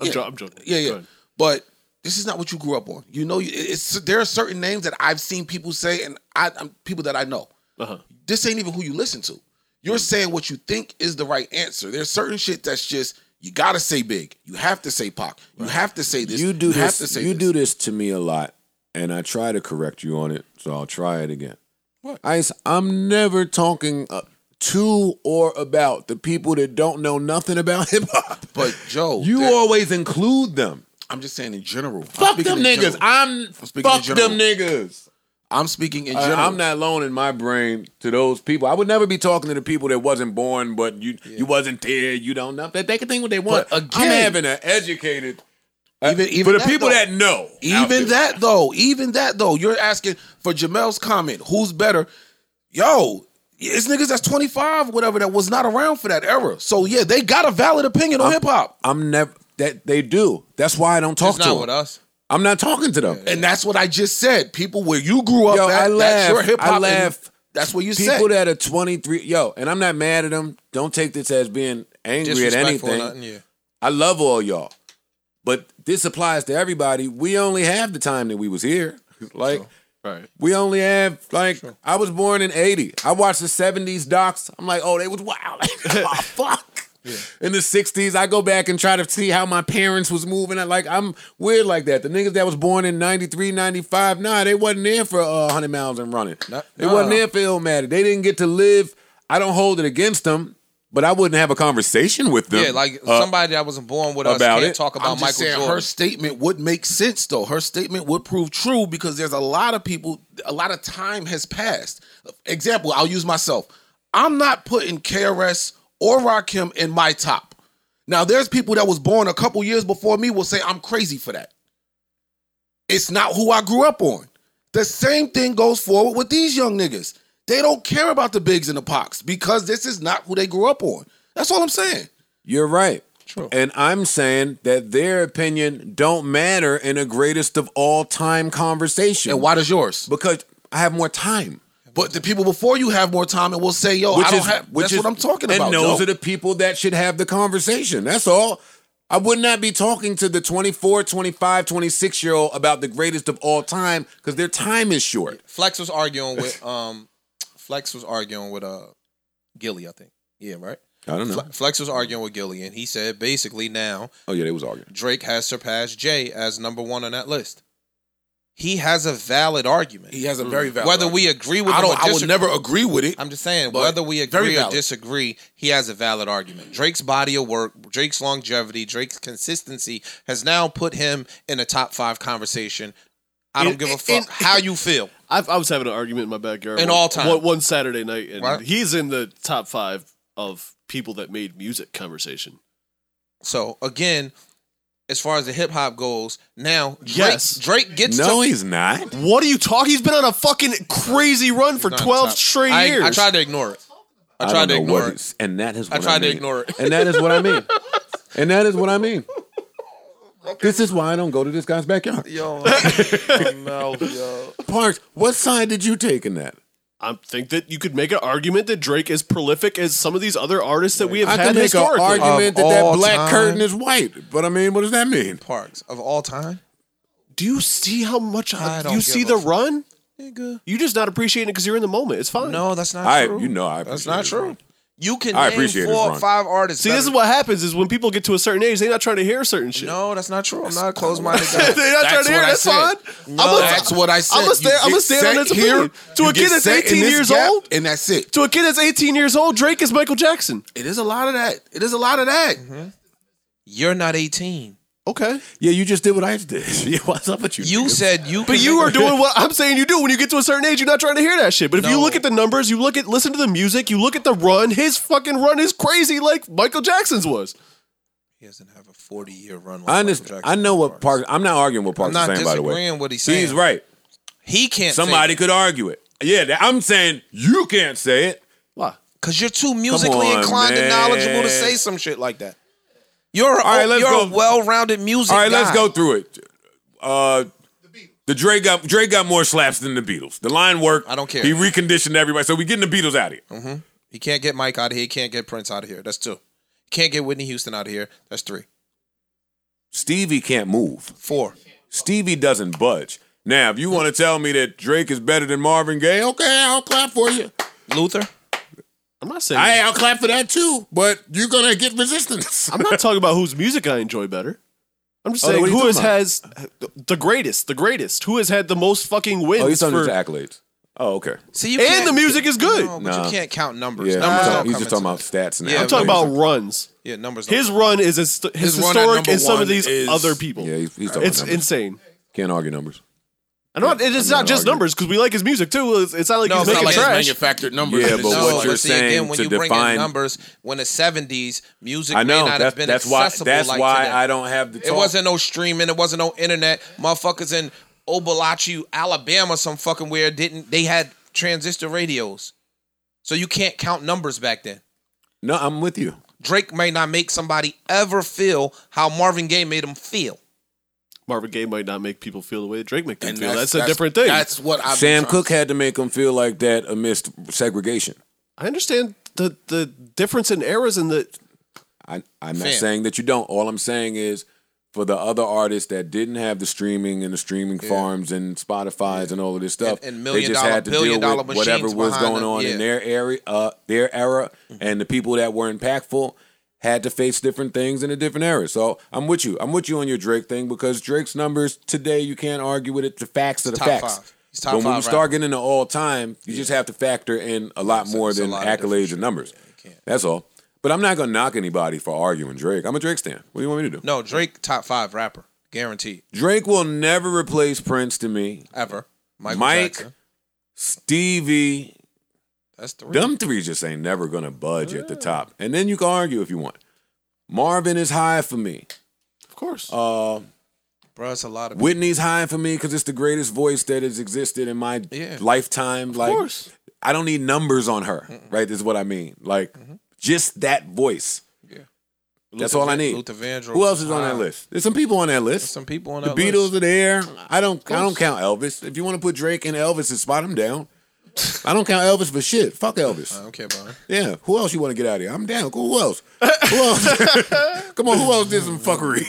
Speaker 1: I'm,
Speaker 4: Yeah.
Speaker 1: jo- I'm joking.
Speaker 4: Yeah,
Speaker 1: Go
Speaker 4: yeah.
Speaker 1: ahead.
Speaker 4: But this is not what you grew up on. You know, you- it's there are certain names that I've seen people say, and I i people that I know.
Speaker 1: Uh-huh.
Speaker 4: This ain't even who you listen to. You're saying what you think is the right answer. There's certain shit that's just you gotta say big. You have to say Pac. You have to say this.
Speaker 3: you do
Speaker 4: have
Speaker 3: this.
Speaker 4: to say
Speaker 3: you
Speaker 4: this.
Speaker 3: do this to me a lot, and I try to correct you on it. So I'll try it again. What? I, am never talking uh, to or about the people that don't know nothing about hip hop.
Speaker 4: But Joe,
Speaker 3: You
Speaker 4: that-
Speaker 3: always include them.
Speaker 4: I'm just saying in general. I'm
Speaker 3: Fuck
Speaker 4: speaking
Speaker 3: them
Speaker 4: in
Speaker 3: niggas.
Speaker 4: general.
Speaker 3: I'm
Speaker 4: speaking in
Speaker 3: fuck
Speaker 4: general.
Speaker 3: them niggas.
Speaker 4: I'm speaking in
Speaker 3: I-
Speaker 4: general.
Speaker 3: Uh, I'm not loaning my brain to those people. I would never be talking to the people that wasn't born, but you you wasn't there. You don't know that they can think what they want.
Speaker 4: But
Speaker 3: I'm
Speaker 4: again-
Speaker 3: having an educated uh,
Speaker 4: Even- even
Speaker 3: for the
Speaker 4: that,
Speaker 3: people
Speaker 4: though.
Speaker 3: that know. out there.
Speaker 4: Even that though, even that though, you're asking for Jamel's comment. Who's better? Yo, it's niggas that's 25, whatever, that was not around for that era. So yeah, they got a valid opinion on hip hop,
Speaker 3: I'm never that they do. That's why I don't talk
Speaker 2: it's
Speaker 3: to
Speaker 2: not
Speaker 3: them.
Speaker 2: with us.
Speaker 3: I'm not talking to them.
Speaker 4: and that's what I just said. People where you grew up,
Speaker 3: Yo,
Speaker 4: at,
Speaker 3: I
Speaker 4: that's
Speaker 3: laugh.
Speaker 4: your hip hop.
Speaker 3: I
Speaker 4: and
Speaker 3: laugh.
Speaker 4: That's what you
Speaker 3: people
Speaker 4: said.
Speaker 3: that are 23, yo, and I'm not mad at them. Don't take this as being angry at
Speaker 2: Disrespectful or
Speaker 3: anything.
Speaker 2: nothing, yeah.
Speaker 3: I love all y'all, but this applies to everybody. We only have the time that we was here. Like
Speaker 1: Right.
Speaker 3: we only have like I was born in '80. I watched the '70s docs. I'm like, oh, they was wild. oh, fuck. In the '60s, I go back and try to see how my parents was moving. I, like I'm weird like that. The niggas that was born in '93, '95, nah, they wasn't there for uh, 100 miles and running.
Speaker 2: No-
Speaker 3: they
Speaker 2: no.
Speaker 3: wasn't there for Illmatic. They didn't get to live. I don't hold it against them, but I wouldn't have a conversation with them.
Speaker 2: Yeah, like
Speaker 3: uh,
Speaker 2: somebody that wasn't born with us
Speaker 3: about
Speaker 2: can't
Speaker 3: it.
Speaker 2: talk about
Speaker 4: I'm just
Speaker 2: Michael
Speaker 4: saying
Speaker 2: Jordan.
Speaker 4: her statement would make sense though. Her statement would prove true because there's a lot of people, a lot of time has passed. Example, I'll use myself. I'm not putting KRS or Rakim in my top. Now there's people that was born a couple years before me will say I'm crazy for that. It's not who I grew up on. The same thing goes forward with these young niggas. They don't care about the bigs and the pox because this is not who they grew up on. That's all I'm saying.
Speaker 3: You're right. True. And I'm saying that their opinion don't matter in a greatest of all time conversation.
Speaker 4: And why does yours?
Speaker 3: Because I have more time.
Speaker 4: But the people before you have more time and will say, "Yo, I don't have." that's
Speaker 3: is-
Speaker 4: what I'm talking about.
Speaker 3: And those
Speaker 4: Joe.
Speaker 3: are the people that should have the conversation. That's all. I would not be talking to the 24, 25, 26 year old about the greatest of all time because their time is short.
Speaker 2: Flex was arguing with um, Flex was arguing with uh, Gilly, I think. Yeah, right.
Speaker 3: I don't know.
Speaker 2: Fle- Flex was arguing with Gilly, and he said basically now
Speaker 3: Oh, yeah, they was arguing.
Speaker 2: Drake has surpassed Jay as number one on that list. He has a valid argument.
Speaker 4: he has a very valid.
Speaker 2: Whether we agree with
Speaker 4: Mm. I
Speaker 2: him or
Speaker 4: don't, I would
Speaker 2: disagree-
Speaker 4: never agree with it.
Speaker 2: I'm just saying,
Speaker 4: But
Speaker 2: whether we
Speaker 4: very
Speaker 2: agree or
Speaker 4: valid.
Speaker 2: disagree, he has a valid argument. Drake's body of work, Drake's longevity, Drake's consistency has now put him in a top five conversation. I don't
Speaker 1: In-
Speaker 2: give a fuck
Speaker 1: in-
Speaker 2: how you feel.
Speaker 1: I've, I was having an argument in my backyard
Speaker 2: In
Speaker 1: one,
Speaker 2: all time.
Speaker 1: one, one Saturday night, and
Speaker 2: Right.
Speaker 1: he's in the top five of people that made music conversation.
Speaker 2: So again, as far as the hip hop goes, now Drake,
Speaker 1: Yes.
Speaker 2: Drake gets
Speaker 3: No,
Speaker 2: to
Speaker 3: he's not.
Speaker 1: What are you talking? He's been on a fucking crazy run for
Speaker 2: Not the
Speaker 1: 12
Speaker 2: top.
Speaker 1: straight
Speaker 2: I,
Speaker 1: years.
Speaker 2: I tried to ignore it. I tried to
Speaker 3: don't know
Speaker 2: ignore
Speaker 3: what
Speaker 2: it.
Speaker 3: he's- And that is
Speaker 2: I
Speaker 3: what I,
Speaker 2: tried to
Speaker 3: mean.
Speaker 2: ignore it.
Speaker 3: And that is what I mean. and that is what I mean. This is why I don't go to this guy's backyard.
Speaker 2: Yo, no, yo.
Speaker 3: Parks, what side did you take in that?
Speaker 1: I think that you could make an argument that Drake is prolific as some of these other artists that we have
Speaker 3: I
Speaker 1: had
Speaker 3: can make an
Speaker 1: historically.
Speaker 3: argument that
Speaker 2: Of
Speaker 3: that
Speaker 2: all
Speaker 3: black
Speaker 2: time.
Speaker 3: curtain is white, but I mean, what does that mean?
Speaker 2: Parks of all time.
Speaker 1: Do you see how much
Speaker 2: I don't
Speaker 1: you
Speaker 2: give
Speaker 1: see
Speaker 2: a
Speaker 1: the
Speaker 2: fuck.
Speaker 1: run?
Speaker 2: Nigga.
Speaker 1: You just not appreciating it because you're in the moment. It's fine.
Speaker 2: No, that's not
Speaker 3: I,
Speaker 2: true.
Speaker 3: you know, I
Speaker 2: that's
Speaker 3: appreciate
Speaker 2: not
Speaker 3: it,
Speaker 2: true.
Speaker 3: Ron.
Speaker 2: You can
Speaker 3: I
Speaker 2: name
Speaker 3: appreciate it,
Speaker 2: four or
Speaker 3: Ron.
Speaker 2: five artists.
Speaker 1: See, this
Speaker 2: better-
Speaker 1: is what happens: is when people get to a certain age, they're not trying to hear certain shit.
Speaker 2: No, that's not true. I'm not a closed minded guy.
Speaker 1: they're not trying
Speaker 4: That's
Speaker 1: to hear. it.
Speaker 4: what I
Speaker 1: That's
Speaker 4: said.
Speaker 1: fine.
Speaker 4: No, that's what I said.
Speaker 1: I'm gonna
Speaker 4: You
Speaker 1: stand, I'm
Speaker 4: get
Speaker 1: gonna stand on
Speaker 4: set
Speaker 1: its opinion. To
Speaker 4: you
Speaker 1: a
Speaker 4: get
Speaker 1: kid that's
Speaker 4: set in
Speaker 1: 18
Speaker 4: this
Speaker 1: years
Speaker 4: gap,
Speaker 1: old.
Speaker 4: and that's it.
Speaker 1: To a kid that's 18 years old, Drake is Michael Jackson.
Speaker 4: It is a lot of that. It is a lot of that.
Speaker 2: You're not 18.
Speaker 1: Okay.
Speaker 3: Yeah, you just did what I did. yeah, what's up with you?
Speaker 2: You
Speaker 3: nigga?
Speaker 2: said you.
Speaker 1: But you are doing what I'm saying you do. When you get to a certain age, you're not trying to hear that shit. But if you
Speaker 2: No.
Speaker 1: look at the numbers, you look at listen to the music, you look at the run. His fucking run is crazy, like Michael Jackson's was.
Speaker 2: He doesn't have a forty-year run. Like
Speaker 3: I
Speaker 2: Michael
Speaker 3: understand.
Speaker 2: Jackson
Speaker 3: I know what
Speaker 2: does.
Speaker 3: Park. I'm not arguing what
Speaker 2: I'm
Speaker 3: Park's
Speaker 2: not
Speaker 3: saying. By the way,
Speaker 2: disagreeing what he's saying.
Speaker 3: he's right.
Speaker 2: He can't.
Speaker 3: Somebody could argue it. Yeah, that- I'm saying you can't say it.
Speaker 1: Why?
Speaker 2: because you're too musically
Speaker 3: on,
Speaker 2: inclined and knowledgeable to
Speaker 3: man.
Speaker 2: say some shit like that. You're a,
Speaker 3: All right, let's
Speaker 2: you're a
Speaker 3: go.
Speaker 2: well-rounded music.
Speaker 3: All right, let's
Speaker 2: guy.
Speaker 3: go through it. Uh, the Dre got Dre got more slaps than the Beatles. The line worked.
Speaker 2: I don't care.
Speaker 3: He reconditioned everybody, so we getting the Beatles out of here.
Speaker 2: He can't get Mike out of here. He can't get Prince out of here. That's two. He can't get Whitney Houston out of here. That's three.
Speaker 3: Stevie can't move.
Speaker 2: Four.
Speaker 3: Stevie doesn't budge. Now, if you want to tell me that Drake is better than Marvin Gaye, okay, I'll clap for you.
Speaker 2: Luther.
Speaker 1: I'm not saying. I,
Speaker 3: I, I'll clap for that too. But you're gonna get resistance.
Speaker 1: am not talking about whose music I enjoy better. I'm just
Speaker 3: Oh,
Speaker 1: saying
Speaker 3: what are you
Speaker 1: who has
Speaker 3: talking about?
Speaker 1: has the greatest, the greatest. Who has had the most fucking wins? for-
Speaker 3: Oh, accolades. Oh, okay.
Speaker 2: See, you
Speaker 1: And
Speaker 2: can't-
Speaker 1: the music is good.
Speaker 2: No, but you
Speaker 3: Nah.
Speaker 2: can't count numbers.
Speaker 3: Yeah,
Speaker 2: numbers
Speaker 3: he's,
Speaker 2: don't
Speaker 3: talking, he's
Speaker 2: come
Speaker 3: just talking
Speaker 2: into
Speaker 3: about
Speaker 2: it.
Speaker 3: stats now.
Speaker 2: Yeah,
Speaker 1: I'm talking about runs.
Speaker 2: Yeah, numbers.
Speaker 1: His
Speaker 2: don't
Speaker 1: run is as, his
Speaker 4: His run at
Speaker 1: historic
Speaker 4: number
Speaker 1: as some
Speaker 4: one
Speaker 1: of these
Speaker 4: is-
Speaker 1: other people.
Speaker 3: Yeah, he's, he's talking
Speaker 1: it's
Speaker 3: about numbers.
Speaker 1: insane.
Speaker 3: Can't argue numbers.
Speaker 1: I know it- it's
Speaker 3: I'm
Speaker 1: not
Speaker 3: not
Speaker 1: just
Speaker 3: arguing.
Speaker 1: numbers because we like his music too. It's, it's not like
Speaker 2: No,
Speaker 1: he's
Speaker 2: it's
Speaker 1: making
Speaker 2: not
Speaker 1: trash.
Speaker 4: it's manufactured numbers.
Speaker 3: Yeah,
Speaker 4: It's not-
Speaker 3: but
Speaker 2: no,
Speaker 3: what you're
Speaker 2: but see,
Speaker 3: saying
Speaker 2: again, when
Speaker 3: to
Speaker 2: you bring in
Speaker 3: define-
Speaker 2: numbers, when the seventies music
Speaker 3: I know
Speaker 2: may not
Speaker 3: that's
Speaker 2: have been
Speaker 3: that's why
Speaker 2: accessible
Speaker 3: that's
Speaker 2: like
Speaker 3: why
Speaker 2: today.
Speaker 3: I don't have the. Talk.
Speaker 2: It wasn't no streaming. It wasn't no internet. Motherfuckers in Obalachi, Alabama, some fucking where didn't they had transistor radios, so you can't count numbers back then.
Speaker 3: No, I'm with you.
Speaker 2: Drake may not make somebody ever feel how Marvin Gaye made him feel.
Speaker 1: Marvin Gaye might not make people feel the way Drake make them
Speaker 4: and
Speaker 1: feel. That's, a different thing.
Speaker 4: That's what I.
Speaker 3: Sam Cook had to make him feel like that amidst segregation.
Speaker 1: I understand the the difference in eras and the
Speaker 3: I, I'm not
Speaker 2: Fam.
Speaker 3: saying that you don't. All I'm saying is for the other artists that didn't have the streaming and the streaming farms and Spotify's and all of this stuff,
Speaker 2: And- and million
Speaker 3: they just
Speaker 2: dollar,
Speaker 3: had to
Speaker 2: billion
Speaker 3: deal
Speaker 2: dollar
Speaker 3: with whatever
Speaker 2: machines
Speaker 3: was
Speaker 2: behind
Speaker 3: going
Speaker 2: them,
Speaker 3: on
Speaker 2: yeah. Mm-hmm.
Speaker 3: in their area, uh, their era, and the people that were impactful had to face different things in a different era. So I'm with you. I'm with you on your Drake thing because Drake's numbers today you can't argue with it. The facts are the
Speaker 2: top
Speaker 3: facts.
Speaker 2: five. He's top
Speaker 3: but when
Speaker 2: five
Speaker 3: you start
Speaker 2: rapper.
Speaker 3: getting into all time, you just have to factor in a lot more
Speaker 2: it's a
Speaker 3: than
Speaker 2: lot of
Speaker 3: accolades and numbers. That's all. But I'm not gonna knock anybody for arguing Drake. I'm a Drake stan. What do you want me to do?
Speaker 2: No, Drake top five rapper, guaranteed
Speaker 3: Drake will never replace Prince to me.
Speaker 2: ever. Michael
Speaker 3: Mike,
Speaker 2: Jackson.
Speaker 3: Stevie,
Speaker 2: that's three.
Speaker 3: them three just ain't never gonna budge at the top. And then you can argue if you want. Marvin is high for me.
Speaker 1: of course.
Speaker 3: Uh,
Speaker 2: Bro, it's a lot of.
Speaker 3: Whitney's high for me because it's the greatest voice that has existed in my
Speaker 2: Yeah.
Speaker 3: lifetime. like,
Speaker 1: course.
Speaker 3: I don't need numbers on her, right? Is what I mean. Like, just that voice.
Speaker 2: Mm-hmm. Yeah.
Speaker 3: That's
Speaker 2: Luther
Speaker 3: all I
Speaker 2: Van-
Speaker 3: need.
Speaker 2: Luther Vandross
Speaker 3: Who else is
Speaker 2: is
Speaker 3: on that
Speaker 2: high.
Speaker 3: list? There's some people on that list.
Speaker 2: Some people on
Speaker 3: the
Speaker 2: that
Speaker 3: Beatles
Speaker 2: list.
Speaker 3: are there. I don't. I don't count Elvis. If you want to put Drake in Elvis' spot, I'm down. I don't count Elvis for shit. Fuck
Speaker 2: I
Speaker 3: Elvis.
Speaker 2: don't care about him.
Speaker 3: Yeah. Who else you want to get out of here? I'm down. Who else? Who else? come on. Who else did some fuckery?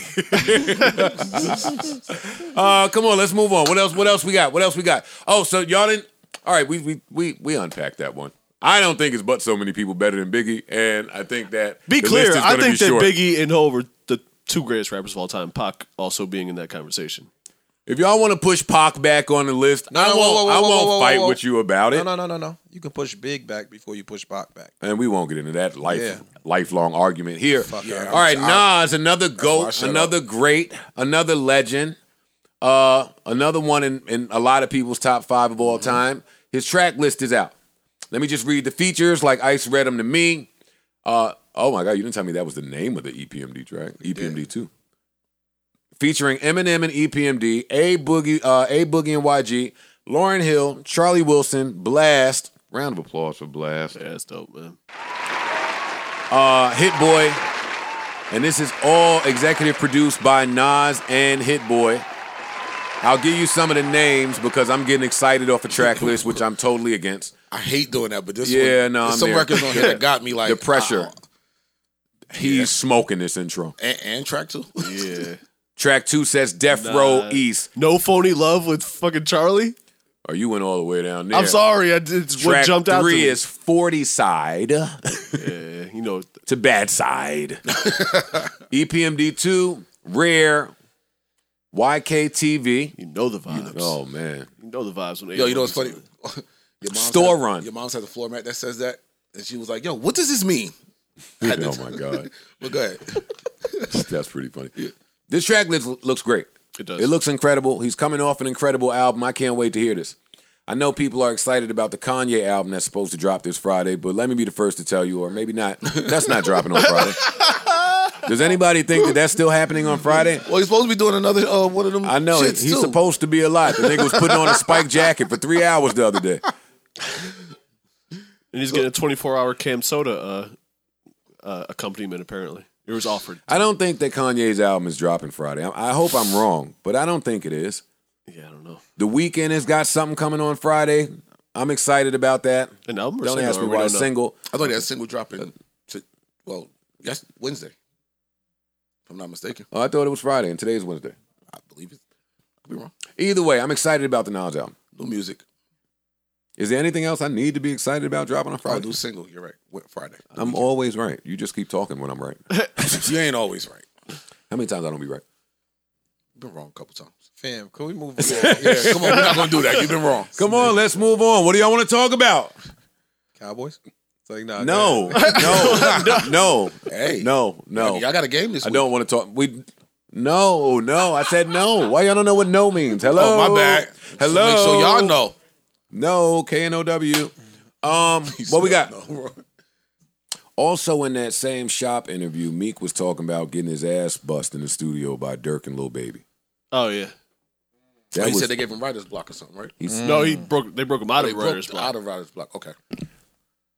Speaker 3: uh, come on. Let's move on. What else? What else we got? What else we got? Oh, so y'all didn't. All right. We we we we unpacked that one. I don't think it's but so many people better than Biggie, and I think that
Speaker 1: be
Speaker 3: the
Speaker 1: clear,
Speaker 3: list is
Speaker 1: I
Speaker 3: gonna
Speaker 1: think
Speaker 3: be
Speaker 1: that
Speaker 3: short.
Speaker 1: Biggie and Hov are the two greatest rappers of all time. Pac also being in that conversation.
Speaker 3: If y'all want to push Pac back on the list,
Speaker 2: No,
Speaker 3: I
Speaker 2: no,
Speaker 3: won't.
Speaker 2: whoa, whoa,
Speaker 3: I
Speaker 2: whoa,
Speaker 3: won't
Speaker 2: whoa, whoa,
Speaker 3: fight
Speaker 2: whoa.
Speaker 3: with you about it,
Speaker 2: No, no, no, no, no. You can push Big back before you push Bach back.
Speaker 3: and we won't get into that life
Speaker 2: Yeah.
Speaker 3: lifelong argument here.
Speaker 2: yeah,
Speaker 3: All right, Nas, another
Speaker 4: I
Speaker 3: goat,
Speaker 4: shut
Speaker 3: another great, another legend, uh, another one in, in a lot of people's top five of all time. His track list is out. Let me just read the features like Ice read them to me. Uh, oh my God, you didn't tell me that was the name of the E EPMD track. EPMD two, featuring Eminem and E EPMD, A Boogie, uh, A Boogie and YG, Lauren Hill, Charlie Wilson, Blast. Round of applause for Blast.
Speaker 1: Yeah, that's dope, man.
Speaker 3: Uh, Hit Boy, and this is all executive produced by Nas and Hit Boy. I'll give you some of the names because I'm getting excited off a track list, which I'm totally against.
Speaker 4: I hate doing that, but this
Speaker 3: Yeah,
Speaker 4: one,
Speaker 3: no,
Speaker 4: there's
Speaker 3: I'm
Speaker 4: some
Speaker 3: there.
Speaker 4: records on here that got me like
Speaker 3: the pressure.
Speaker 4: uh,
Speaker 3: He's smoking this intro.
Speaker 4: and, and track two.
Speaker 1: Yeah.
Speaker 3: Track two says Death Row East.
Speaker 1: No phony love with fucking Charlie.
Speaker 3: Or you went all the way down there.
Speaker 1: I'm sorry, I, it's
Speaker 3: Track
Speaker 1: what jumped out.
Speaker 3: three
Speaker 1: to me.
Speaker 3: is 40 side
Speaker 1: yeah, you know,
Speaker 3: to bad side. E EPMD two, rare, YKTV.
Speaker 1: you know the vibes. You know,
Speaker 3: Oh man.
Speaker 1: the vibes when
Speaker 4: Yo,
Speaker 1: A1
Speaker 4: you know what's
Speaker 1: is
Speaker 4: funny?
Speaker 1: on it.
Speaker 4: Your mom's
Speaker 3: Store
Speaker 4: had-
Speaker 3: run.
Speaker 4: Your mom's had a floor mat that says that, and she was like, "Yo, what does this mean?"
Speaker 3: oh my god.
Speaker 4: But go ahead.
Speaker 3: That's pretty funny. This track list looks great.
Speaker 1: It does.
Speaker 3: It looks incredible. He's coming off an incredible album. I can't wait to hear this. I know people are excited about the Kanye album that's supposed to drop this Friday, but let me be the first to tell you, or maybe not. That's not dropping on Friday. Does anybody think that that's still happening on Friday?
Speaker 4: Well, he's supposed to be doing another uh, one of them.
Speaker 3: I know
Speaker 4: shits
Speaker 3: he's
Speaker 4: too.
Speaker 3: supposed to be alive. The nigga was putting on a spike jacket for three hours the other day.
Speaker 1: And he's getting a 24 hour cam soda uh, uh, accompaniment, apparently. It was offered.
Speaker 3: I don't think that Kanye's album is dropping Friday. I, I hope I'm wrong, but I don't think it is.
Speaker 1: Yeah, I don't know.
Speaker 3: The weekend has got something coming on Friday. I'm excited about that.
Speaker 1: An album or
Speaker 3: Don't
Speaker 1: single,
Speaker 3: ask me
Speaker 1: or we
Speaker 3: why
Speaker 1: don't know.
Speaker 3: single.
Speaker 4: I thought he had a single drop in. to- well, yes, Wednesday. If I'm not mistaken,
Speaker 3: Oh, I thought it was Friday, and today's Wednesday.
Speaker 4: I believe it. Could be wrong.
Speaker 3: Either way, I'm excited about the Nas album.
Speaker 4: New music.
Speaker 3: Is there anything else I need to be excited about dropping on
Speaker 4: Oh,
Speaker 3: Friday?
Speaker 4: new single. You're right. Went Friday.
Speaker 3: I'm always right. You just keep talking when I'm right.
Speaker 4: you ain't always right.
Speaker 3: How many times I don't be right?
Speaker 4: You've been wrong a couple times.
Speaker 2: Fam, can we move on?
Speaker 4: Yeah, come on. We're not gonna do that. You've been wrong.
Speaker 3: Come on, let's move on. What do y'all want to talk about?
Speaker 2: Cowboys? It's like, nah,
Speaker 3: No, no, no,
Speaker 4: Hey.
Speaker 3: no, no.
Speaker 4: Oh, Y'all got a game this
Speaker 3: I
Speaker 4: week.
Speaker 3: don't want to talk. We no, no. I said no. Why y'all don't know what no means? Hello,
Speaker 4: Oh, my bad.
Speaker 3: Hello.
Speaker 4: Make sure y'all know. Oh,
Speaker 3: No, K N O W. Um, what we got? Also, in that same shop interview, Meek was talking about getting his ass bust in the studio by Dirk and Lil Baby.
Speaker 1: Oh, yeah.
Speaker 3: That
Speaker 4: Oh, he
Speaker 3: was,
Speaker 4: said they gave him writer's block or something, right?
Speaker 3: he's-
Speaker 1: No, he broke. Mm. they broke him out
Speaker 4: They
Speaker 1: of Writer's
Speaker 4: broke
Speaker 1: Block.
Speaker 4: out of writer's block. Okay.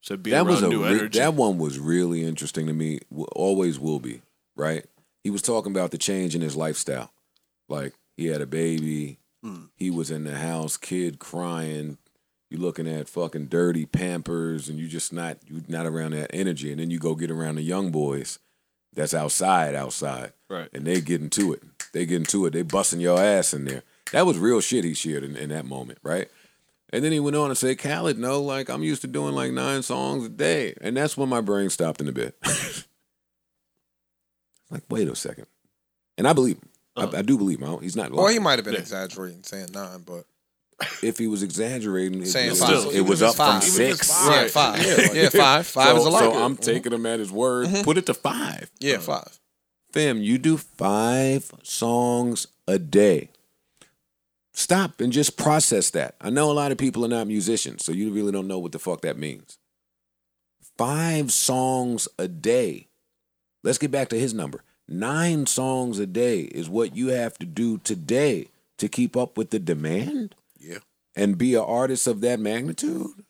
Speaker 1: So be
Speaker 3: that
Speaker 1: around
Speaker 3: was a
Speaker 1: new
Speaker 3: re-
Speaker 1: energy.
Speaker 3: that one was really interesting to me. W- Always will be, right? He was talking about the change in his lifestyle. Like he had a baby,
Speaker 1: Hmm.
Speaker 3: he was in the house, kid crying. You looking at fucking dirty Pampers, and you just not you not around that energy. And then you go get around the young boys that's outside, outside,
Speaker 1: Right.
Speaker 3: And they getting to it. They getting to it. They busting your ass in there. That was real shit he shared in, in that moment, right? And then he went on and said, Khaled, no, like I'm used to doing like nine songs a day. And that's when my brain stopped in a bit. like, wait a second. And I believe him. I, I do believe him. I don't- He's not lying.
Speaker 2: Uh. Or he might have been exaggerating saying nine, but
Speaker 3: if he was exaggerating, it,
Speaker 2: saying
Speaker 3: was,
Speaker 2: five.
Speaker 3: it was up
Speaker 2: Five.
Speaker 3: from
Speaker 2: Even
Speaker 3: six.
Speaker 2: yeah, five. Yeah, five. Five
Speaker 3: so,
Speaker 2: is a lot. Mm-hmm.
Speaker 3: So
Speaker 2: good.
Speaker 3: I'm taking him at his word. Put it to five.
Speaker 2: Yeah, five.
Speaker 3: Fam, you do five songs a day. Stop and just process that. I know a lot of people are not musicians, so you really don't know what the fuck that means. Five songs a day. Let's get back to his number. Nine songs a day is what you have to do today to keep up with the demand
Speaker 4: Yeah.
Speaker 3: and be an artist of that magnitude.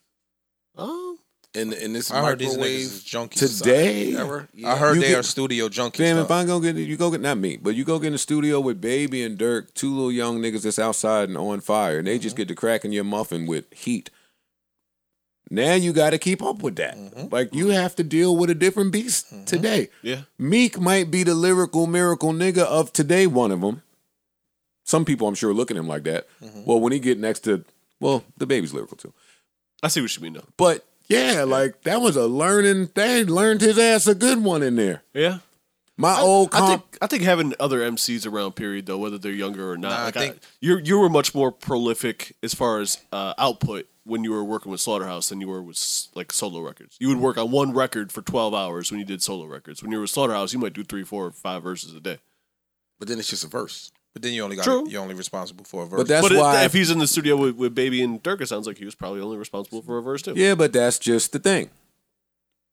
Speaker 1: Oh,
Speaker 4: And in this
Speaker 2: Um, I heard these niggas
Speaker 4: microwave
Speaker 2: is junkies.
Speaker 3: Today,
Speaker 4: era, yeah.
Speaker 2: I heard
Speaker 3: You
Speaker 2: they
Speaker 3: get-
Speaker 2: are studio junkies.
Speaker 3: Fam, if
Speaker 2: though.
Speaker 3: I'm gonna get you go get not me, but you go get in the studio with Baby and Dirk, two little young niggas that's outside and on fire, and they
Speaker 1: Mm-hmm.
Speaker 3: just get to cracking your muffin with heat. Now you got to keep up with that.
Speaker 1: Mm-hmm.
Speaker 3: Like you have to deal with a different beast today.
Speaker 1: yeah.
Speaker 3: Meek might be the lyrical miracle nigga of today. One of them. Some people I'm sure look at him like that.
Speaker 1: Mm-hmm.
Speaker 3: Well, when he get next to, well, the baby's lyrical too.
Speaker 1: I see what you mean, though.
Speaker 3: But yeah, like that was a learning. They learned his ass a good one in there.
Speaker 1: Yeah.
Speaker 3: My old
Speaker 1: I
Speaker 3: comp.
Speaker 1: think I think having other MCs around, period, though, whether they're younger or not,
Speaker 2: Nah, I
Speaker 1: like
Speaker 2: think-
Speaker 1: you you were much more prolific as far as uh, output when you were working with Slaughterhouse than you were with like solo records. You would work on one record for twelve hours when you did solo records. When you were with Slaughterhouse, you might do three, four, or five verses a day.
Speaker 4: but then it's just a verse.
Speaker 2: but then you only got
Speaker 1: True.
Speaker 2: you're only responsible for a verse.
Speaker 3: But that's
Speaker 1: but it-
Speaker 3: why.
Speaker 1: if he's in the studio with, with Baby and Dirk, it sounds like he was probably only responsible for a verse too.
Speaker 3: yeah, but that's just the thing.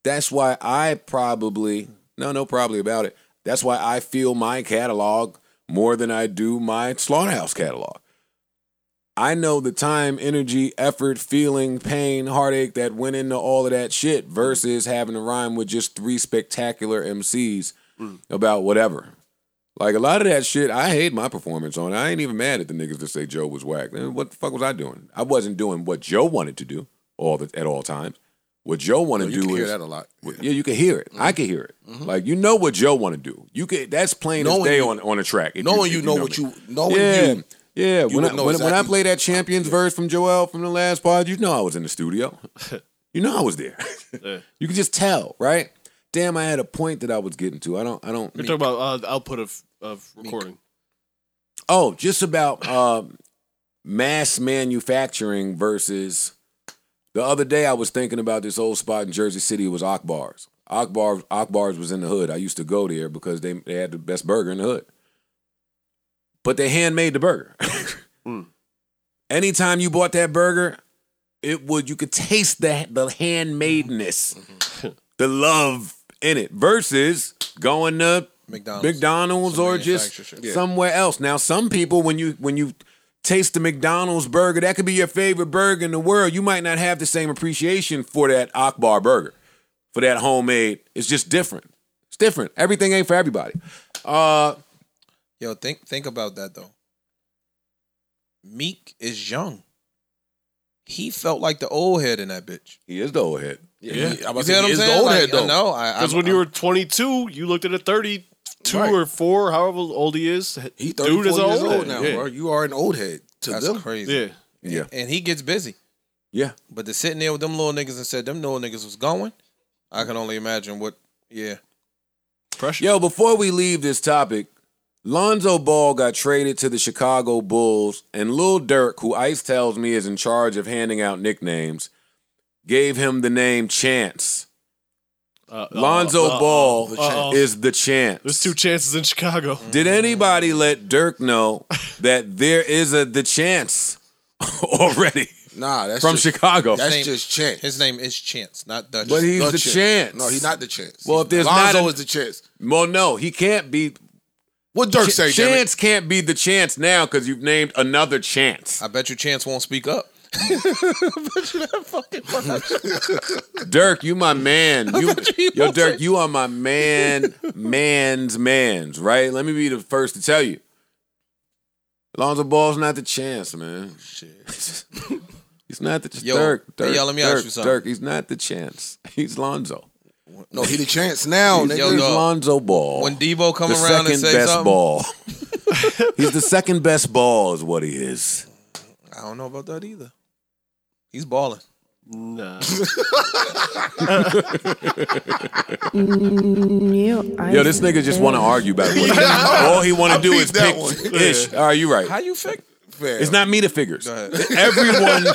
Speaker 3: That's why I probably no, no, probably about it. That's why I feel my catalog more than I do my slaughterhouse catalog. I know the time, energy, effort, feeling, pain, heartache that went into all of that shit versus having to rhyme with just three spectacular MCs about whatever. Like a lot of that shit, I hate my performance on. I ain't even mad at the niggas that say Joe was whack. Eh, What the fuck was I doing? I wasn't doing what Joe wanted to do all the, at all times. What Joe wanted
Speaker 4: So
Speaker 3: to
Speaker 4: you
Speaker 3: do
Speaker 4: can
Speaker 3: is
Speaker 4: hear that Mm-hmm. a lot.
Speaker 3: yeah, you can hear it. I can hear it. Like you know what Joe want to do. You can. That's plain
Speaker 4: Knowing
Speaker 3: as day
Speaker 4: you-
Speaker 3: on on a track. if
Speaker 4: Knowing you,
Speaker 3: if
Speaker 4: know what
Speaker 3: me.
Speaker 4: you knowing
Speaker 3: yeah.
Speaker 4: you.
Speaker 3: Yeah, when,
Speaker 4: would
Speaker 3: I,
Speaker 4: know
Speaker 3: when, when I
Speaker 4: exactly-
Speaker 3: play that Champions verse from Joel from the last pod, you know I was in the studio. you know I was there.
Speaker 1: Yeah.
Speaker 3: you can just tell, right? Damn, I had a point that I was getting to. I don't, I don't.
Speaker 1: You're talking about uh, the output of of recording.
Speaker 3: Oh, just about um mass manufacturing versus. The other day, I was thinking about this old spot in Jersey City. It was Akbar's. Akbar, Akbar's was in the hood. I used to go there because they, they had the best burger in the hood. but they handmade the burger. Anytime you bought that burger, it would you could taste the the handmadeness, the love in it versus going to
Speaker 2: McDonald's.
Speaker 3: McDonald's
Speaker 2: Some
Speaker 3: or just
Speaker 2: manufacturer shit. Yeah.
Speaker 3: somewhere else. Now, some people when you when you taste the McDonald's burger, that could be your favorite burger in the world. You might not have the same appreciation for that Akbar burger, for that homemade. It's just different. It's different. Everything ain't for everybody. Uh,
Speaker 2: Yo, think think about that though. Meek is young. He felt like the old head in that bitch.
Speaker 3: he is the old head.
Speaker 4: Yeah, I
Speaker 2: You
Speaker 4: was
Speaker 2: see what I'm
Speaker 4: the
Speaker 2: saying?
Speaker 4: old
Speaker 2: Like,
Speaker 4: head though.
Speaker 2: I know. I,
Speaker 1: Because
Speaker 2: I'm-
Speaker 1: when you
Speaker 2: I'm-
Speaker 1: were 22, you looked at a 32
Speaker 4: Right.
Speaker 1: or 4, however old he is.
Speaker 4: He
Speaker 1: Dude
Speaker 4: 34
Speaker 1: is
Speaker 4: years
Speaker 1: an
Speaker 4: old,
Speaker 1: old head,
Speaker 4: now,
Speaker 1: yeah.
Speaker 4: bro. You are an old head to
Speaker 2: that's
Speaker 4: them.
Speaker 2: crazy.
Speaker 1: Yeah.
Speaker 3: Yeah,
Speaker 2: And he gets busy.
Speaker 3: yeah.
Speaker 2: But to sitting there with them little niggas and said them little niggas was going, I can only imagine what. Yeah,
Speaker 1: Pressure.
Speaker 3: Yo, before we leave this topic, Lonzo Ball got traded to the Chicago Bulls, and Lil Durk, who Ice tells me is in charge of handing out nicknames, gave him the name Chance.
Speaker 1: Uh, uh,
Speaker 3: Lonzo
Speaker 1: uh,
Speaker 3: Ball
Speaker 1: uh, uh,
Speaker 3: is the Chance.
Speaker 1: There's two chances in Chicago.
Speaker 3: Did anybody let Dirk know that there is a the Chance already
Speaker 4: Nah, that's
Speaker 3: from
Speaker 4: just,
Speaker 3: Chicago?
Speaker 4: That's
Speaker 2: Name-
Speaker 4: just chance.
Speaker 2: his name is Chance, not Dutch.
Speaker 3: But he's
Speaker 4: The
Speaker 3: the, Chance.
Speaker 4: No, he's not the chance.
Speaker 3: Well, if there's
Speaker 4: Lonzo
Speaker 3: not a-
Speaker 4: is the chance.
Speaker 3: Well, no, he can't be.
Speaker 4: What Dirk
Speaker 3: Ch-
Speaker 4: say? damn it?
Speaker 3: chance can't be the Chance now because you've named another Chance.
Speaker 2: I bet you Chance won't speak up.
Speaker 3: Dirk, you my man. You,
Speaker 2: you
Speaker 3: yo,
Speaker 2: won't
Speaker 3: Dirk,
Speaker 2: say-
Speaker 3: you are my man, man's man's, right? Let me be the first to tell you. Lonzo Ball's not the chance, man. Shit. he's not the
Speaker 2: Oh, Yo,
Speaker 3: Dirk,
Speaker 2: hey,
Speaker 3: Dirk,
Speaker 2: yo, let me
Speaker 3: Dirk,
Speaker 2: ask you something.
Speaker 3: Dirk, he's not the chance. He's Lonzo.
Speaker 4: No, he the chance now.
Speaker 3: He's,
Speaker 4: nigga.
Speaker 2: Yo,
Speaker 3: he's
Speaker 2: dog.
Speaker 3: Lonzo Ball.
Speaker 2: When Debo come
Speaker 3: the
Speaker 2: around
Speaker 3: second
Speaker 2: and say
Speaker 3: best
Speaker 2: something,
Speaker 3: ball. he's the second best ball is what he is.
Speaker 2: I don't know about that either. He's balling.
Speaker 1: Nah.
Speaker 7: New
Speaker 3: Yo, this nigga just want to argue about it. All he want to do is
Speaker 4: that
Speaker 3: pick
Speaker 4: one.
Speaker 3: ish. All right, you right.
Speaker 2: How you fix?
Speaker 4: Fair.
Speaker 3: It's not me that figures.
Speaker 2: ahead.
Speaker 3: Everyone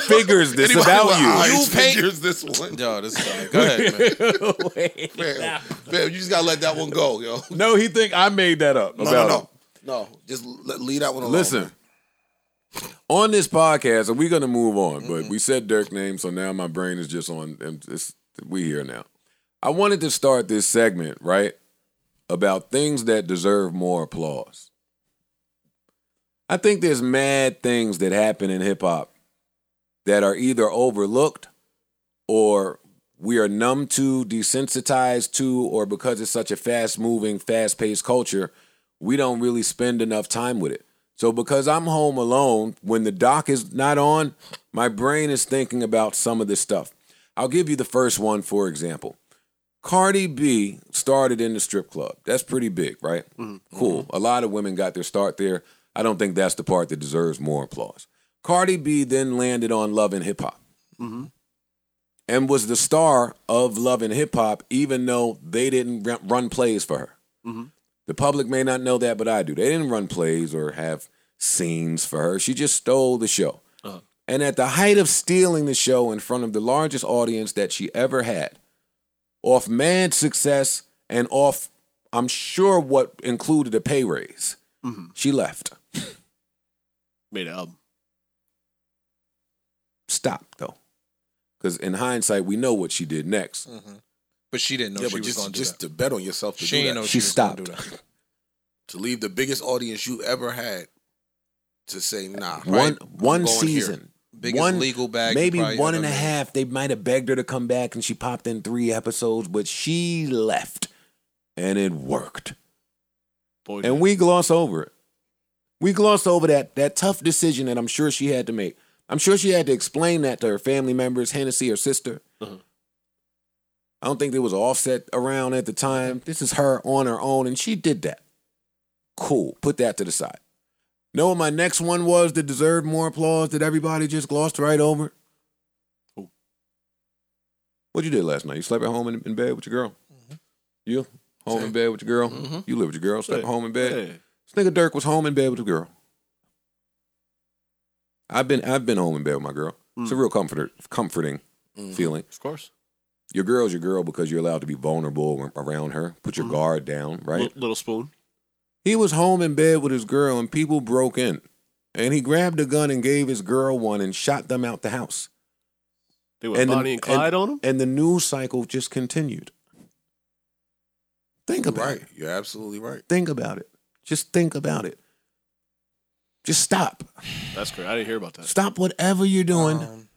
Speaker 3: figures this
Speaker 4: Anybody with
Speaker 3: about you.
Speaker 4: eyes
Speaker 2: You paint-
Speaker 4: figures this one.
Speaker 2: Yo, this guy. Go ahead, man.
Speaker 4: Fam, fam, you just gotta let that one go, yo.
Speaker 3: No, he think I made that up.
Speaker 4: No,
Speaker 3: about
Speaker 4: no,
Speaker 3: him.
Speaker 4: no, no. Just let, leave that one alone.
Speaker 3: Listen, on this podcast, and we're gonna move on,
Speaker 4: Mm-hmm.
Speaker 3: but we said Dirk name, so now my brain is just on. And it's, we here now. I wanted to start this segment right about things that deserve more applause. I think there's mad things that happen in hip hop that are either overlooked or we are numb to, desensitized to, or because it's such a fast moving, fast paced culture, we don't really spend enough time with it. So because I'm home alone, when the doc is not on, my brain is thinking about some of this stuff. I'll give you the first one, for example. Cardi B started in the strip club. That's pretty big, right? Cool. A lot of women got their start there. I don't think that's the part that deserves more applause. Cardi B then landed on Love and Hip Hop and was the star of Love and Hip Hop, even though they didn't r- run plays for her. The public may not know that, but I do. They didn't run plays or have scenes for her. She just stole the show. And at the height of stealing the show in front of the largest audience that she ever had, off mad success and off, I'm sure, what included a pay raise, she left.
Speaker 1: Made an album.
Speaker 3: Stop, though. Because in hindsight, we know what she did next.
Speaker 2: But she didn't know
Speaker 4: yeah,
Speaker 2: she
Speaker 4: but
Speaker 2: was gonna
Speaker 4: just,
Speaker 2: do
Speaker 4: just
Speaker 2: that.
Speaker 4: to bet on yourself to
Speaker 2: She
Speaker 4: do
Speaker 2: ain't
Speaker 4: that.
Speaker 2: know
Speaker 3: She
Speaker 2: she, was gonna do
Speaker 3: stopped.
Speaker 2: that.
Speaker 4: to leave the biggest audience you ever had to say nah.
Speaker 3: one
Speaker 4: I'm
Speaker 3: one
Speaker 4: going here.
Speaker 3: season.
Speaker 2: Biggest
Speaker 3: one,
Speaker 2: legal bag you
Speaker 3: maybe
Speaker 2: probably
Speaker 3: one
Speaker 2: ever
Speaker 3: and
Speaker 2: made.
Speaker 3: a half. They might have begged her to come back, and she popped in three episodes, but she left, and it worked.
Speaker 1: Boy,
Speaker 3: And we gloss over it. We gloss over that that tough decision that I'm sure she had to make. I'm sure she had to explain that to her family members, Hennessy, her sister.
Speaker 2: Uh-huh.
Speaker 3: I don't think there was an offset around at the time. This is her on her own, and she did that. Cool. Put that to the side. Know what my next one was that deserved more applause that everybody just glossed right over?
Speaker 1: Who?
Speaker 3: What you did last night? You slept at home in, in bed with your girl? You? Home in bed with your girl? You live with your girl, slept
Speaker 1: Yeah.
Speaker 3: home in bed.
Speaker 1: Yeah.
Speaker 3: This nigga Dirk was home in bed with a girl. I've been I've been home in bed with my girl. It's a real comforter, comforting feeling.
Speaker 1: Of course.
Speaker 3: Your girl's your girl because you're allowed to be vulnerable ar- around her. Put your guard down, right?
Speaker 1: Li- little spoon.
Speaker 3: He was home in bed with his girl and people broke in. And he grabbed a gun and gave his girl one and shot them out the house.
Speaker 1: They went
Speaker 3: the-
Speaker 1: Bonnie and Clyde on him.
Speaker 3: And the news cycle just continued. Think about
Speaker 4: Right.
Speaker 3: it.
Speaker 4: You're absolutely right.
Speaker 3: Think about it. Just think about it. Just stop.
Speaker 1: That's great. I didn't hear about that.
Speaker 3: Stop whatever you're doing
Speaker 4: Um,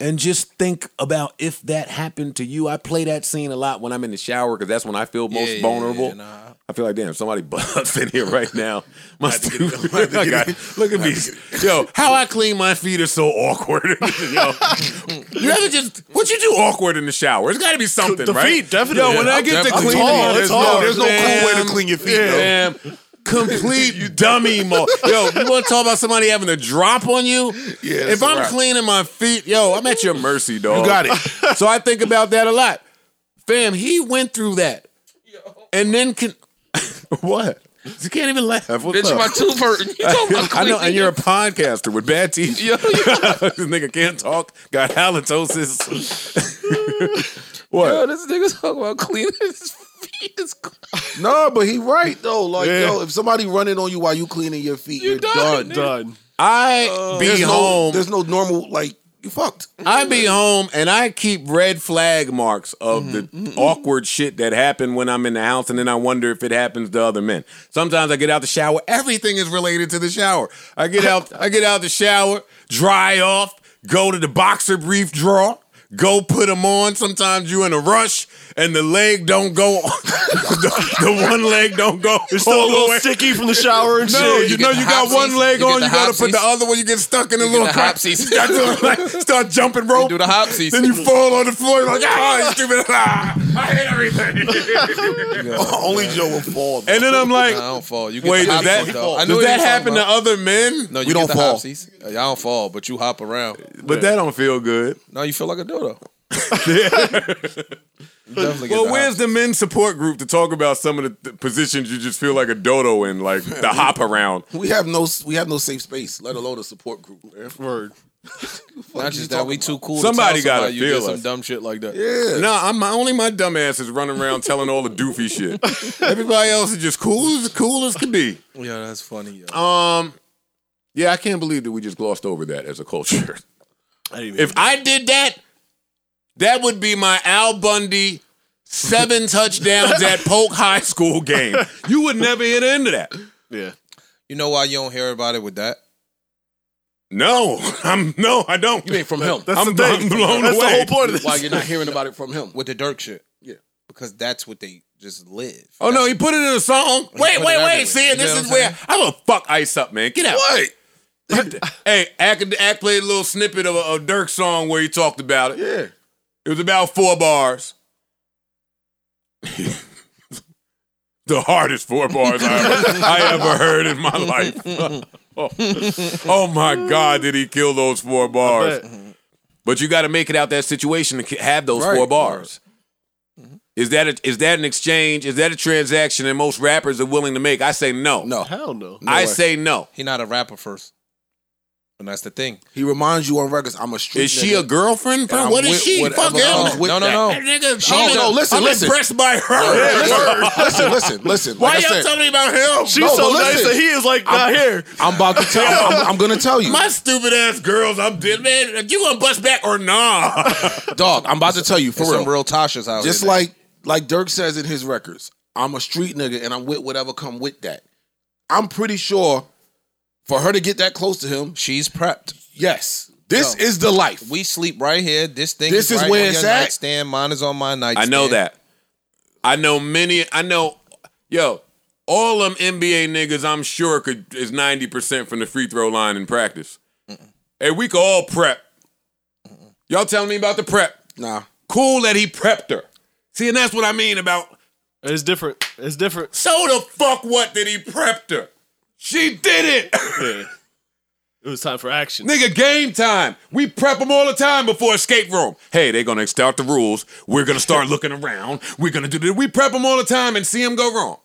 Speaker 3: and just think about if that happened to you. I play that scene a lot when I'm in the shower because that's when I feel most
Speaker 2: Yeah, yeah,
Speaker 3: vulnerable.
Speaker 2: yeah, nah.
Speaker 3: I feel like damn, somebody busts in here right now. My stupid,
Speaker 4: I had to
Speaker 3: I
Speaker 4: get
Speaker 3: got-
Speaker 4: it.
Speaker 3: look at
Speaker 4: I had
Speaker 3: me,
Speaker 4: to get
Speaker 3: yo. How I clean my feet is so awkward. yo, you ever just what you do awkward in the shower? It's got to be something,
Speaker 1: The
Speaker 3: right?
Speaker 1: feet, definitely.
Speaker 3: Yo, when I get to
Speaker 1: It's
Speaker 3: clean,
Speaker 1: hard,
Speaker 3: there's
Speaker 1: it's
Speaker 3: no-
Speaker 1: hard.
Speaker 3: there's no
Speaker 4: Damn.
Speaker 3: cool way to clean your feet. though. Damn. Complete dummy mode. Yo, you want to talk about somebody having a drop on you?
Speaker 4: Yeah, that's
Speaker 3: If I'm
Speaker 4: a wrap.
Speaker 3: cleaning my feet, yo, I'm at your mercy, dog.
Speaker 4: You got it.
Speaker 3: So I think about that a lot. Fam, he went through that. And then can what? You can't even laugh. What's
Speaker 2: Bitch,
Speaker 3: up?
Speaker 2: my tooth hurting. You talking about
Speaker 3: I know, and
Speaker 2: cleaning
Speaker 3: you're
Speaker 2: your-
Speaker 3: a podcaster with bad teeth. this nigga can't talk. Got halitosis. what?
Speaker 2: Yo, this nigga talking about cleaning his feet. It's cl-
Speaker 4: No, but he right though. Like
Speaker 1: Yeah.
Speaker 4: yo, if somebody running on you while you cleaning your feet, you're,
Speaker 2: done,
Speaker 4: done.
Speaker 2: nigga.
Speaker 1: Done.
Speaker 3: I be
Speaker 4: Uh, There's no,
Speaker 3: home.
Speaker 4: there's no normal like you fucked.
Speaker 3: I be home and I keep red flag marks of the
Speaker 2: Mm-hmm,
Speaker 3: awkward shit that happened when I'm in the house, and then I wonder if it happens to other men. Sometimes I get out the shower, everything is related to the shower. I get out, I get out the shower, dry off, go to the boxer brief drawer. Go put them on. Sometimes you in a rush and the leg don't go. the, the one leg don't go.
Speaker 1: It's still
Speaker 3: all
Speaker 1: a
Speaker 3: the
Speaker 1: little
Speaker 3: way.
Speaker 1: sticky from the shower and
Speaker 3: No,
Speaker 1: shit.
Speaker 3: you,
Speaker 2: you
Speaker 3: know
Speaker 2: get
Speaker 3: you
Speaker 2: the
Speaker 3: got
Speaker 2: hopsies,
Speaker 3: one leg
Speaker 2: you get
Speaker 3: on,
Speaker 2: the
Speaker 3: you gotta put the
Speaker 2: hopsies.
Speaker 3: other one, you get stuck in a
Speaker 2: get
Speaker 3: little
Speaker 2: the
Speaker 3: crack.
Speaker 2: hopsies.
Speaker 3: You gotta do it like- start jumping rope.
Speaker 2: do the hopsies.
Speaker 3: Then you fall on the floor, you're like, ah, you stupid. Ah, I hate everything.
Speaker 4: Only Joe will fall.
Speaker 3: and then I'm like,
Speaker 2: Nah, I don't fall. You get
Speaker 3: wait,
Speaker 2: the
Speaker 3: does
Speaker 2: hopsies,
Speaker 3: that,
Speaker 2: though. I know
Speaker 3: does
Speaker 2: what
Speaker 3: that
Speaker 2: you're talking
Speaker 3: happen to
Speaker 2: about.
Speaker 3: other men?
Speaker 2: No, you get
Speaker 4: We don't
Speaker 2: the
Speaker 4: fall.
Speaker 2: Hopsies. I don't fall, but you hop around.
Speaker 3: But that don't feel good.
Speaker 2: No, you feel like a dildo. You definitely get
Speaker 3: Well,
Speaker 2: the
Speaker 3: where's the men's support group to talk about some of the th- positions you just feel like a dodo in, like the hop around?
Speaker 4: We have no we have no safe space, let alone a support group. Man.
Speaker 1: Word.
Speaker 2: hopsies. Not just that we too cool.
Speaker 3: Somebody
Speaker 2: to tell
Speaker 3: gotta
Speaker 2: somebody you
Speaker 3: feel
Speaker 2: did some
Speaker 3: us.
Speaker 2: dumb shit like that.
Speaker 4: Yeah.
Speaker 3: No, I'm my, only my dumb ass is running around telling all the doofy shit. Everybody else is just cool as cool as could be.
Speaker 2: Yeah, that's funny. Yo.
Speaker 3: Um, yeah, I can't believe that we just glossed over that as a culture.
Speaker 1: I didn't even
Speaker 3: If I did that, that would be my Al Bundy seven touchdowns at Polk High School game. You would never hear the end of that.
Speaker 1: yeah.
Speaker 2: You know why you don't hear about it with that?
Speaker 3: No, I'm no, I don't.
Speaker 4: You ain't from him.
Speaker 1: That's
Speaker 3: I'm,
Speaker 1: the
Speaker 3: I'm
Speaker 1: thing.
Speaker 3: blown
Speaker 1: That's
Speaker 3: away.
Speaker 1: the whole point of this.
Speaker 4: Why you're not hearing about it from him?
Speaker 2: With the Dirk shit.
Speaker 4: Yeah. Uh,
Speaker 2: Because that's what they just live.
Speaker 3: Oh no, he put it in a song. Wait,
Speaker 2: put it
Speaker 3: wait, wait.
Speaker 2: everywhere.
Speaker 3: See,
Speaker 2: You
Speaker 3: this
Speaker 2: know what
Speaker 3: is
Speaker 2: I'm
Speaker 3: where I'm gonna fuck Ice up, man. Get out.
Speaker 4: What?
Speaker 3: hey, Act, Act played a little snippet of a, a Dirk song where he talked about it.
Speaker 4: Yeah.
Speaker 3: It was about four bars. the hardest four bars I ever, I ever heard in my life. oh my God, did he kill those four bars?
Speaker 1: But
Speaker 3: But you got to make it out that situation to have those
Speaker 4: Right.
Speaker 3: four bars.
Speaker 2: Mm-hmm.
Speaker 3: Is that a, is that an exchange? Is that a transaction that most rappers are willing to make? I say no.
Speaker 4: No.
Speaker 1: hell no.
Speaker 3: I
Speaker 4: way.
Speaker 3: say no.
Speaker 2: He not a rapper first. And that's the thing.
Speaker 4: He reminds you on records, I'm a street.
Speaker 3: Is she a
Speaker 4: nigga.
Speaker 3: girlfriend?
Speaker 4: And
Speaker 3: Bro?
Speaker 4: I'm
Speaker 3: What is
Speaker 4: with
Speaker 3: she?
Speaker 4: whatever
Speaker 3: Fuck him.
Speaker 4: comes
Speaker 2: No,
Speaker 4: with
Speaker 2: no, no,
Speaker 4: that.
Speaker 2: no.
Speaker 3: That nigga-
Speaker 4: She don't- no, listen,
Speaker 3: I'm
Speaker 4: listen.
Speaker 3: impressed by her.
Speaker 4: listen, listen, listen.
Speaker 3: Why
Speaker 4: Like I
Speaker 3: y'all
Speaker 4: said,
Speaker 3: telling me about him?
Speaker 1: She's
Speaker 4: No,
Speaker 1: so
Speaker 4: but
Speaker 1: nice
Speaker 4: listen.
Speaker 1: that he is like not here.
Speaker 4: I'm about to tell. I'm, I'm- I'm gonna tell you,
Speaker 3: My stupid ass girls, I'm dead, man. You gonna bust back or nah?
Speaker 4: dog. I'm about to tell you for
Speaker 2: There's
Speaker 4: real.
Speaker 2: some real Tasha's out
Speaker 4: Just
Speaker 2: here. now.
Speaker 4: like like Dirk says in his records, I'm a street nigga and I'm with whatever come with that. I'm pretty sure for her to get that close to him,
Speaker 2: she's prepped.
Speaker 4: yes, this is the life.
Speaker 2: We sleep right here. This thing.
Speaker 4: This is
Speaker 2: right
Speaker 4: where
Speaker 2: on
Speaker 4: it's
Speaker 2: your
Speaker 4: at.
Speaker 2: Nightstand. Mine is on my
Speaker 3: I
Speaker 2: nightstand.
Speaker 3: know that. I know many. I know, yo, all them NBA niggas. I'm sure could is ninety percent from the free throw line in practice. Hey, we could all prep. Y'all telling me about the prep?
Speaker 4: nah,
Speaker 3: Cool that he prepped her. See, and that's what I mean about.
Speaker 1: It's different. It's different.
Speaker 3: So the fuck what did he prepped her? She did it.
Speaker 1: Yeah. It was time for action.
Speaker 3: Nigga, game time. We prep them all the time before escape room. Hey, they're gonna start the rules. We're gonna start looking around. We're gonna do this. We prep them all the time and see them go wrong.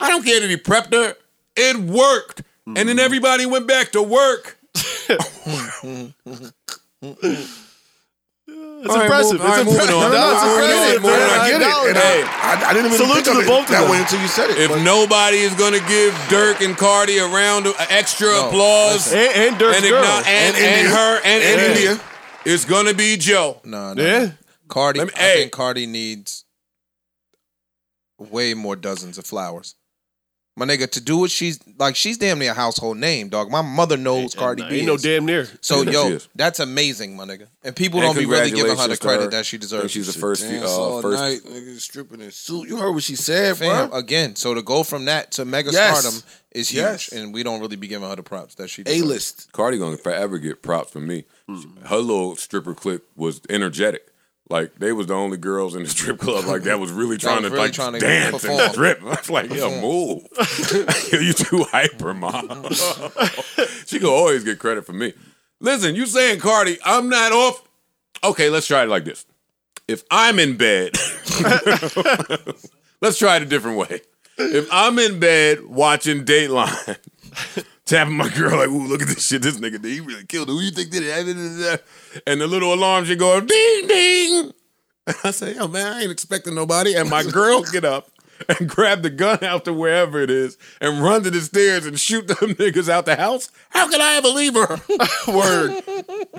Speaker 3: I don't care that he prepped her. It worked. And
Speaker 2: Mm-hmm.
Speaker 3: then everybody went back to work.
Speaker 1: It's impressive.
Speaker 3: All right,
Speaker 1: it's
Speaker 3: move-
Speaker 1: impressive.
Speaker 3: all right, moving on.
Speaker 1: No,
Speaker 3: No,
Speaker 1: it's
Speaker 3: no,
Speaker 1: impressive,
Speaker 3: I get it,
Speaker 1: man.
Speaker 3: man.
Speaker 1: I get it.
Speaker 4: And
Speaker 3: Hey.
Speaker 4: I, I, I didn't even
Speaker 1: Salute
Speaker 4: think
Speaker 1: to
Speaker 4: of
Speaker 1: the
Speaker 4: it
Speaker 1: both of
Speaker 4: that
Speaker 1: them.
Speaker 4: way until you said it.
Speaker 3: If
Speaker 4: but-
Speaker 3: nobody is going to give Dirk and Cardi a round of extra applause
Speaker 1: And, and Dirk's
Speaker 3: and,
Speaker 1: girl.
Speaker 3: acknow-
Speaker 4: And
Speaker 3: and, and
Speaker 4: India.
Speaker 3: her and,
Speaker 4: And
Speaker 3: India,
Speaker 4: India.
Speaker 3: it's going to be Joe.
Speaker 2: No, no.
Speaker 1: yeah.
Speaker 2: Cardi,
Speaker 3: Let me-
Speaker 2: I
Speaker 3: hey.
Speaker 2: think Cardi needs way more dozens of flowers. My nigga, to do what she's like, she's damn near a household name, dog. My mother knows Cardi
Speaker 1: Nah,
Speaker 2: B.
Speaker 1: Ain't no
Speaker 2: is.
Speaker 1: damn near.
Speaker 2: So
Speaker 3: Yeah, she
Speaker 2: yo,
Speaker 3: is.
Speaker 2: that's amazing, my nigga. And people
Speaker 3: And
Speaker 2: don't be really giving her the
Speaker 3: congratulations to her.
Speaker 2: credit that she
Speaker 3: I think
Speaker 2: deserves.
Speaker 3: she's the first
Speaker 4: Dance
Speaker 3: uh,
Speaker 4: all
Speaker 3: first
Speaker 4: night, nigga, stripping in suit. You heard what she said,
Speaker 2: Fam,
Speaker 4: bro.
Speaker 2: again, so to go from that to mega
Speaker 4: Yes.
Speaker 2: stardom is huge,
Speaker 4: Yes.
Speaker 2: and we don't really be giving her the props that she
Speaker 4: A
Speaker 2: deserves.
Speaker 4: list.
Speaker 3: Cardi gonna forever get props from me.
Speaker 2: Hmm.
Speaker 3: Her little stripper clip was energetic. Like they was the only girls in the strip club. Like that was really trying to
Speaker 2: really
Speaker 3: like
Speaker 2: trying to
Speaker 3: dance
Speaker 2: perform.
Speaker 3: and strip. I was like, yo, move. you too hyper, mom. she can always get credit for me. Listen, you saying Cardi, I'm not off. Okay, let's try it like this. If I'm in bed, let's try it a different way. If I'm in bed watching Dateline, tapping my girl like, "Ooh, look at this shit! This nigga, did he really killed it. Who you think did it?" And the little alarm should go, "Ding, ding!" And I say, "Yo, man, I ain't expecting nobody." And my girl get up and grab the gun out to wherever it is and run to the stairs and shoot them niggas out the house. How can I ever leave her?
Speaker 4: Word.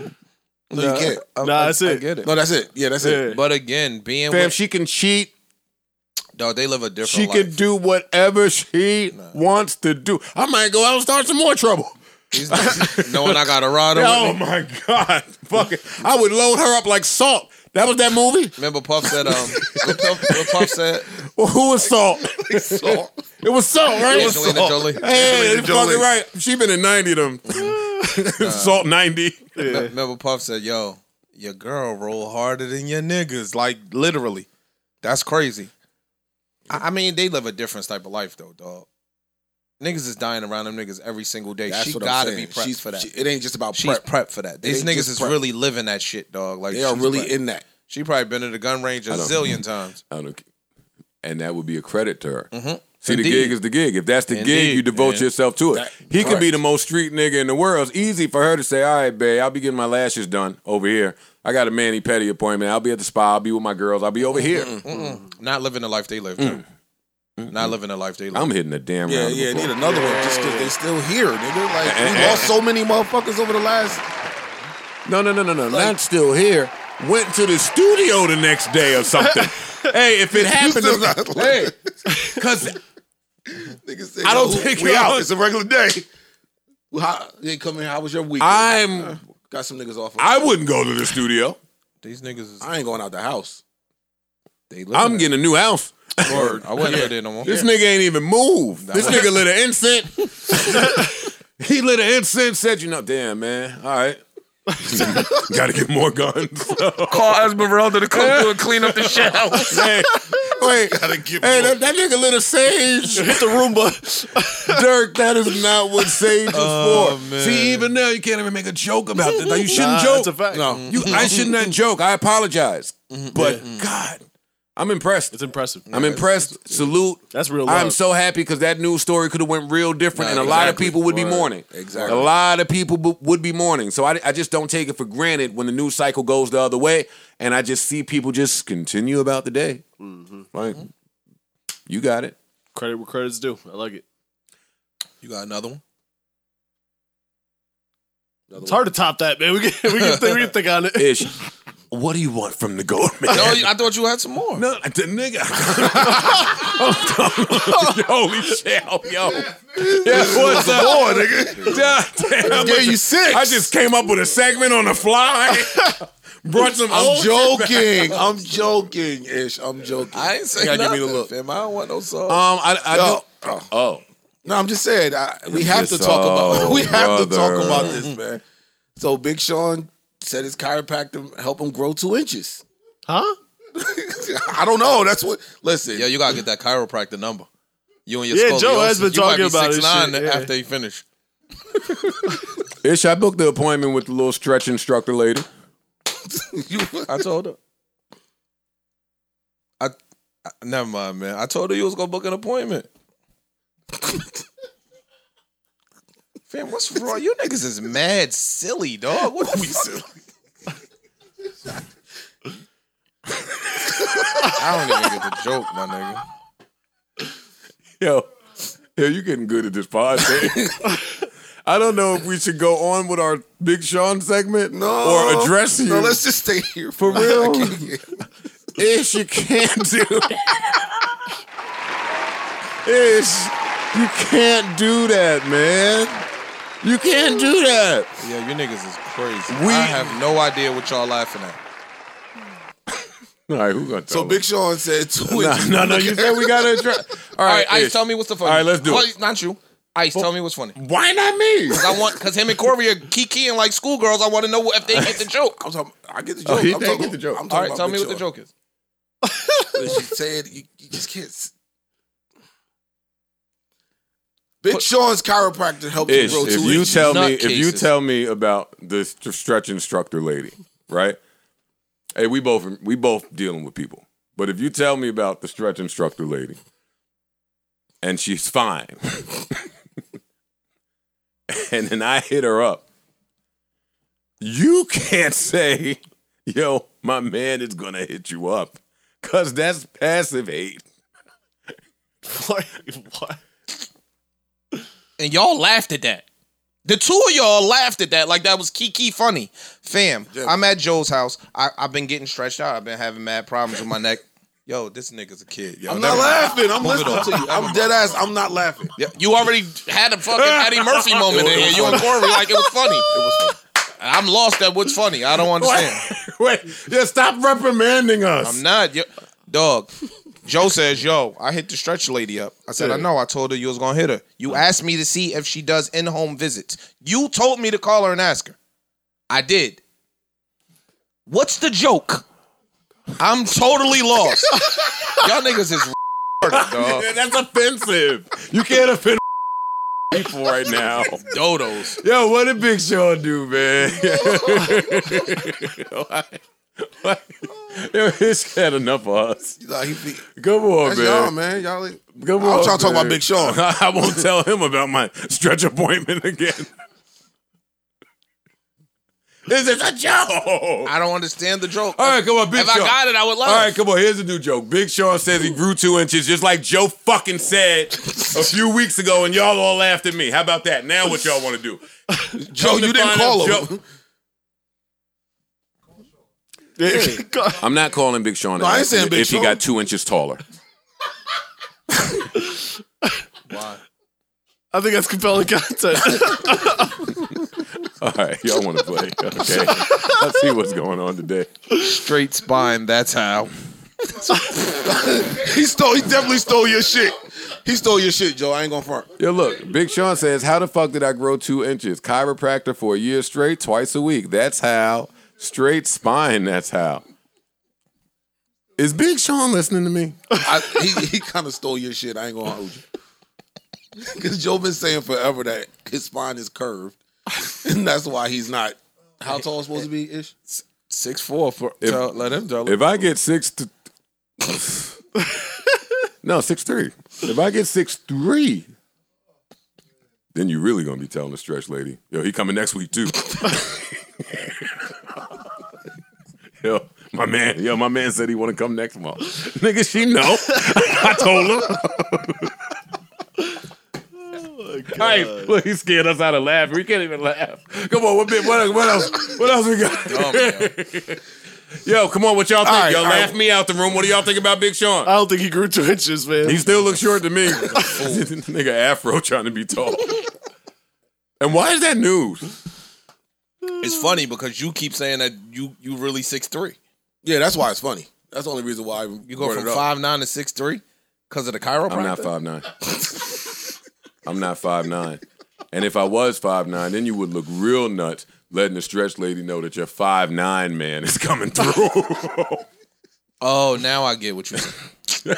Speaker 4: no, you can't.
Speaker 1: Nah, that's
Speaker 2: I
Speaker 1: it.
Speaker 2: get it.
Speaker 4: No, that's it. Yeah, that's it.
Speaker 1: Yeah.
Speaker 2: But again, being
Speaker 3: Fam,
Speaker 2: with
Speaker 3: she can cheat.
Speaker 2: dog, they live a different
Speaker 3: She
Speaker 2: life.
Speaker 3: can do whatever she wants to do. I might go out and start some more trouble.
Speaker 2: These niggas knowing I got a rider
Speaker 3: Oh
Speaker 2: with me.
Speaker 3: my god, fuck it. I would load her up like salt. That was that movie.
Speaker 2: Remember Puff said, um, what Puff, what Puff said?
Speaker 3: Well, who was salt? It was salt, right?
Speaker 2: Angelina Jolie.
Speaker 3: Hey, you're fucking right. She been in ninety of them. salt ninety.
Speaker 2: Remember Puff said, yo, your girl roll harder than your niggas. Like, literally. That's crazy. I, I mean, they live a different type of life, though, dog. Niggas is dying around them niggas every single day.
Speaker 4: That's
Speaker 2: she
Speaker 4: what I'm
Speaker 2: gotta be
Speaker 4: saying.
Speaker 2: prepped
Speaker 4: She's-
Speaker 2: for that.
Speaker 4: she- it ain't just about
Speaker 2: She's
Speaker 4: prep.
Speaker 2: prepped for that. These
Speaker 4: ain't
Speaker 2: niggas
Speaker 4: just
Speaker 2: is
Speaker 4: prep.
Speaker 2: really living that shit, dog. Like
Speaker 4: They are
Speaker 2: she's
Speaker 4: really
Speaker 2: prepped.
Speaker 4: in that.
Speaker 2: She probably been to the gun range a
Speaker 3: don't-
Speaker 2: zillion times.
Speaker 3: I don't. And that would be a credit to her. See,
Speaker 2: Indeed.
Speaker 3: the gig is the gig. If that's the gig,
Speaker 2: Indeed,
Speaker 3: you devote
Speaker 2: man.
Speaker 3: yourself to it.
Speaker 4: That-
Speaker 3: he could be
Speaker 4: correct.
Speaker 3: the most street nigga in the world. It's easy for her to say, "All right, babe, I'll be getting my lashes done over here. I got a mani petty appointment. I'll be at the spa. I'll be with my girls. I'll be over here.
Speaker 2: Not living the life they live. Not living the life they live.
Speaker 3: I'm hitting the damn
Speaker 4: Yeah,
Speaker 3: round of
Speaker 4: yeah,
Speaker 3: applause.
Speaker 4: need another one just because they still here, nigga. Like we
Speaker 3: eh,
Speaker 4: lost so many motherfuckers over the last.
Speaker 3: No, no, no, no, no. Not still here. Went to the studio the next day or something. hey, if it happened,
Speaker 4: still
Speaker 3: to,
Speaker 4: not like-
Speaker 3: hey, because
Speaker 4: Niggas say,
Speaker 3: I don't
Speaker 4: "Yo,
Speaker 3: think
Speaker 4: we
Speaker 3: y'all-
Speaker 4: out. It's a regular day. Well, how, they come in. How was your week?
Speaker 3: I'm,
Speaker 4: Got some niggas off. Of, I,
Speaker 3: I wouldn't go to the studio.
Speaker 2: These niggas is
Speaker 4: ain't going out the house.
Speaker 2: they live.
Speaker 3: I'm getting a new house.
Speaker 2: bored. I wouldn't live there no more.
Speaker 3: This nigga ain't even moved. This nigga lit an incense. he lit an incense. Said, you know, damn man, all right. Got to get more guns.
Speaker 2: Call Esmeralda to come through and clean up the shit house.
Speaker 3: hey, wait.
Speaker 4: Gotta get
Speaker 3: Hey,
Speaker 4: more.
Speaker 3: that, that nigga lit a sage.
Speaker 1: Hit the Roomba.
Speaker 3: Dirk, that is not what Sage is
Speaker 2: Oh,
Speaker 3: for.
Speaker 2: man.
Speaker 3: See, even now you can't even make a joke about this. Like, you shouldn't
Speaker 1: Nah,
Speaker 3: joke.
Speaker 1: that's a fact. No.
Speaker 3: You, I shouldn't not joke. I apologize. But God, I'm impressed.
Speaker 1: It's impressive.
Speaker 3: I'm impressed. Salute.
Speaker 1: That's real
Speaker 3: I'm
Speaker 1: love.
Speaker 3: so happy because that news story could have went real different,
Speaker 2: Nah,
Speaker 3: and a lot of
Speaker 2: exactly.
Speaker 3: people would be
Speaker 2: Word.
Speaker 3: mourning.
Speaker 4: Exactly.
Speaker 3: A lot of people bu- would be mourning. So I, I just don't take it for granted when the news cycle goes the other way, and I just see people just continue about the day. Like, you got it.
Speaker 1: Credit where credit's due. I like it.
Speaker 2: You got another one?
Speaker 1: It's hard to top that, man. We can, we can, think, we can think on it.
Speaker 3: Ish. What do you want from the goat man?
Speaker 4: Oh,
Speaker 2: No, I thought you had some more.
Speaker 3: No, the nigga. Holy shit, yo. Yeah, what's up? Boy, nigga. damn,
Speaker 4: Yeah, you six.
Speaker 3: I just came up with a segment on the fly. Brought some
Speaker 4: I'm
Speaker 3: old shit back.
Speaker 4: joking. I'm joking, ish. I'm joking.
Speaker 2: I ain't saying
Speaker 4: You gotta
Speaker 2: nothing.
Speaker 4: give me the look.
Speaker 2: Fam, I don't want no song.
Speaker 3: Um, I, I
Speaker 4: Yo.
Speaker 3: do. Oh,
Speaker 4: No, I'm just saying. I, we have to
Speaker 3: just-
Speaker 4: talk about.
Speaker 3: oh,
Speaker 4: We have to talk
Speaker 3: brother.
Speaker 4: about this, man. So Big Sean said his chiropractor help him grow two inches.
Speaker 1: Huh?
Speaker 4: I don't know. That's what. Listen,
Speaker 2: Yo, you gotta get that chiropractor number. You and your
Speaker 1: Yeah, Joe has
Speaker 2: scoliosis.
Speaker 1: been
Speaker 2: You might
Speaker 1: talking
Speaker 2: be
Speaker 1: about this
Speaker 2: 6'9"
Speaker 1: shit, yeah.
Speaker 2: after you finish.
Speaker 3: Ish, I booked the appointment with the little stretch instructor lady.
Speaker 4: you,
Speaker 2: I told her. I, I never mind, man. I told her you was gonna book an appointment. Fam, what's wrong? You niggas is mad silly, dog. What the fuck? I don't even get the joke, my nigga.
Speaker 3: Yo, yo, you getting good at this pod thing. I don't know if we should go on with our Big Sean segment or address you.
Speaker 4: No, let's just stay here for
Speaker 3: real? Ish, you can't do. Ish, you can't do that, man. You can't do that.
Speaker 2: Yo, you niggas is crazy.
Speaker 3: We-
Speaker 2: I have no idea what y'all laughing at.
Speaker 3: All right, who gonna
Speaker 4: So
Speaker 3: tell
Speaker 4: Big Sean said two
Speaker 3: No,
Speaker 4: inches.
Speaker 3: no, no. You said we gotta address. All
Speaker 2: All
Speaker 3: right,
Speaker 2: right, Ice,
Speaker 3: Ish.
Speaker 2: tell me what's the funny.
Speaker 3: All right, let's do
Speaker 2: Well,
Speaker 3: it.
Speaker 2: Not you. Ice, tell me what's funny.
Speaker 3: Why not me?
Speaker 2: 'Cause I want, because him and Corey are kiki and like schoolgirls. I want to know if they get the joke.
Speaker 4: I'm talking. I get the
Speaker 3: Oh,
Speaker 4: joke.
Speaker 3: he
Speaker 4: I'm
Speaker 3: did
Speaker 4: talking,
Speaker 3: get the joke.
Speaker 4: I'm talking
Speaker 2: All right,
Speaker 4: about
Speaker 2: tell me
Speaker 4: Big
Speaker 2: what the
Speaker 4: Sean.
Speaker 2: joke is.
Speaker 4: She said you, you just can't. s- Big Sean's chiropractor helped
Speaker 3: Ish,
Speaker 4: him grow
Speaker 3: if
Speaker 4: two
Speaker 3: you
Speaker 4: inches.
Speaker 3: tell
Speaker 2: Nut
Speaker 3: me, if you
Speaker 2: cases.
Speaker 3: tell me about this st- stretch instructor lady, right? Hey, we both we both dealing with people, but if you tell me about the stretch instructor lady, and she's fine, and then I hit her up, you can't say, "Yo, my man is gonna hit you up," because that's passive hate.
Speaker 1: Like, what?
Speaker 2: And y'all laughed at that. The two of y'all laughed at that like that was kiki funny. Fam, I'm at Joe's house. I, I've been getting stretched out. I've been having mad problems with my neck. Yo, this nigga's a kid. Yo,
Speaker 4: I'm
Speaker 2: never
Speaker 4: not
Speaker 2: mind.
Speaker 4: laughing. I'm listening to you. I'm dead ass. I'm not laughing.
Speaker 2: Yeah, you already had a fucking Eddie Murphy moment in here. You and Corey like it was funny. I'm lost at what's funny. I don't understand.
Speaker 3: Wait, yeah, stop reprimanding us.
Speaker 2: I'm not. Yo, dog. Joe says, "Yo, I hit the stretch lady up." I said, "I know. I told her you was gonna hit her. You asked me to see if she does in-home visits. You told me to call her and ask her. I did. What's the joke? I'm totally lost. Y'all niggas is retarded, dog.
Speaker 3: Yeah, that's offensive. You can't offend people right now.
Speaker 2: Dodos.
Speaker 3: Yo, what did Big Sean do, man? Why- Yo, he's had enough of us.
Speaker 4: Nah, he, be-
Speaker 3: Come on,
Speaker 4: that's
Speaker 3: man.
Speaker 4: y'all, man. Y'all. like-
Speaker 3: Come
Speaker 4: I'm
Speaker 3: on,
Speaker 4: trying to talk about
Speaker 3: man.
Speaker 4: Big Sean.
Speaker 3: I won't tell him about my stretch appointment again. this is a joke.
Speaker 2: I don't understand the joke.
Speaker 3: All right, come on, Big
Speaker 2: if I
Speaker 3: Sean.
Speaker 2: got it, I would love.
Speaker 3: All right, come on. Here's a new joke. Big Sean says he grew two inches, just like Joe fucking said a few weeks ago, and y'all all laughed at me. How about that? Now what y'all want to do?
Speaker 4: Joe,
Speaker 3: Come to
Speaker 4: you didn't
Speaker 3: find
Speaker 4: call
Speaker 3: out,
Speaker 4: him.
Speaker 3: Joe-
Speaker 1: God.
Speaker 3: I'm not calling Big Sean.
Speaker 4: I ain't saying Big
Speaker 3: if
Speaker 4: Sean.
Speaker 3: he got two inches taller.
Speaker 1: I think that's compelling content.
Speaker 3: All right, y'all want to play? Okay, let's see what's going on today.
Speaker 2: Straight spine. That's how.
Speaker 4: He stole. He definitely stole your shit. He stole your shit, Joe. I ain't gonna front.
Speaker 3: Yo, look, Big Sean says, "How the fuck did I grow two inches? Chiropractor for a year straight, twice a week. That's how. Straight spine. That's how." Is Big Sean listening to me?
Speaker 4: I, he he kind of stole your shit. I ain't gonna hold you. Because Joe been saying forever that his spine is curved, and that's why he's not. How tall is supposed to be ish?
Speaker 2: Six four. For, tell, let him tell.
Speaker 3: If I get six, to, no six three. If I get six three, then you really gonna be telling the stretch lady, yo, he coming next week too. yo, my man, yo, my man said he want to come next month. Nigga, she know. I told him. All right, look, he scared us out of laughing. We can't even laugh. Come on, what bit? What, what else? What else we got? Yo, come on, what y'all think?
Speaker 4: right,
Speaker 3: y'all
Speaker 4: all
Speaker 3: laugh me out the room. What do y'all think about Big Sean?
Speaker 1: I don't think he grew two inches, man.
Speaker 3: he still looks short to me. Nigga afro trying to be tall. and why is that news?
Speaker 2: It's funny because you keep saying that you you really six three.
Speaker 4: Yeah, that's why it's funny. That's the only reason why
Speaker 2: You go from five nine to six three because of the chiropractor.
Speaker 3: I'm not five nine. I'm not five nine. And if I was five nine, then you would look real nuts letting the stretch lady know that your five nine man is coming through.
Speaker 2: Oh, now I get what you said.
Speaker 3: Yo,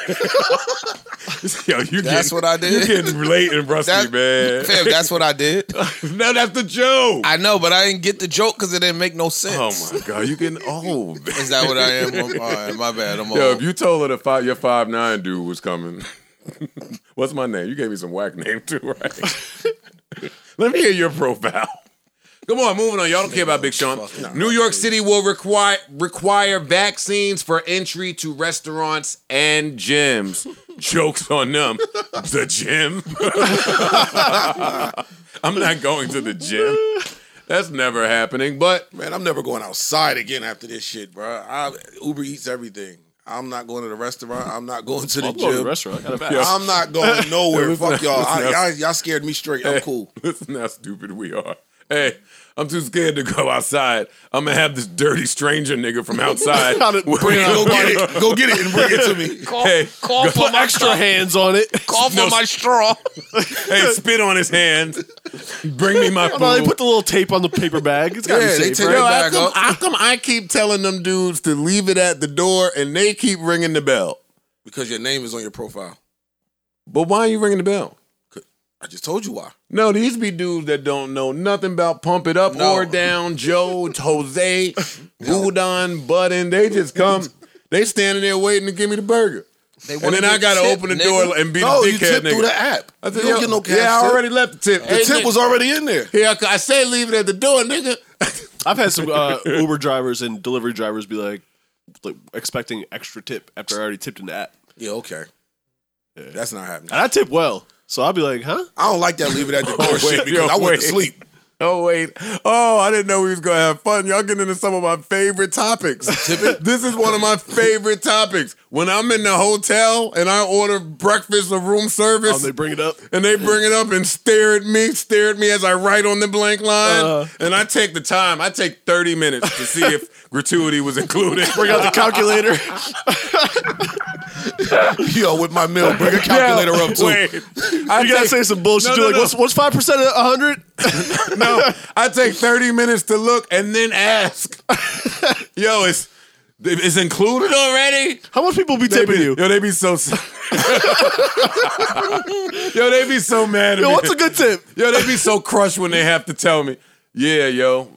Speaker 3: you
Speaker 2: That's
Speaker 3: getting-
Speaker 2: what I did.
Speaker 3: You getting late and rusty,
Speaker 2: That-
Speaker 3: man.
Speaker 2: Fam, that's what I did.
Speaker 3: no, that's the joke.
Speaker 2: I know, but I didn't get the joke because it didn't make no sense.
Speaker 3: oh my god, you getting old. man.
Speaker 2: Is that what I am? I'm- all right, my bad. I'm
Speaker 3: Yo,
Speaker 2: old.
Speaker 3: if you told her the five, your five nine dude was coming, what's my name? You gave me some whack name too, right? Let me hear your profile. Come on, moving on. Y'all don't care about Big Sean. New York City will require require vaccines for entry to restaurants and gyms. Jokes on them. The gym. I'm not going to the gym. That's never happening. But
Speaker 4: Man, I'm never going outside again after this shit, bro. I Uber eats everything. I'm not going to the restaurant. I'm not going to the
Speaker 1: I'm going to
Speaker 4: gym.
Speaker 1: the restaurant. I got a pass.
Speaker 4: I'm not going nowhere. Fuck y'all. I,
Speaker 3: Listen up.
Speaker 4: y'all. Y'all scared me straight. I'm cool.
Speaker 3: Listen how stupid we are. Hey, I'm too scared to go outside. I'm gonna have this dirty stranger nigga from outside.
Speaker 4: Bring it, go get it. Go get it and bring it to me.
Speaker 2: Call,
Speaker 3: Hey,
Speaker 2: call for
Speaker 1: Put
Speaker 2: my
Speaker 1: extra hands on it.
Speaker 2: Call for my straw.
Speaker 3: hey, spit on his hands. Bring me my
Speaker 1: Oh, no, they put
Speaker 3: food.
Speaker 1: the little tape on the paper bag. It's got to
Speaker 4: Yeah,
Speaker 1: be
Speaker 4: they
Speaker 1: safe,
Speaker 4: take
Speaker 1: right?
Speaker 4: it back up.
Speaker 3: how come I keep telling them dudes to leave it at the door and they keep ringing the bell?
Speaker 4: Because your name is on your profile.
Speaker 3: But why are you ringing the bell?
Speaker 4: I just told you why.
Speaker 3: No, these be dudes that don't know nothing about pump it up
Speaker 2: No.
Speaker 3: or down, Joe, Jose, Udon, Button. They just come, they standing there waiting to give me the burger.
Speaker 2: They
Speaker 3: And
Speaker 2: wanna
Speaker 3: then I
Speaker 2: get
Speaker 3: gotta
Speaker 2: tip,
Speaker 3: open the
Speaker 2: nigga.
Speaker 3: door and be
Speaker 4: No,
Speaker 3: the
Speaker 4: you
Speaker 3: dickhead
Speaker 4: tipped
Speaker 3: nigga.
Speaker 4: through the app.
Speaker 3: I said,
Speaker 4: you don't
Speaker 3: yo,
Speaker 4: get no cash.
Speaker 3: yeah, I
Speaker 4: tip.
Speaker 3: already left the tip.
Speaker 4: The tip was already in there.
Speaker 3: Yeah, I say leave it at the door, nigga.
Speaker 1: I've had some uh, Uber drivers and delivery drivers be like, like expecting extra tip after I already tipped in the app,
Speaker 4: Yeah, okay. That's not happening.
Speaker 1: and I tip well, so I'll be like, huh?
Speaker 4: I don't like that leave it at the door shit because
Speaker 3: yo,
Speaker 4: I went
Speaker 3: Oh, wait.
Speaker 4: to sleep.
Speaker 3: Oh wait! Oh, I didn't know we was gonna have fun. Y'all getting into some of my favorite topics. this is one of my favorite topics. When I'm in the hotel and I order breakfast or room service,
Speaker 1: Um, they bring it up.
Speaker 3: and they bring it up and stare at me, stare at me as I write on the blank line.
Speaker 1: Uh.
Speaker 3: and I take the time. I take 30 minutes to see if gratuity was included.
Speaker 1: Bring out the calculator.
Speaker 4: Yo, with my meal, bring a calculator up too.
Speaker 3: Wait, I
Speaker 1: you gotta say
Speaker 3: take,
Speaker 1: some bullshit.
Speaker 3: No,
Speaker 1: You're
Speaker 3: no,
Speaker 1: like,
Speaker 3: no.
Speaker 1: what's what's five percent of hundred?
Speaker 3: no. I take 30 minutes to look and then ask. Yo, it's it's included already.
Speaker 1: How much people be
Speaker 3: They
Speaker 1: tipping
Speaker 3: be-
Speaker 1: you?
Speaker 3: Yo, they be so. yo, they be so mad at
Speaker 1: Yo,
Speaker 3: me.
Speaker 1: what's a good tip?
Speaker 3: yo, they be so crushed when they have to tell me. Yeah, yo,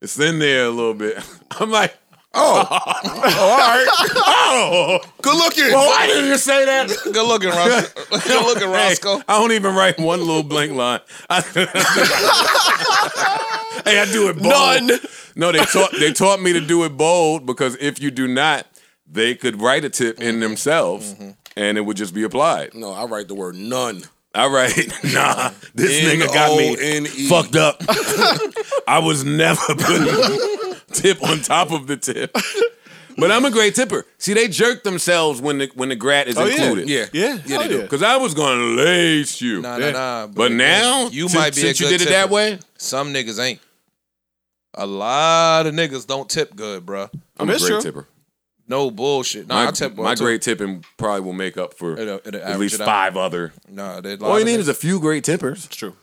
Speaker 3: it's in there a little bit. I'm like, oh, oh, all right, oh.
Speaker 4: Good looking.
Speaker 3: Well, why didn't you say that?
Speaker 2: Good looking, Roscoe. Good looking,
Speaker 3: Hey,
Speaker 2: Roscoe.
Speaker 3: I don't even write one little blank line. I- hey, I do it bold.
Speaker 1: None.
Speaker 3: No, they taught they taught me to do it bold because if you do not, they could write a tip in themselves and it would just be applied.
Speaker 4: No, I write the word none.
Speaker 3: All right, nah, this nigga got me
Speaker 2: E.
Speaker 4: N-O-N-E.
Speaker 3: fucked up. I was never putting tip on top of the tip. But I'm a great tipper. See, they jerk themselves when the when the grat is
Speaker 2: Oh,
Speaker 3: included.
Speaker 4: Yeah.
Speaker 1: Oh, Yeah,
Speaker 4: Yeah,
Speaker 1: hell
Speaker 4: they do.
Speaker 3: Cause I was gonna lace you.
Speaker 2: Nah, nah, nah,
Speaker 3: But,
Speaker 2: but
Speaker 3: now
Speaker 2: you
Speaker 3: since,
Speaker 2: might be a
Speaker 3: since you
Speaker 2: good
Speaker 3: did it that
Speaker 2: tipper.
Speaker 3: way.
Speaker 2: Some niggas ain't. A lot of niggas don't tip good, bruh.
Speaker 3: I'm a
Speaker 1: That's true.
Speaker 3: great tipper.
Speaker 2: No bullshit. Oh, Nah,
Speaker 3: my
Speaker 2: I tip well
Speaker 3: my
Speaker 2: too.
Speaker 3: great tipping probably will make up for
Speaker 2: It'll- it'll
Speaker 3: at
Speaker 2: average
Speaker 3: least
Speaker 2: it out.
Speaker 3: five other.
Speaker 2: Nah, they
Speaker 3: All you need is a few great tippers.
Speaker 1: It's true.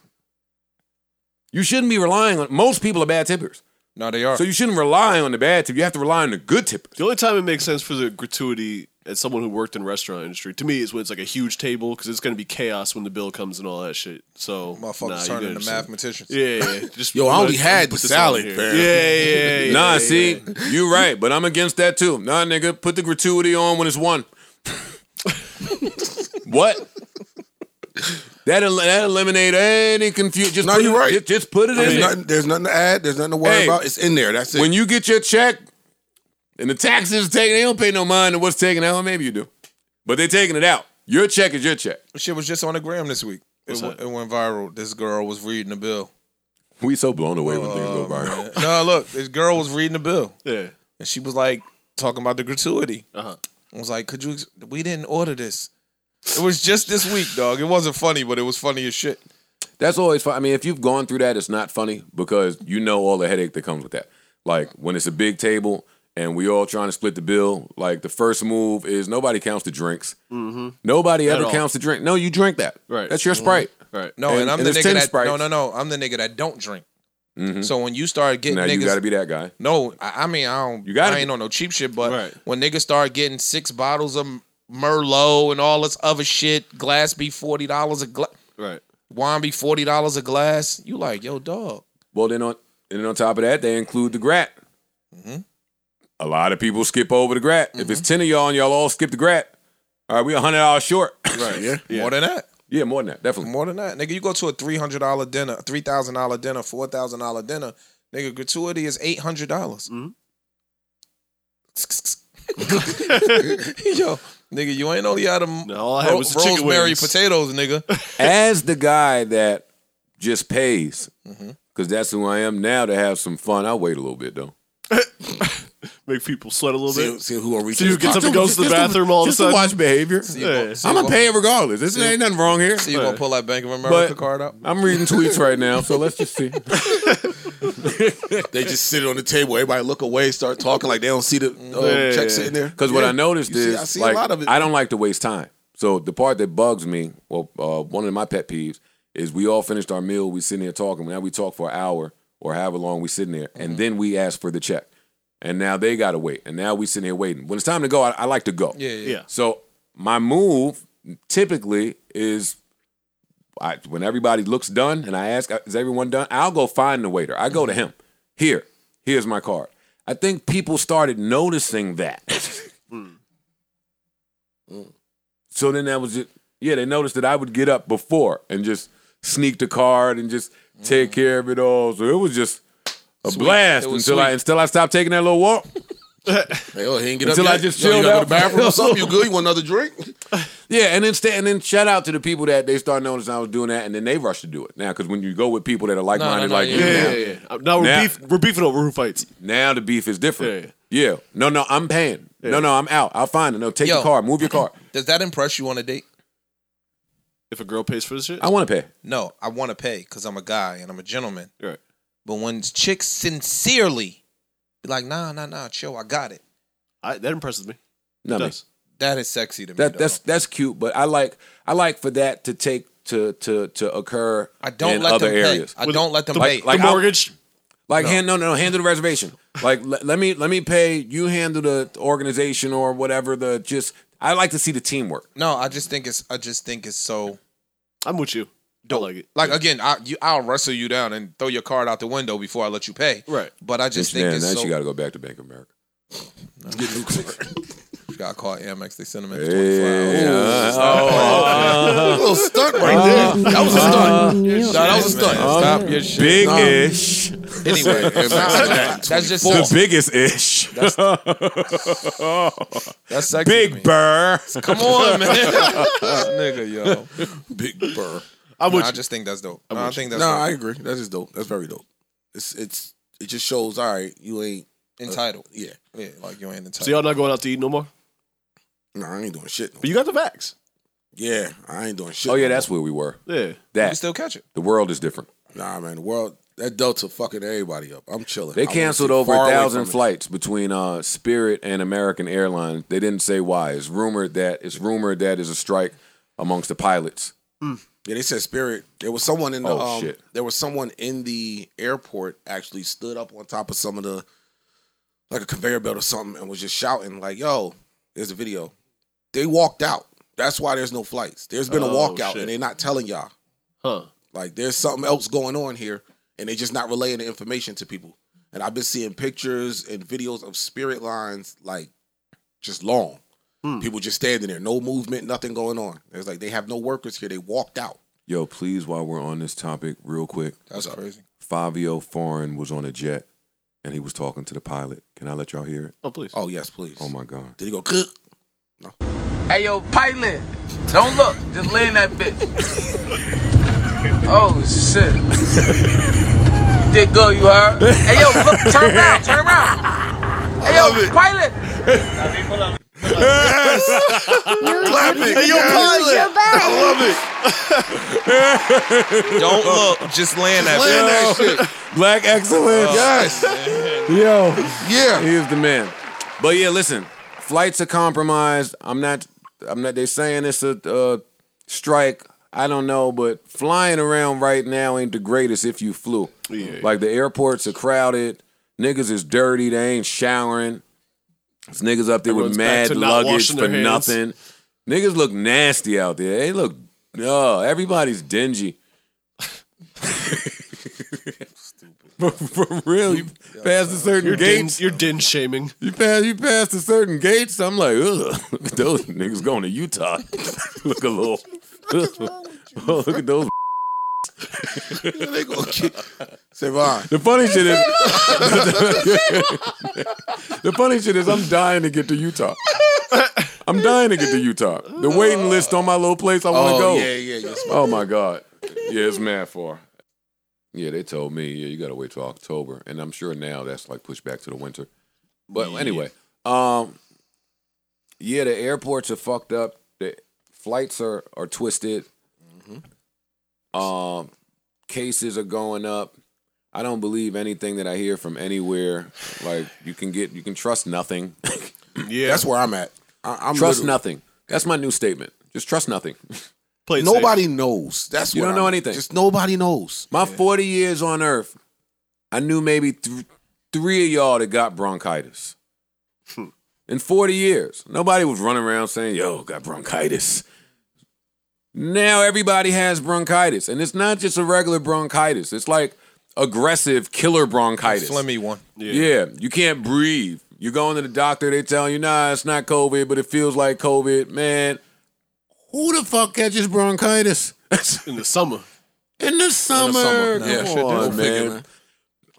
Speaker 3: You shouldn't be relying on. Most people are bad tippers,
Speaker 2: No, they are.
Speaker 3: so you shouldn't rely on the bad tip. You have to rely on the good tippers.
Speaker 1: The only time it makes sense for the gratuity as someone who worked in restaurant industry to me is when it's like a huge table because it's gonna be chaos when the bill comes and all that shit. So
Speaker 2: Motherfuckers
Speaker 1: nah, you
Speaker 2: turning
Speaker 1: gotta
Speaker 2: to
Speaker 1: just-
Speaker 2: mathematicians.
Speaker 1: Yeah, yeah, yeah. Just
Speaker 4: Yo, I only
Speaker 1: put-
Speaker 4: had
Speaker 1: put
Speaker 4: the
Speaker 1: this on
Speaker 4: salad,
Speaker 1: here.
Speaker 4: fam.
Speaker 1: Yeah, yeah, yeah.
Speaker 3: nah,
Speaker 1: yeah,
Speaker 3: see, you right, but I'm against that too. Nah, nigga, put the gratuity on when it's one. what? That el- that eliminate any confusion. Just
Speaker 4: No,
Speaker 3: put
Speaker 4: you
Speaker 3: it,
Speaker 4: right.
Speaker 3: Just, just put it in.
Speaker 4: There's
Speaker 3: there.
Speaker 4: nothing, there's nothing to add. There's nothing to worry
Speaker 3: Hey.
Speaker 4: about. It's in there. That's it.
Speaker 3: when you get your check and the taxes taken, they don't pay no mind to what's taken out. Well, maybe you do, but they're taking it out. Your check is your check.
Speaker 2: Shit was just on the gram this week. It, w- it went viral. This girl was reading the bill.
Speaker 3: We so blown away when things go viral.
Speaker 2: no, look, this girl was reading the bill,
Speaker 1: yeah.
Speaker 2: and she was like talking about the gratuity.
Speaker 1: Uh-huh.
Speaker 2: I was like, "Could you? ex- We didn't order this. It was just this week, dog. It wasn't funny, but it was funny as shit.
Speaker 3: That's always fun. I mean, if you've gone through that, it's not funny because you know all the headache that comes with that. Like when it's a big table and we all trying to split the bill. Like the first move is nobody counts the drinks. Nobody ever
Speaker 1: Mm-hmm. all.
Speaker 3: counts the drink. No, you drink that.
Speaker 1: Right. Mm-hmm.
Speaker 3: That's your sprite.
Speaker 1: Right.
Speaker 2: No,
Speaker 3: And-
Speaker 2: and, I'm
Speaker 3: and
Speaker 2: the
Speaker 3: it's
Speaker 2: nigga
Speaker 3: 10
Speaker 2: that
Speaker 3: Sprites.
Speaker 2: no, no, no. I'm the nigga that don't drink. So when you start getting
Speaker 3: Mm-hmm. Now
Speaker 2: niggas,
Speaker 3: you got to be that guy.
Speaker 2: no, I, I mean I don't.
Speaker 3: You gotta
Speaker 2: I ain't
Speaker 3: be.
Speaker 2: on no cheap shit, but
Speaker 1: Right.
Speaker 2: when niggas start getting six bottles of Merlot and all this other shit, glass be forty dollars a glass.
Speaker 1: Right.
Speaker 2: wine be forty dollars a glass. You like, yo, dog.
Speaker 3: Well, then on and then on top of that, they include the grat.
Speaker 1: Mm-hmm.
Speaker 3: A lot of people skip over the grat. If it's ten of y'all and y'all all skip the grat, all right, we a hundred dollars short.
Speaker 1: Right. Yeah.
Speaker 2: More than that.
Speaker 3: Yeah, more than that, definitely.
Speaker 2: More than that, nigga. You go to a three hundred dollar dinner, three thousand dollar dinner, four thousand dollar dinner, nigga. Gratuity is eight hundred dollars.
Speaker 1: Mm-hmm.
Speaker 2: Yo, nigga, you ain't only out of
Speaker 1: No, all I had was the chicken
Speaker 2: rosemary
Speaker 1: wings.
Speaker 2: potatoes, nigga.
Speaker 3: As the guy that just pays, because that's who I am now. To have some fun, I wait a little bit though.
Speaker 1: Make people sweat a little
Speaker 4: See,
Speaker 1: bit.
Speaker 4: see who are
Speaker 1: See
Speaker 4: reaching.
Speaker 1: who
Speaker 4: his
Speaker 1: gets up
Speaker 4: pocket.
Speaker 1: and goes to the
Speaker 3: Just
Speaker 1: bathroom all of a
Speaker 3: just
Speaker 1: sudden.
Speaker 3: watch behavior.
Speaker 1: Yeah.
Speaker 2: So
Speaker 3: I'm
Speaker 2: you
Speaker 3: gonna pay it regardless. This ain't nothing wrong here.
Speaker 2: So you gonna pull that Bank of America
Speaker 3: But
Speaker 2: card out?
Speaker 3: I'm reading tweets right now, so let's just see.
Speaker 4: They just sit on the table. Everybody look away, start talking like they don't see the uh,
Speaker 1: Yeah.
Speaker 4: check sitting there.
Speaker 3: Because what I noticed
Speaker 4: You see-
Speaker 3: is,
Speaker 4: I see a
Speaker 3: like,
Speaker 4: lot of it.
Speaker 3: I don't like to waste time. So the part that bugs me, well, uh, one of my pet peeves is we all finished our meal, we sitting there talking. Now we talk for an hour or however long we sitting there,
Speaker 4: Mm-hmm.
Speaker 3: and then we ask for the check, and now they gotta wait, and now we sitting here waiting. When it's time to go, I, I like to go.
Speaker 2: Yeah, yeah.
Speaker 1: Yeah.
Speaker 3: So my move typically is I, when everybody looks done and I ask, is everyone done? I'll go find the waiter. I go to him. Here, here's my card. I think people started noticing that. Mm. So then that was just, yeah, they noticed that I would get up before and just sneak the card and just take care of it all. So it was just a blast
Speaker 2: It was
Speaker 3: until I
Speaker 2: Mm. sweet.
Speaker 3: until I stopped taking that little walk.
Speaker 4: Hey, oh, he ain't get
Speaker 3: Until
Speaker 4: up
Speaker 3: I
Speaker 4: yet.
Speaker 3: just
Speaker 4: Yo, you
Speaker 3: chilled
Speaker 4: gotta
Speaker 3: out.
Speaker 4: Go to the bathroom or something. You good? You want another drink?
Speaker 3: Yeah, and then sta and then shout out to the people that they start noticing I was doing that, and then they rush to do it now. Because when you go with people that are like minded,
Speaker 2: no,
Speaker 3: like
Speaker 2: yeah,
Speaker 3: you,
Speaker 1: Yeah,
Speaker 3: now,
Speaker 1: yeah, yeah. Uh, Now we're,
Speaker 3: Now-
Speaker 1: beef, we're beefing over who fights.
Speaker 3: now the beef is different. Yeah, no, no, I'm paying. No,
Speaker 1: Yeah.
Speaker 3: no, I'm out. I'll find it. No, take
Speaker 2: Yo.
Speaker 3: your car, move your car.
Speaker 2: Does that impress you on a date?
Speaker 1: If a girl pays for this shit,
Speaker 3: I want to pay.
Speaker 2: No, I want to pay because I'm a guy and I'm a gentleman.
Speaker 1: You're right.
Speaker 2: But when chicks sincerely be like, nah, nah, nah, chill, I got it.
Speaker 1: I, that impresses me.
Speaker 3: No,
Speaker 1: It
Speaker 3: man.
Speaker 1: does.
Speaker 2: That is sexy to me.
Speaker 3: that
Speaker 2: though.
Speaker 3: that's that's cute, but I like I like for that to take to to to occur.
Speaker 2: I don't
Speaker 3: in
Speaker 2: let
Speaker 3: other
Speaker 2: them
Speaker 3: areas.
Speaker 2: pay. I don't let them pay.
Speaker 3: like- like-
Speaker 1: the
Speaker 3: I'll-
Speaker 1: mortgage.
Speaker 3: Like hand no no no handle the reservation. Like le- let me let me pay. You handle the organization or whatever. The just I like to see the teamwork.
Speaker 2: no, I just think it's I just think it's so
Speaker 1: I'm with you. Don't like it.
Speaker 2: like again, I you, I'll wrestle you down and throw your card out the window before I let you pay.
Speaker 1: Right.
Speaker 2: But I just think
Speaker 3: Man,
Speaker 2: it's
Speaker 3: then
Speaker 2: so
Speaker 3: she got to go back to Bank of America.
Speaker 2: got caught Amex. They sent him in for 24 hours.
Speaker 3: Hey, uh,
Speaker 4: a little stunt right there. That was a stunt.
Speaker 7: Neil
Speaker 4: No, that was a stunt.
Speaker 3: uh,
Speaker 2: Stop your shit.
Speaker 3: big
Speaker 4: Nah.
Speaker 3: ish,
Speaker 2: Anyway, that's just
Speaker 3: the
Speaker 2: sexy.
Speaker 3: biggest ish,
Speaker 2: That's sexy. to me.
Speaker 3: Big Burr.
Speaker 2: Come on, man. Nigga, yo.
Speaker 4: Big burr.
Speaker 1: I'm
Speaker 2: Nah,
Speaker 1: with
Speaker 2: I
Speaker 1: you.
Speaker 2: just think that's dope. Nah, I think that's
Speaker 4: No,
Speaker 2: dope.
Speaker 4: I agree. That is dope. That's very dope. It's it's it just shows. All right, you ain't.
Speaker 2: entitled.
Speaker 4: Yeah.
Speaker 2: Yeah, like you ain't entitled.
Speaker 1: so y'all not going out to eat no more.
Speaker 4: No, I ain't doing shit. No.
Speaker 1: But you got the vax.
Speaker 4: Yeah, I ain't doing shit.
Speaker 3: Oh yeah,
Speaker 4: no
Speaker 3: that's where we were.
Speaker 1: Yeah.
Speaker 2: you
Speaker 3: That
Speaker 2: still catch it.
Speaker 3: the world is different.
Speaker 4: more. Nah, man. The world that Delta fucking everybody up. I'm chilling. I
Speaker 3: They
Speaker 4: wanna
Speaker 3: canceled
Speaker 4: sit
Speaker 3: over
Speaker 4: far
Speaker 3: a
Speaker 4: away
Speaker 3: thousand
Speaker 4: from it.
Speaker 3: flights between uh, Spirit and American Airlines. They didn't say why. It's rumored that it's rumored that is a strike amongst the pilots.
Speaker 4: Yeah, they said Spirit. There was someone in the.
Speaker 3: Oh,
Speaker 4: um,
Speaker 3: shit.
Speaker 4: There was someone in the airport actually stood up on top of some of the, like a conveyor belt or something, and was just shouting like, "Yo, there's a video." They walked out. That's why there's no flights. There's been a
Speaker 1: Oh,
Speaker 4: walkout,
Speaker 1: shit.
Speaker 4: and they're not telling y'all.
Speaker 1: Huh.
Speaker 4: Like there's something else going on here, and they're just not relaying the information to people. And I've been seeing pictures and videos of Spirit lines like just long. People just standing there, no movement, nothing going on. It's like they have no workers here. They walked out.
Speaker 3: Yo, please, while we're on this topic, real quick,
Speaker 2: That's crazy.
Speaker 3: Fabio Foreign was on a jet and he was talking to the pilot. Can I let y'all hear it?
Speaker 1: Oh please.
Speaker 4: Oh yes, please.
Speaker 3: Oh my god.
Speaker 4: Did he go? Cook?
Speaker 8: Hey yo, pilot, don't look, just lay in that bitch. Oh shit. Dick go, you heard? Hey yo, look, turn around, turn around. Hey yo, pilot.
Speaker 4: Hey, yo, pilot! I love it.
Speaker 2: Don't
Speaker 3: Oh,
Speaker 2: look. Just land that
Speaker 4: Land
Speaker 2: bitch.
Speaker 4: that shit.
Speaker 3: Black excellence.
Speaker 4: Yes.
Speaker 3: Yo.
Speaker 4: Yeah.
Speaker 3: He is the man. But yeah, listen, flights are compromised. I'm not. I'm not. They're saying it's a uh, strike. I don't know, but flying around right now ain't the greatest if you flew.
Speaker 1: Yeah.
Speaker 3: Like the airports are crowded. Niggas is dirty. They ain't showering. There's niggas up there
Speaker 1: Everyone's
Speaker 3: with
Speaker 1: back
Speaker 3: mad
Speaker 1: to not
Speaker 3: luggage
Speaker 1: washing
Speaker 3: for
Speaker 1: their hands.
Speaker 3: nothing. Niggas look nasty out there. They look. Oh, everybody's dingy. for, for real, you pass a certain
Speaker 1: You're din,
Speaker 3: gate,
Speaker 1: you're din shaming.
Speaker 3: you pass you pass a certain gate, so I'm like, ugh, those niggas going to Utah. Look a little. Oh, look at those.
Speaker 4: they gonna kick. Savon.
Speaker 3: The funny shit is, the funny shit is, I'm dying to get to Utah. I'm dying to get to Utah. The waiting list on my little place I want to go.
Speaker 4: Oh yeah, yeah, yes.
Speaker 3: Oh my god. Yeah, it's mad far. Yeah, they told me, yeah, you gotta wait till October. And I'm sure now that's like pushed back to the winter. But anyway, um yeah, the airports are fucked up. The flights are are twisted. Um cases are going up. I don't believe anything that I hear from anywhere. Like you can get you can trust nothing.
Speaker 1: Yeah,
Speaker 4: That's where I'm at. I, am
Speaker 3: trust nothing. That's my new statement. Just trust nothing.
Speaker 1: Play it safe.
Speaker 4: Nobody knows. That's
Speaker 3: You
Speaker 4: where
Speaker 3: don't know
Speaker 4: I'm-
Speaker 3: anything.
Speaker 4: Just nobody knows.
Speaker 3: My 40 years on earth, I knew maybe th- three of y'all that got bronchitis. Hmm. In 40 years, nobody was running around saying, yo, got bronchitis. Now everybody has bronchitis. And it's not just a regular bronchitis, it's like aggressive killer bronchitis.
Speaker 2: Slimmy one.
Speaker 3: Yeah. you can't breathe. You're going to the doctor, they tell you, nah, it's not COVID, but it feels like COVID. Man, who the fuck catches bronchitis?
Speaker 1: in the summer.
Speaker 3: In the summer.
Speaker 2: summer.
Speaker 3: Come
Speaker 2: Yeah, shit,
Speaker 3: on,
Speaker 4: Go
Speaker 3: man.
Speaker 4: figure, man.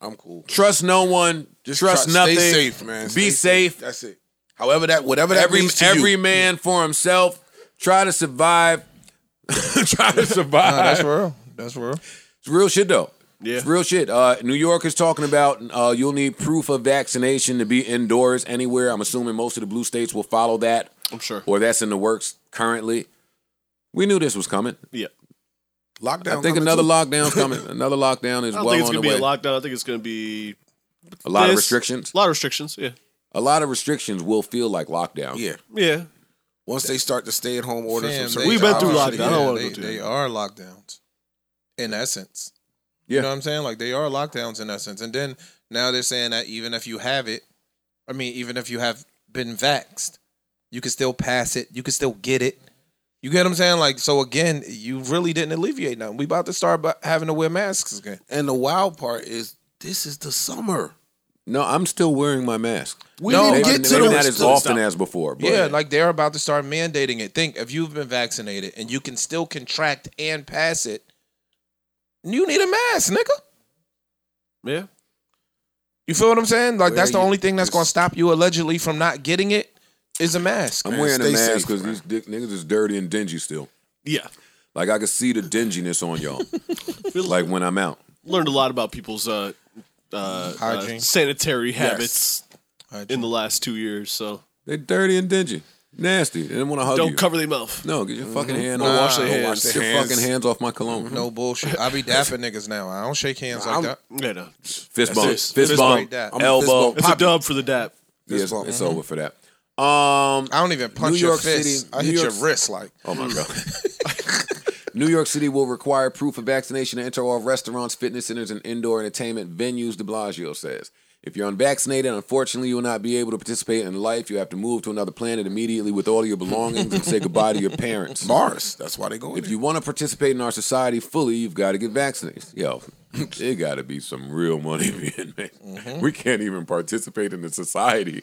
Speaker 4: I'm cool.
Speaker 3: Trust no one.
Speaker 4: Just
Speaker 3: trust
Speaker 4: try-
Speaker 3: nothing.
Speaker 4: Stay safe, man. Stay
Speaker 3: Be safe.
Speaker 4: That's it. However that, whatever that
Speaker 3: Every
Speaker 4: means to
Speaker 3: every
Speaker 4: you.
Speaker 3: man for himself. Try to survive. Try to survive.
Speaker 2: that's real. That's real.
Speaker 3: It's real shit though.
Speaker 1: Yeah.
Speaker 3: It's real shit. Uh, New York is talking about uh, you'll need proof of vaccination to be indoors anywhere. I'm assuming most of the blue states will follow that,
Speaker 1: I'm sure.
Speaker 3: or that's in the works currently. We knew this was coming.
Speaker 1: Yeah.
Speaker 4: lockdown.
Speaker 3: I think
Speaker 4: coming
Speaker 3: another
Speaker 4: too.
Speaker 3: lockdown's coming. Another lockdown is
Speaker 1: I don't
Speaker 3: well
Speaker 1: think it's gonna
Speaker 3: on the
Speaker 1: be
Speaker 3: way.
Speaker 1: a lockdown. I think it's gonna be
Speaker 3: a lot of
Speaker 1: this-
Speaker 3: restrictions.
Speaker 1: A lot of restrictions. Yeah.
Speaker 3: A lot of restrictions will feel like lockdown.
Speaker 4: Yeah.
Speaker 1: Yeah.
Speaker 4: Once they start to stay at home orders
Speaker 2: Fam,
Speaker 4: from
Speaker 2: they
Speaker 4: certain
Speaker 1: We've been
Speaker 2: are-
Speaker 1: through lockdown. I
Speaker 2: yeah,
Speaker 1: don't wanna
Speaker 2: they,
Speaker 1: go through
Speaker 2: They
Speaker 1: that.
Speaker 2: are lockdowns, in essence.
Speaker 3: Yeah.
Speaker 2: You know what I'm saying? Like they are lockdowns in essence. And then now they're saying that even if you have it, I mean, even if you have been vaxxed, you can still pass it. You can still get it. You get what I'm saying? Like so again, you really didn't alleviate nothing. We about to start bu- having to wear masks again.
Speaker 4: And the wild part is this is the summer.
Speaker 3: No, I'm still wearing my mask.
Speaker 4: We
Speaker 2: No,
Speaker 4: didn't
Speaker 3: maybe
Speaker 4: Oh, get to
Speaker 3: maybe
Speaker 4: those.
Speaker 3: not as often as before. But
Speaker 2: Yeah, like they're about to start mandating it. Think if you've been vaccinated and you can still contract and pass it, you need a mask, nigga.
Speaker 1: Yeah.
Speaker 2: You feel what I'm saying? Like
Speaker 4: Well,
Speaker 2: that's the
Speaker 4: you
Speaker 2: only thing that's
Speaker 4: just-
Speaker 2: gonna stop you allegedly from not getting it is a mask.
Speaker 3: I'm
Speaker 4: Man,
Speaker 3: wearing a
Speaker 4: stay
Speaker 3: mask
Speaker 4: safe,
Speaker 3: because
Speaker 4: bro.
Speaker 3: these dick niggas is dirty and dingy still.
Speaker 1: Yeah.
Speaker 3: Like I can see the dinginess on y'all. like when I'm out.
Speaker 1: Learned a lot about people's uh, uh,
Speaker 2: Hygiene.
Speaker 1: uh sanitary habits in the last two years. So
Speaker 3: They dirty and dingy, nasty. They didn't want to hug
Speaker 1: don't
Speaker 3: you.
Speaker 1: cover their mouth.
Speaker 3: no, get your fucking hand
Speaker 1: Don't
Speaker 3: off.
Speaker 1: wash their
Speaker 3: Don't
Speaker 1: hands. Mm-hmm.
Speaker 3: Get your
Speaker 4: Hands.
Speaker 3: fucking hands off my cologne.
Speaker 2: no bullshit. I be dapping niggas now. I don't shake hands like
Speaker 4: I'm-
Speaker 2: that.
Speaker 1: Yeah, no. It's
Speaker 3: Fist bump.
Speaker 1: it.
Speaker 3: Fist,
Speaker 1: Fist
Speaker 3: bump.
Speaker 2: bump. I'm a fist
Speaker 3: elbow.
Speaker 4: bump. Mm-hmm.
Speaker 1: a dub for the dap.
Speaker 3: Yeah, it's,
Speaker 4: bump.
Speaker 3: it's over for that. Um.
Speaker 2: I don't even punch
Speaker 3: New
Speaker 2: your
Speaker 3: York
Speaker 2: fist.
Speaker 3: City-
Speaker 2: I
Speaker 3: New
Speaker 2: hit
Speaker 3: York-
Speaker 2: your wrist like
Speaker 3: Oh my god. New York City will require proof of vaccination to enter all restaurants, fitness centers, and indoor entertainment venues, de Blasio says. If you're unvaccinated, unfortunately, you will not be able to participate in life. You have to move to another planet immediately with all your belongings and say goodbye to your parents.
Speaker 4: Mars. That's why they go.
Speaker 3: If you want to participate in our society fully, you've got to get vaccinated. Yo, there got to be some real money being made. We can't even participate in the society.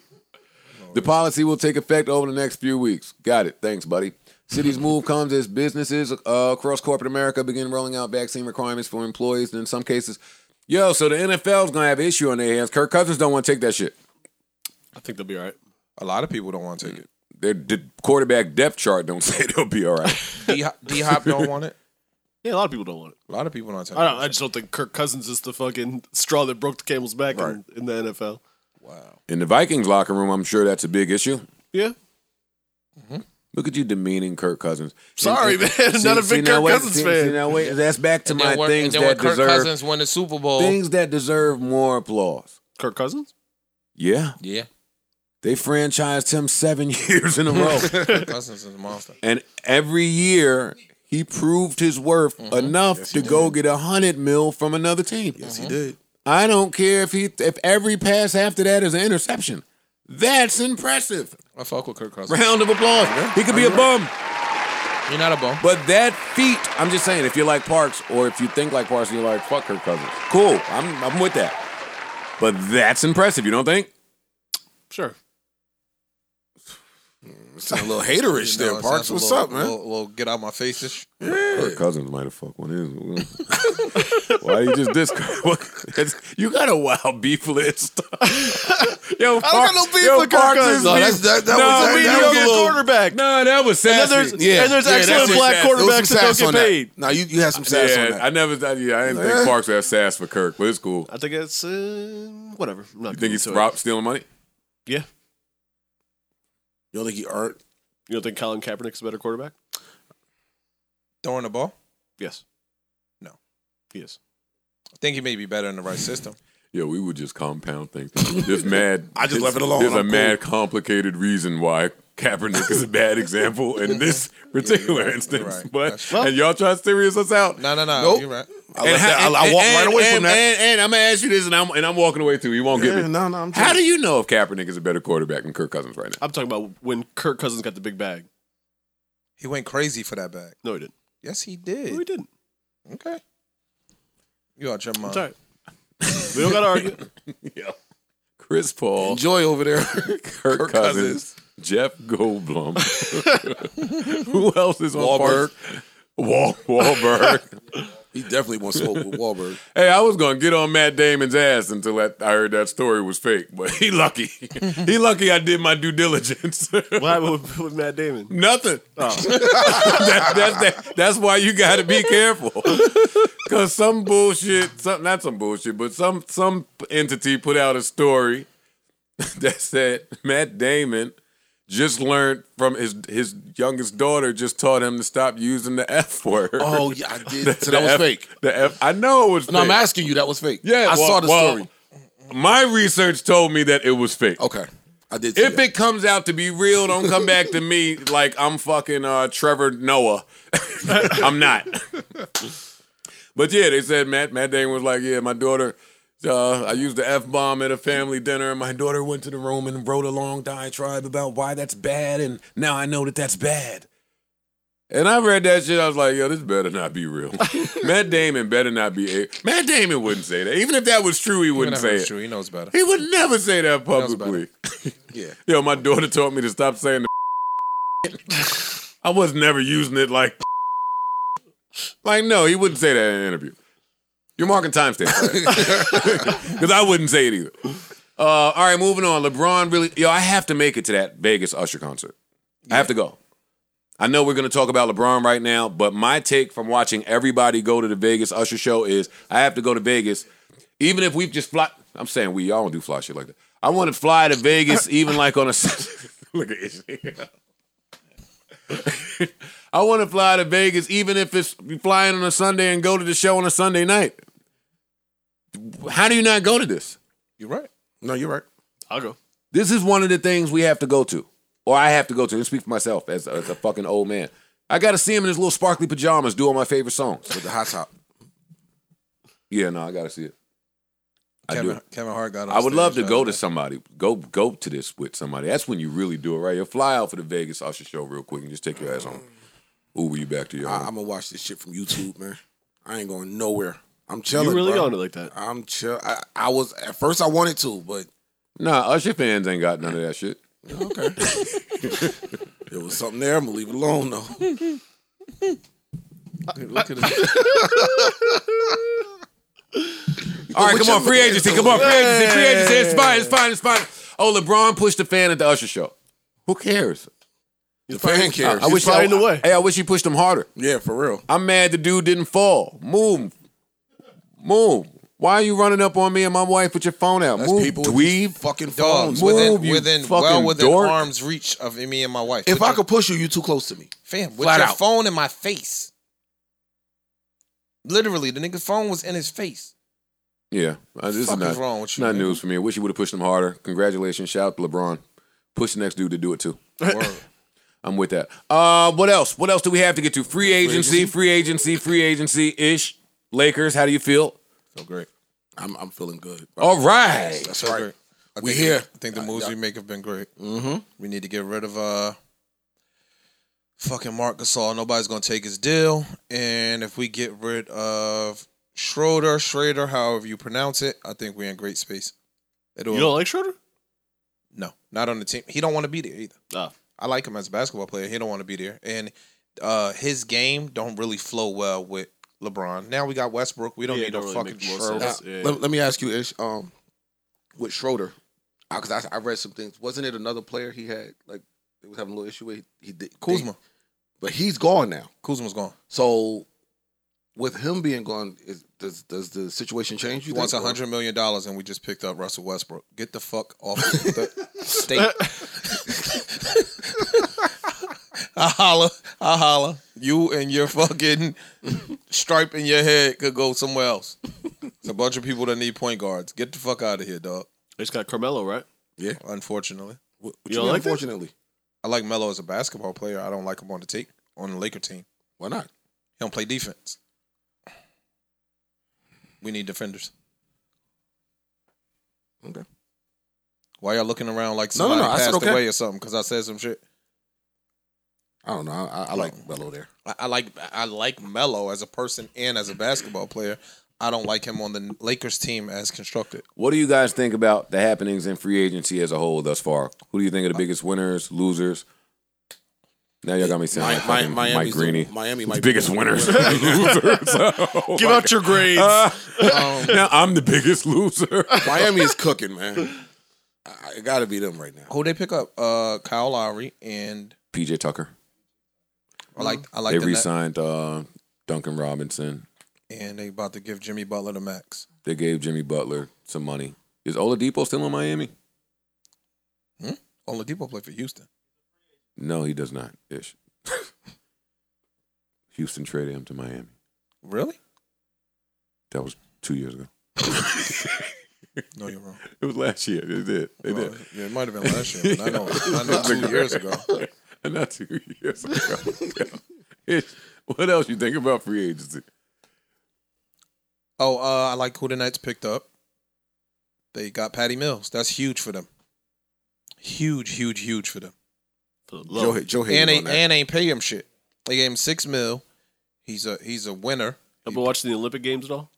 Speaker 3: The policy will take effect over the next few weeks. Got it. Thanks, buddy. City's move comes as businesses uh, across corporate America begin rolling out vaccine requirements for employees, and in some cases, yo, so the NFL's gonna have an issue on their hands. Kirk Cousins don't want to take that shit.
Speaker 1: I think they'll be all right.
Speaker 2: a lot of people don't want to take it.
Speaker 3: Their d- quarterback depth chart don't say they'll be all right.
Speaker 2: D Hop don't want it.
Speaker 1: Yeah, a lot of people don't want it.
Speaker 2: A lot of people don't take
Speaker 1: I
Speaker 2: it.
Speaker 1: don't. I just don't think Kirk Cousins is the fucking straw that broke the camel's back in, in the NFL.
Speaker 3: In the Vikings locker room, I'm sure that's a big issue.
Speaker 1: Yeah.
Speaker 3: Look at you demeaning Kirk Cousins.
Speaker 1: Sorry, man. Not a big
Speaker 3: now
Speaker 1: Kirk
Speaker 3: wait-
Speaker 1: Cousins
Speaker 3: see-
Speaker 1: fan.
Speaker 3: see, now wait, that's back to
Speaker 2: And
Speaker 3: my
Speaker 2: then when-
Speaker 3: things
Speaker 2: and then when
Speaker 3: that
Speaker 2: Kirk
Speaker 3: deserve
Speaker 2: Cousins won the Super Bowl,
Speaker 3: things that deserve more applause.
Speaker 1: Kirk Cousins.
Speaker 3: Yeah,
Speaker 2: yeah,
Speaker 3: they franchised him seven years in a row,
Speaker 2: Kirk Cousins is a monster.
Speaker 3: and every year he proved his worth
Speaker 2: Mm-hmm.
Speaker 3: enough to go get a hundred mil from another team. Yes,
Speaker 1: Mm-hmm.
Speaker 3: he did. I don't care if he if every pass after that is an interception. That's impressive.
Speaker 2: I fuck with Kirk Cousins.
Speaker 3: Round of applause. He could be a bum.
Speaker 2: You're not a bum.
Speaker 3: But that feat, I'm just saying, if you're like Parks or if you think like Parks and you're like, fuck Kirk Cousins, cool, I'm, I'm with that. But that's impressive, you don't think?
Speaker 1: Sure.
Speaker 4: Sound a little haterish
Speaker 2: You know,
Speaker 4: there,
Speaker 2: it
Speaker 4: Parks.
Speaker 2: sounds a
Speaker 4: What's
Speaker 2: little-
Speaker 4: up, man?
Speaker 2: Little, little get out my face.
Speaker 3: Her cousins might have fucked one in. Why you just discard? What- it's- you got a wild beef list. yo, Park,
Speaker 1: got no beef
Speaker 3: yo,
Speaker 1: with Kirk
Speaker 3: Parks
Speaker 1: Cousins.
Speaker 3: is
Speaker 1: No,
Speaker 4: that's- that- that
Speaker 3: no,
Speaker 4: was- that-
Speaker 3: we
Speaker 4: that
Speaker 3: don't
Speaker 4: was a
Speaker 3: get-
Speaker 4: little-
Speaker 1: quarterback.
Speaker 3: No, that was
Speaker 1: And
Speaker 3: sassy.
Speaker 1: there's-
Speaker 4: Yeah,
Speaker 1: and there's
Speaker 4: yeah, that's
Speaker 1: excellent
Speaker 4: it.
Speaker 1: black
Speaker 4: Sass. There was
Speaker 1: quarterbacks
Speaker 4: some
Speaker 1: that don't
Speaker 4: sass
Speaker 1: get
Speaker 4: on that.
Speaker 1: paid.
Speaker 4: Now you, you had some sass on
Speaker 3: yeah,
Speaker 4: that.
Speaker 3: I never. I, yeah, I didn't think Parks had sass for Kirk, but it's cool.
Speaker 1: I think it's uh, whatever. I'm not
Speaker 3: You think he's
Speaker 1: into it.
Speaker 3: rob- stealing money?
Speaker 1: Yeah. You
Speaker 4: You don't think he earned?
Speaker 1: don't think Colin Kaepernick's a better quarterback?
Speaker 2: Throwing the ball.
Speaker 1: Yes.
Speaker 2: No.
Speaker 1: He is.
Speaker 2: I think he may be better in the right system.
Speaker 3: Yo, we would just compound things. There's mad.
Speaker 4: I just
Speaker 3: there's-
Speaker 4: left it alone.
Speaker 3: There's a
Speaker 4: I'm
Speaker 3: mad, complicated reason why Kaepernick is a bad example in this particular instance.
Speaker 2: right.
Speaker 3: But and y'all trying to serious us out.
Speaker 2: No, no, no.
Speaker 4: Nope.
Speaker 2: You're right.
Speaker 4: I, left that, I, I walked
Speaker 3: and-
Speaker 4: right away
Speaker 3: and-
Speaker 4: from that.
Speaker 3: And, and I'm gonna ask you this, and I'm and I'm walking away too. You won't get
Speaker 4: Yeah,
Speaker 3: me.
Speaker 4: no, no, I'm
Speaker 3: How
Speaker 4: just-
Speaker 3: do you know if Kaepernick is a better quarterback than Kirk Cousins right now?
Speaker 1: I'm talking about when Kirk Cousins got the big bag.
Speaker 2: He went crazy for that bag.
Speaker 1: No, he didn't.
Speaker 2: Yes, he did.
Speaker 1: No, he didn't.
Speaker 2: Okay. You out your mind?
Speaker 1: It's all right. we don't got to argue.
Speaker 3: Yeah. Chris Paul,
Speaker 4: Enjoy over there.
Speaker 3: Kirk, Cousins, Jeff Goldblum. Who else is on
Speaker 4: Wahlberg.
Speaker 3: Parks? Wal Wahlberg.
Speaker 4: he definitely won't smoke with Wahlberg.
Speaker 3: hey, I was gonna get on Matt Damon's ass until that, I heard that story was fake, but he lucky. he lucky I did my due diligence.
Speaker 1: What happened with, with Matt Damon?
Speaker 3: Nothing.
Speaker 4: Oh.
Speaker 3: that, that, that, that's why you got to be careful. Because some bullshit, some, not some bullshit, but some some entity put out a story that said Matt Damon just learned from his his youngest daughter just taught him to stop using the F word.
Speaker 4: Oh, yeah, I did. So
Speaker 3: The
Speaker 4: that was
Speaker 3: F-
Speaker 4: fake.
Speaker 3: The F. I know it was.
Speaker 4: No,
Speaker 3: fake.
Speaker 4: I'm asking you. That was fake.
Speaker 3: Yeah,
Speaker 4: I
Speaker 3: well-
Speaker 4: saw the
Speaker 3: well,
Speaker 4: story.
Speaker 3: My research told me that it was fake.
Speaker 4: Okay, I did. See
Speaker 3: If
Speaker 4: that.
Speaker 3: it comes out to be real, don't come back to me like I'm fucking uh, Trevor Noah. I'm not. but yeah, they said Matt Matt Damon was like, yeah, my daughter. Uh, I used the F bomb at a family dinner, and my daughter went to the room and wrote a long diatribe about why that's bad, and now I know that that's bad. And I read that shit, I was like, yo, this better not be real. Matt Damon better not be a. Matt Damon wouldn't say that. Even if that was true, he wouldn't
Speaker 2: Whatever,
Speaker 3: say
Speaker 2: it's
Speaker 3: it.
Speaker 2: true. He knows better.
Speaker 3: He would never say that
Speaker 2: That's better.
Speaker 3: publicly.
Speaker 4: Yeah.
Speaker 3: Yo, my daughter told me to stop saying the I was never using it like Like, no, he wouldn't say that in an interview. You're marking timestamps. Because I wouldn't say it either. Uh, all right, moving on. LeBron really, yo, I have to make it to that Vegas Usher concert. I have to go. I know we're going to talk about LeBron right now, but my take from watching everybody go to the Vegas Usher show is I have to go to Vegas, even if we've just fly. I'm saying we, y'all don't do fly shit like that. I want to fly to Vegas, even like on a. Look at Ishmael. I want to fly to Vegas, even if it's flying on a Sunday and go to the show on a Sunday night. How do you not go to this?
Speaker 2: You're right.
Speaker 4: No, you're right.
Speaker 1: I'll go.
Speaker 3: This is one of the things we have to go to, or I have to go to. And speak for myself as, as a fucking old man. I got to see him in his little sparkly pajamas doing my favorite songs.
Speaker 4: With the hot top.
Speaker 3: Yeah, no, I got to see it. I do.
Speaker 2: Kevin, Kevin Hart got. On
Speaker 3: I would love to
Speaker 2: stage,
Speaker 3: go
Speaker 2: uh,
Speaker 3: to somebody. Go go to this with somebody. That's when you really do it right. You fly out for the Vegas Usher show real quick and just take your ass home. Uber you back to your
Speaker 4: I,
Speaker 3: home.
Speaker 4: I'm gonna watch this shit from YouTube, man. I ain't going nowhere. I'm chilling.
Speaker 1: You really
Speaker 4: bro.
Speaker 1: on it like that?
Speaker 4: I'm chill. I, I was at first. I wanted to, but
Speaker 3: Nah, Usher fans ain't got none of that shit.
Speaker 4: okay. there was something there. I'm gonna leave it alone though.
Speaker 2: Look at his,
Speaker 3: All right,
Speaker 4: What
Speaker 3: come on,
Speaker 4: you
Speaker 3: free
Speaker 4: looking
Speaker 3: agency.
Speaker 4: at,
Speaker 3: Come on,
Speaker 4: though?
Speaker 3: free agency, free agency. It's fine, it's fine, it's fine. Oh, LeBron pushed a fan at the Usher show. Who cares?
Speaker 4: The fan cares.
Speaker 3: I wish
Speaker 1: flying
Speaker 3: I,
Speaker 1: away.
Speaker 3: Hey, I wish he pushed him harder.
Speaker 4: yeah, for real.
Speaker 3: I'm mad the dude didn't fall. Move, move. Why are you running up on me and my wife with your phone out?
Speaker 4: That's
Speaker 3: move,
Speaker 4: people with these
Speaker 3: dweeb.
Speaker 4: fucking
Speaker 2: dogs
Speaker 4: phones.
Speaker 3: Move,
Speaker 2: within,
Speaker 3: you
Speaker 2: within
Speaker 3: fucking
Speaker 2: well within
Speaker 3: dork.
Speaker 2: arm's reach of me and my wife.
Speaker 4: If
Speaker 2: Put
Speaker 4: I
Speaker 2: your-
Speaker 4: could push you, you too close to me.
Speaker 2: fam, with
Speaker 4: flat
Speaker 2: your
Speaker 4: out.
Speaker 2: phone in my face. Literally, the nigga's phone was in his face.
Speaker 3: Yeah, uh, this
Speaker 2: Fuck
Speaker 3: is not,
Speaker 2: is wrong with you,
Speaker 3: not
Speaker 2: nigga?
Speaker 3: news for me. I wish he would have pushed him harder. Congratulations, shout out to LeBron. Push the next dude to do it too.
Speaker 2: Word.
Speaker 3: I'm with that. Uh, what else? What else do we have to get to? Free agency, free agency, free agency ish. Lakers, how do you feel?
Speaker 2: Feel great.
Speaker 4: I'm, I'm feeling good.
Speaker 3: All right.
Speaker 4: That's
Speaker 2: Feel
Speaker 4: right.
Speaker 2: great. I
Speaker 4: We
Speaker 2: think,
Speaker 4: here.
Speaker 2: I think the moves we make have been great. Mm-hmm. We need to get rid of uh fucking Mark Gasol. Nobody's gonna take his deal. And if we get rid of Schroeder, Schrader, however you pronounce it, I think we're in great space. It'll
Speaker 1: You don't like Schroeder?
Speaker 2: no, not on the team. He don't want to be there either.
Speaker 1: Ah.
Speaker 2: I like him as a basketball player. He don't want to be there, and uh, his game don't really flow well with LeBron. Now we got Westbrook. We don't
Speaker 1: Yeah,
Speaker 2: need
Speaker 1: it don't
Speaker 2: no
Speaker 1: really
Speaker 2: fucking
Speaker 1: make more
Speaker 2: Schroeder.
Speaker 1: sense.
Speaker 4: Now,
Speaker 1: Yeah.
Speaker 4: Let, let me ask you, Ish. Um, with Schroeder, because I, I read some things. Wasn't it another player he had like they was having a little issue with? He did
Speaker 2: Kuzma.
Speaker 4: but he's gone now.
Speaker 2: Kuzma's gone.
Speaker 4: So with him being gone, is, does does the situation change?
Speaker 2: He
Speaker 4: You
Speaker 2: wants
Speaker 4: think, or-
Speaker 2: hundred million dollars, and we just picked up Russell Westbrook. Get the fuck off the state. I holla, I holla. You and your fucking stripe in your head could go somewhere else. It's a bunch of people that need point guards. Get the fuck out of here, dog.
Speaker 1: It's got Carmelo, right?
Speaker 2: Unfortunately,
Speaker 4: What,
Speaker 1: You
Speaker 4: what you
Speaker 1: don't
Speaker 4: mean,
Speaker 1: like that?
Speaker 4: unfortunately,
Speaker 2: I like Melo as a basketball player. I don't like him on the take on the Laker team.
Speaker 4: why not?
Speaker 2: He don't play defense. We need defenders.
Speaker 4: Okay.
Speaker 2: Why y'all looking around like
Speaker 4: No, no,
Speaker 2: somebody
Speaker 4: no, I said
Speaker 2: passed
Speaker 4: okay.
Speaker 2: away or something? Because I said some shit.
Speaker 4: I don't know. I, I- I like Melo there.
Speaker 2: I, I like I like Melo as a person and as a basketball player. I don't like him on the Lakers team as constructed.
Speaker 3: What do you guys think about the happenings in free agency as a whole thus far? Who do you think are the biggest winners, losers? Now y'all got me sounding like fucking Mike
Speaker 4: Miami's the-
Speaker 3: Greeny.
Speaker 4: Miami might be
Speaker 3: biggest winners, losers. Oh
Speaker 1: Give
Speaker 3: my
Speaker 1: out your grades.
Speaker 3: God. now I'm the biggest loser.
Speaker 4: Miami is cooking, man. I, I got to be them right now.
Speaker 2: Who they pick up? Uh, Kyle Lowry and
Speaker 3: PJ Tucker.
Speaker 2: I like I like
Speaker 3: They
Speaker 2: the Nets.
Speaker 3: re-signed uh, Duncan Robinson.
Speaker 2: and they about to give Jimmy Butler the max.
Speaker 3: They gave Jimmy Butler some money. Is Oladipo still in Miami?
Speaker 2: Oladipo played for Houston.
Speaker 3: No, he does not. Ish. Houston traded him to Miami.
Speaker 2: Really?
Speaker 3: That was two years ago.
Speaker 2: No, you're wrong.
Speaker 3: It was last year. They did. They
Speaker 2: Well,
Speaker 3: did.
Speaker 2: yeah, it might have been last year. But I know. I know two years ago.
Speaker 3: And not two years ago. Ish, what else you think about free agency?
Speaker 2: Oh, uh, I like who the Nets picked up. They got Patty Mills. That's huge for them. Huge, huge, huge for them.
Speaker 1: For the
Speaker 4: Joe,
Speaker 1: love.
Speaker 4: Joe
Speaker 2: and
Speaker 4: hated
Speaker 2: they
Speaker 4: on that.
Speaker 2: and they ain't pay him shit. They gave him six mil. He's a he's a winner.
Speaker 1: I've been watching the Olympic Games at all.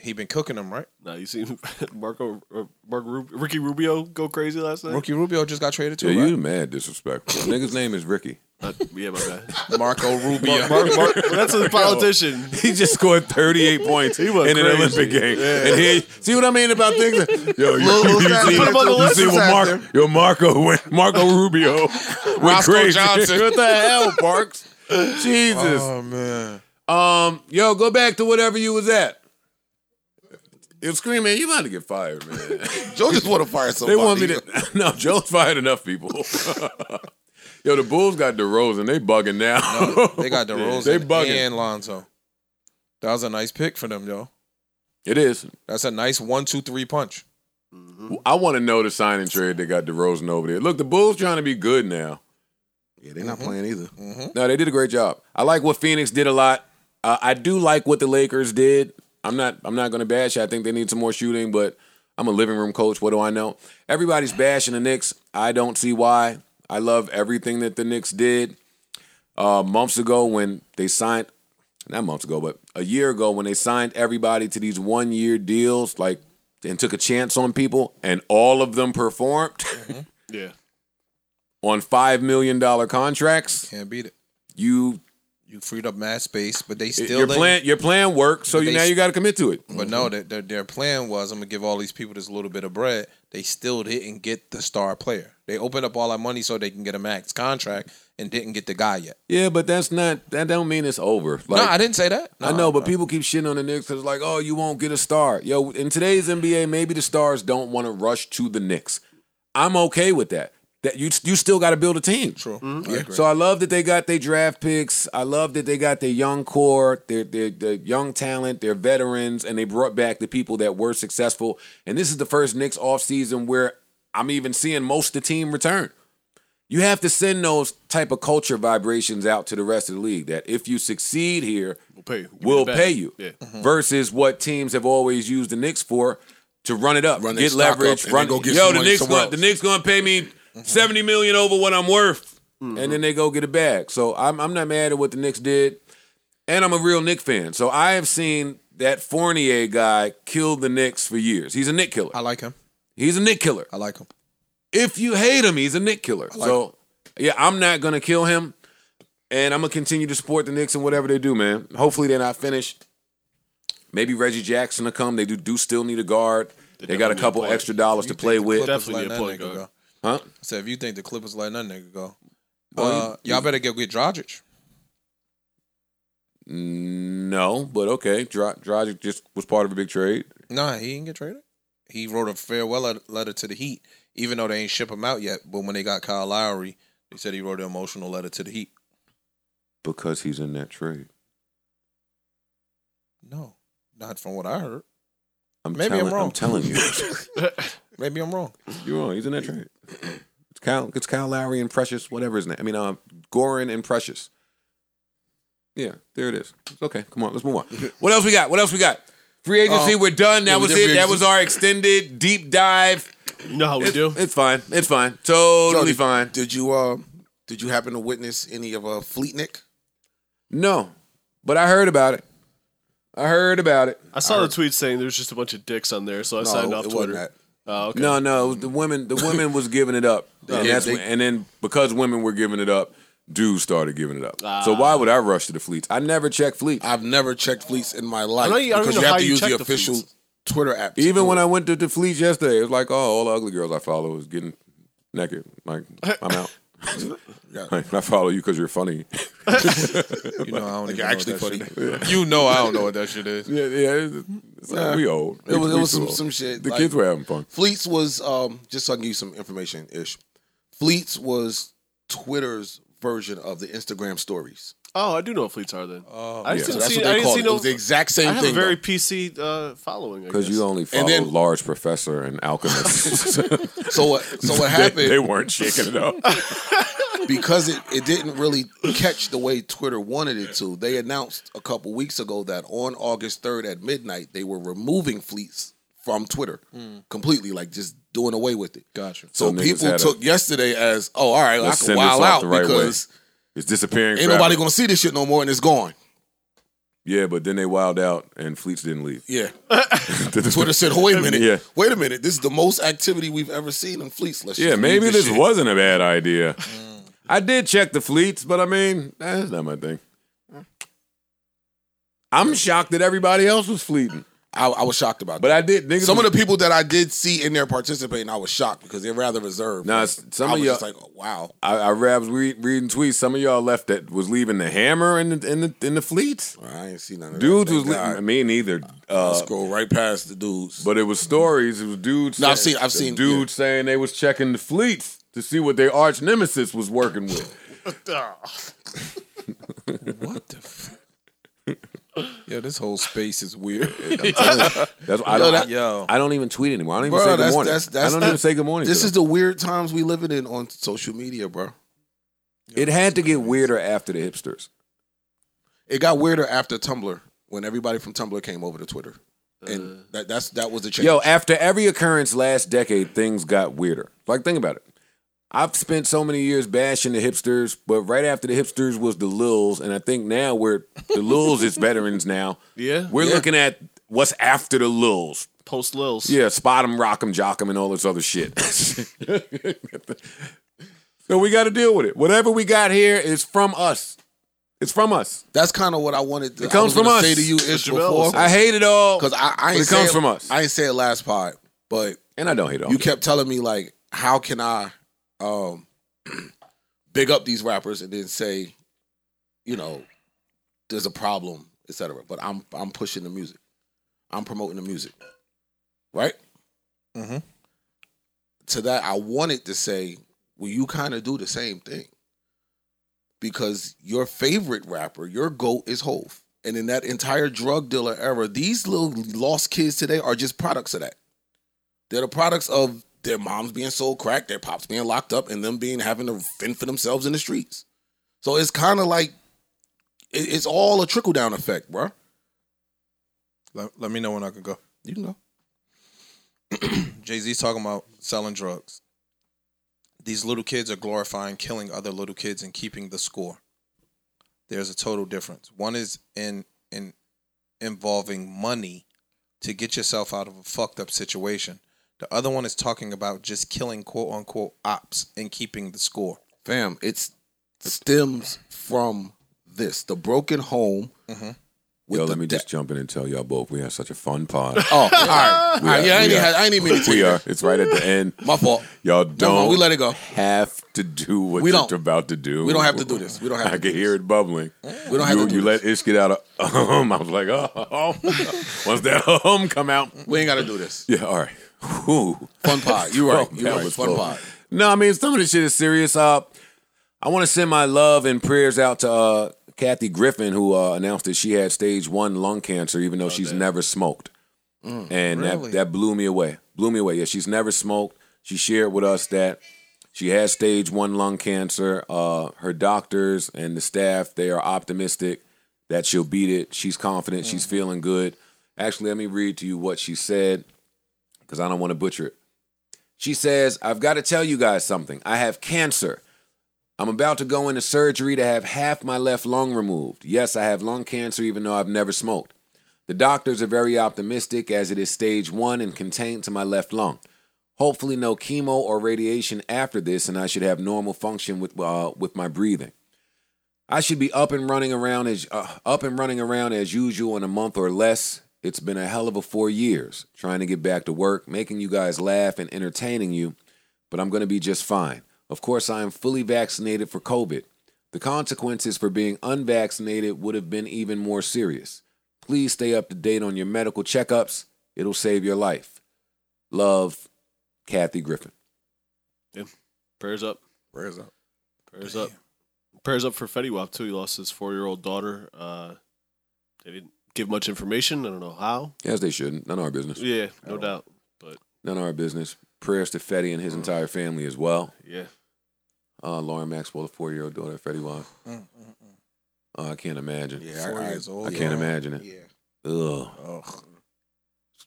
Speaker 2: He been cooking them right.
Speaker 1: No, you seen Marco, or Mark Rub- Ricky Rubio go crazy last night?
Speaker 2: Rookie Rubio just got traded
Speaker 3: Yeah,
Speaker 2: too.
Speaker 3: you mad disrespectful. Nigga's name is Ricky.
Speaker 1: Uh, yeah, my bad.
Speaker 2: right? Marco Rubio.
Speaker 1: Mark, Mark, that's a politician.
Speaker 3: He just scored 38 points
Speaker 1: went
Speaker 3: in an
Speaker 1: crazy.
Speaker 3: Olympic game. And he, see what I mean about things? Yo, you,
Speaker 4: Lil
Speaker 3: you
Speaker 4: Uzi
Speaker 3: see,
Speaker 4: Vert
Speaker 1: put him on the
Speaker 3: you
Speaker 1: list
Speaker 3: see
Speaker 4: this
Speaker 3: what Mark,
Speaker 4: afternoon.
Speaker 3: yo, Marco went, Marco Rubio went
Speaker 2: Roscoe
Speaker 3: crazy.
Speaker 2: Johnson.
Speaker 3: what the hell, Parks? Jesus.
Speaker 2: oh man.
Speaker 3: Um, yo, go back to whatever you was at. You're screaming. You about to get fired, man.
Speaker 4: Joe just want to fire
Speaker 3: They
Speaker 4: somebody.
Speaker 3: want me to. No, Joe's fired enough people. Yo, the Bulls got DeRozan. They bugging now.
Speaker 2: They got DeRozan
Speaker 3: They bugging.
Speaker 2: and Lonzo. That was a nice pick for them, yo.
Speaker 3: It is.
Speaker 2: That's a nice one, two, three punch.
Speaker 3: I want to know the sign and trade that got DeRozan over there. Look, the Bulls trying to be good now.
Speaker 4: Yeah, they're not playing either.
Speaker 3: No, they did a great job. I like what Phoenix did a lot. Uh, I do like what the Lakers did. I'm not. I'm not going to bash. it. I think they need some more shooting, but I'm a living room coach. What do I know? Everybody's bashing the Knicks. I don't see why. I love everything that the Knicks did. Uh, months ago, when they signed, not months ago, but a year ago, when they signed everybody to these one-year deals, like and took a chance on people, and all of them performed
Speaker 1: Yeah.
Speaker 3: on five million dollar contracts.
Speaker 2: Can't beat it.
Speaker 3: You
Speaker 2: You freed up mad space, but they still
Speaker 3: your
Speaker 2: didn't.
Speaker 3: plan your plan works, so
Speaker 2: But
Speaker 3: you
Speaker 2: they
Speaker 3: now
Speaker 2: s-
Speaker 3: you got to commit to it.
Speaker 2: But no, their, their their plan was I'm gonna give all these people this little bit of bread. They still didn't get the star player. They opened up all that money so they can get a max contract and didn't get the guy yet.
Speaker 3: Yeah, but that's not that don't mean it's over. Like,
Speaker 2: no, I didn't say that.
Speaker 3: I
Speaker 2: No,
Speaker 3: know, but people keep shitting on the Knicks because like, oh, you won't get a star. Yo, in today's NBA, maybe the stars don't want to rush to the Knicks. I'm okay with that. That you you still got to build a team.
Speaker 2: True.
Speaker 3: So I love that they got their draft picks. I love that they got their young core, their, their their young talent, their veterans, and they brought back the people that were successful. And this is the first Knicks offseason where I'm even seeing most of the team return. You have to send those type of culture vibrations out to the rest of the league that if you succeed here,
Speaker 1: We'll pay you. Give me
Speaker 3: we'll
Speaker 1: the bag.
Speaker 3: pay you.
Speaker 1: Yeah.
Speaker 4: Mm-hmm.
Speaker 3: Versus what teams have always used the Knicks for to run it up,
Speaker 4: Run their
Speaker 3: get
Speaker 4: stock up
Speaker 3: leverage,
Speaker 4: and
Speaker 3: run
Speaker 4: then go get
Speaker 3: Yo,
Speaker 4: some
Speaker 3: the
Speaker 4: money
Speaker 3: Knicks
Speaker 4: somewhere
Speaker 3: going
Speaker 4: else. Mm-hmm.
Speaker 3: the Knicks going to pay me 70 million over what I'm worth. And then they go get it back. So I'm I'm not mad at what the Knicks did. And I'm a real Knicks fan. So I have seen that Fournier guy kill the Knicks for years. He's a Nick killer.
Speaker 2: I like him.
Speaker 3: He's a Nick killer.
Speaker 2: I like him.
Speaker 3: If you hate him, he's a Nick killer. so yeah, I'm not gonna kill him, and I'm gonna continue to support the Knicks and whatever they do, man. Hopefully they're not finished. Maybe Reggie Jackson will come. They do do still need a guard. They, got a
Speaker 1: definitely
Speaker 3: couple
Speaker 1: need a point.
Speaker 3: extra dollars to play with,
Speaker 1: Clippers- Definitely
Speaker 2: Let
Speaker 1: a
Speaker 2: that
Speaker 1: point
Speaker 2: nigga
Speaker 1: guard.
Speaker 2: go.
Speaker 3: huh?
Speaker 2: I said, if you think the Clippers letting that nigga go,
Speaker 3: Oh,
Speaker 2: uh, y'all better go get Drogic.
Speaker 3: No, but okay. Dra- Dragic just was part of a big trade.
Speaker 2: Nah, he didn't get traded. He wrote a farewell let- letter to the Heat, even though they ain't ship him out yet. But when they got Kyle Lowry, they said he wrote an emotional letter to the Heat.
Speaker 3: because he's in that trade.
Speaker 2: No, not from what I heard.
Speaker 3: I'm
Speaker 2: Maybe
Speaker 3: telling,
Speaker 2: I'm wrong.
Speaker 3: telling you,
Speaker 2: Maybe I'm wrong.
Speaker 3: you're wrong. He's in that trade. It's Kyle. It's Kyle Lowry and Precious, whatever his name. I mean, uh, Gorin and Precious. Yeah, there it is. It's okay. Come on, let's move on. What else we got? What else we got? Free agency. we're done.
Speaker 4: Oh.
Speaker 3: That
Speaker 4: yeah, we
Speaker 3: was
Speaker 4: did
Speaker 3: it.
Speaker 4: free
Speaker 3: That
Speaker 4: agency.
Speaker 3: was our extended deep dive.
Speaker 1: You know how we
Speaker 3: It's,
Speaker 1: do.
Speaker 3: it's fine. It's fine. Totally
Speaker 4: did,
Speaker 3: fine.
Speaker 4: Did you uh, did you happen to witness any of uh, Fleetnick?
Speaker 3: No, but I heard about it. I heard about it.
Speaker 1: I saw the tweet saying there's just a bunch of dicks on there, so I signed off Twitter. Oh, okay.
Speaker 3: No, no, it was the women. The women was giving it up, and
Speaker 4: they-
Speaker 3: that's
Speaker 4: they-
Speaker 3: when- and then because women were giving it up, dudes started giving it up.
Speaker 4: Ah.
Speaker 3: so why would I rush to the fleets? I never check fleets.
Speaker 4: I've never checked fleets in my life
Speaker 1: I don't- I don't
Speaker 4: because
Speaker 1: know
Speaker 4: you
Speaker 1: how
Speaker 4: have to
Speaker 1: you
Speaker 4: use
Speaker 1: check
Speaker 4: the
Speaker 1: the
Speaker 4: official
Speaker 1: fleets.
Speaker 4: Twitter app. to
Speaker 3: Even
Speaker 4: do
Speaker 3: when
Speaker 4: it.
Speaker 3: I went to the fleets yesterday, it was like, oh, all the ugly girls I follow is getting naked. Like I'm out. Like, I follow you because you're funny.
Speaker 2: You know I don't even
Speaker 4: you're
Speaker 2: know
Speaker 4: actually
Speaker 2: what that
Speaker 4: funny.
Speaker 2: shit is. You know I don't know what that shit is.
Speaker 3: yeah, yeah. It's, it's like,
Speaker 4: Yeah.
Speaker 3: we old.
Speaker 4: It was-
Speaker 3: We-
Speaker 4: it
Speaker 3: we
Speaker 4: was
Speaker 3: too
Speaker 4: some-
Speaker 3: old.
Speaker 4: some shit,
Speaker 3: The
Speaker 4: like-
Speaker 3: kids were having fun.
Speaker 4: Fleets was um, just so I can give you some information ish. Fleets was Twitter's version of the Instagram stories.
Speaker 1: Oh, I do know what fleets are then. Oh, I just
Speaker 4: So
Speaker 1: didn't
Speaker 4: that's
Speaker 1: see.
Speaker 4: what
Speaker 1: I
Speaker 4: they
Speaker 1: didn't
Speaker 4: called
Speaker 1: see
Speaker 4: it.
Speaker 1: no.
Speaker 4: it was the exact same
Speaker 1: I have
Speaker 4: thing.
Speaker 1: a very
Speaker 4: though.
Speaker 1: PC uh, following.
Speaker 3: Because you only follow
Speaker 4: then-
Speaker 3: large professor and alchemists.
Speaker 4: so what? So what
Speaker 3: They-
Speaker 4: happened?
Speaker 3: they weren't shaking it up.
Speaker 4: because it, it didn't really catch the way Twitter wanted it to, they announced a couple weeks ago that on August 3rd at midnight, they were removing fleets from Twitter completely, like just doing away with it.
Speaker 2: Gotcha.
Speaker 4: So,
Speaker 3: So niggas
Speaker 4: people
Speaker 3: had a-
Speaker 4: took yesterday as, oh, all right,
Speaker 3: Let's
Speaker 4: I can
Speaker 3: send
Speaker 4: wild
Speaker 3: this off
Speaker 4: out
Speaker 3: the right way.
Speaker 4: because
Speaker 3: It's disappearing.
Speaker 4: ain't
Speaker 3: forever.
Speaker 4: nobody going to see this shit no more and it's gone.
Speaker 3: Yeah, but then they wild out and Fleets didn't leave.
Speaker 4: Yeah. Twitter said, oh, wait a minute.
Speaker 3: Yeah.
Speaker 4: Wait a minute. This is the most activity we've ever seen in fleets. Let's
Speaker 3: yeah,
Speaker 4: just leave
Speaker 3: maybe this
Speaker 4: shit.
Speaker 3: wasn't a bad idea. I did check the Fleets, but I mean, that's not my thing. I'm shocked that everybody else was fleeting,
Speaker 4: I, I was shocked about
Speaker 3: but I did. Niggas
Speaker 4: Some of the people that I did see in there participating, I was shocked because they're rather reserved.
Speaker 3: Nah,
Speaker 4: Like,
Speaker 3: s- some
Speaker 4: I
Speaker 3: of
Speaker 4: was
Speaker 3: y'all-
Speaker 4: just like, oh, wow.
Speaker 3: I, I was re- reading tweets. Some of y'all left that was leaving the hammer in the in the in the Fleets.
Speaker 4: I ain't see none of
Speaker 3: Dudes
Speaker 4: that.
Speaker 3: was
Speaker 4: Oh, Thank
Speaker 3: leaving.
Speaker 4: God.
Speaker 3: Me neither.
Speaker 4: I
Speaker 3: Uh,
Speaker 4: scroll right past the dudes.
Speaker 3: But it was stories. It was dudes.
Speaker 4: No, I've
Speaker 3: saying-
Speaker 4: seen- I've seen-
Speaker 3: dudes saying they was checking the fleets to see what their arch nemesis was working with.
Speaker 2: What the? F- Yo, this whole space is weird.
Speaker 3: That's why I,
Speaker 4: Yo,
Speaker 3: don't,
Speaker 4: that-
Speaker 2: Yo.
Speaker 3: I, I don't even tweet anymore. I don't even
Speaker 4: Bro,
Speaker 3: say good
Speaker 4: that's-
Speaker 3: morning.
Speaker 4: that's- that's
Speaker 3: I don't
Speaker 4: not-
Speaker 3: even say good morning.
Speaker 4: this
Speaker 3: to
Speaker 4: is the weird times we living in on social media, bro.
Speaker 3: them. it had to get weirder after the hipsters.
Speaker 4: It got weirder after Tumblr when everybody from Tumblr came over to Twitter,
Speaker 2: Uh.
Speaker 4: and that, that's that was the change.
Speaker 3: Yo, after every occurrence last decade, things got weirder. Like think about it. I've spent so many years bashing the hipsters, but right after the hipsters was the lils, and I think now we're the lils is veterans now.
Speaker 1: Yeah.
Speaker 3: we're
Speaker 4: Yeah.
Speaker 3: looking at what's after the lils.
Speaker 1: post lils.
Speaker 3: Yeah, spot 'em, rock 'em, jock 'em, and all this other shit. so we got to deal with it. Whatever we got here is from us. It's from us.
Speaker 4: that's kind of what I wanted. To,
Speaker 3: It comes
Speaker 4: I was gonna
Speaker 3: from us.
Speaker 4: Say to you,
Speaker 1: That's
Speaker 4: Ish,
Speaker 1: what Jamel
Speaker 4: before
Speaker 1: said.
Speaker 3: I hate it all
Speaker 4: because I, I
Speaker 3: But
Speaker 4: ain't
Speaker 3: it comes
Speaker 4: say
Speaker 3: from us.
Speaker 4: I ain't say it last pod, but
Speaker 3: and I don't hate it all.
Speaker 4: you kept telling me like, how can I um big up these rappers and then say, you know, there's a problem, etc. But I'm I'm pushing the music. I'm promoting the music. Right?
Speaker 2: Mhm.
Speaker 4: To that I wanted to say, well, you kind of do the same thing. Because your favorite rapper, your GOAT is Hove. And in that entire drug dealer era, these little lost kids today are just products of that. They're the products of their moms being sold crack, their pops being locked up, and them being having to fend for themselves in the streets. So it's kind of like it, it's all a trickle down effect, bro.
Speaker 2: let, let me know when I can go.
Speaker 4: You know,
Speaker 2: Jay Z's talking about selling drugs. These little kids are glorifying killing other little kids and keeping the score. There's a total difference. One is in in involving money to get yourself out of a fucked up situation. The other one is talking about just killing quote unquote ops and keeping the score.
Speaker 4: fam, it stems from this the broken home. With
Speaker 3: Yo,
Speaker 4: the
Speaker 3: let me
Speaker 4: de-
Speaker 3: just jump in and tell y'all both we had such a fun pod.
Speaker 4: Oh, all right.
Speaker 3: We
Speaker 4: All
Speaker 3: are-
Speaker 4: right. Yeah, I
Speaker 3: we
Speaker 4: ain't,
Speaker 3: are-
Speaker 4: had, I ain't even mean to tell
Speaker 3: we
Speaker 4: you
Speaker 3: are.
Speaker 4: that.
Speaker 3: It's right at the end.
Speaker 4: My fault.
Speaker 3: Y'all
Speaker 4: No,
Speaker 3: don't
Speaker 4: no, we let it go.
Speaker 3: have to do what
Speaker 4: We
Speaker 3: you're
Speaker 4: don't.
Speaker 3: about to do.
Speaker 4: We don't have to do this. We don't have
Speaker 3: I
Speaker 4: to do
Speaker 3: can hear it bubbling.
Speaker 4: We don't have
Speaker 3: you,
Speaker 4: to do
Speaker 3: you
Speaker 4: this.
Speaker 3: let Ish get out of um. I was like, oh, once that um come out,
Speaker 4: We ain't got to do this.
Speaker 3: yeah, all right. Whew.
Speaker 4: Fun pod. You're right.
Speaker 3: Oh,
Speaker 4: You're
Speaker 3: that
Speaker 4: right.
Speaker 3: was
Speaker 4: Fun
Speaker 3: close.
Speaker 4: pod.
Speaker 3: No, I mean some of this shit is serious. Uh, I want to send my love and prayers out to uh, Kathy Griffin, who uh, announced that she had stage one lung cancer, even though
Speaker 4: Oh,
Speaker 3: she's never smoked,
Speaker 4: Mm,
Speaker 3: and that that blew me away. Blew me away. Yeah, she's never smoked. She shared with us that she has stage one lung cancer. Uh, her doctors and the staff they are optimistic that she'll beat it. She's confident. She's
Speaker 4: Mm-hmm.
Speaker 3: feeling good. Actually, let me read to you what she said because I don't want to butcher it. She says, I've got to tell you guys something. I have cancer. I'm about to go into surgery to have half my left lung removed. Yes, I have lung cancer, even though I've never smoked. The doctors are very optimistic as it is stage one and contained to my left lung. Hopefully, no chemo or radiation after this, and I should have normal function with, uh, with my breathing. I should be up and running around as uh, up and running around as usual in a month or less. It's been a hell of a 4 years trying to get back to work, making you guys laugh and entertaining you, but I'm going to be just fine. Of course, I am fully vaccinated for COVID. The consequences for being unvaccinated would have been even more serious. Please stay up to date on your medical checkups. It'll save your life. Love, Kathy Griffin.
Speaker 1: Prayers up.
Speaker 4: Prayers up.
Speaker 1: Prayers up. Prayers up for Fetty Wap too. He lost his four-year-old daughter. Uh, they didn't give much information. I don't know how.
Speaker 3: As they shouldn't. None of our business.
Speaker 1: Yeah, no doubt. But
Speaker 3: None of our business. Prayers to Fetty and his entire family as well.
Speaker 1: yeah,
Speaker 3: Uh, Lauren Maxwell, a four-year-old daughter, Freddie Wong.
Speaker 4: Mm,
Speaker 3: Uh, I can't imagine.
Speaker 4: Yeah,
Speaker 2: Four
Speaker 4: I, I,
Speaker 2: years old.
Speaker 3: I can't imagine it.
Speaker 4: Yeah.
Speaker 3: Ugh.
Speaker 4: Ugh.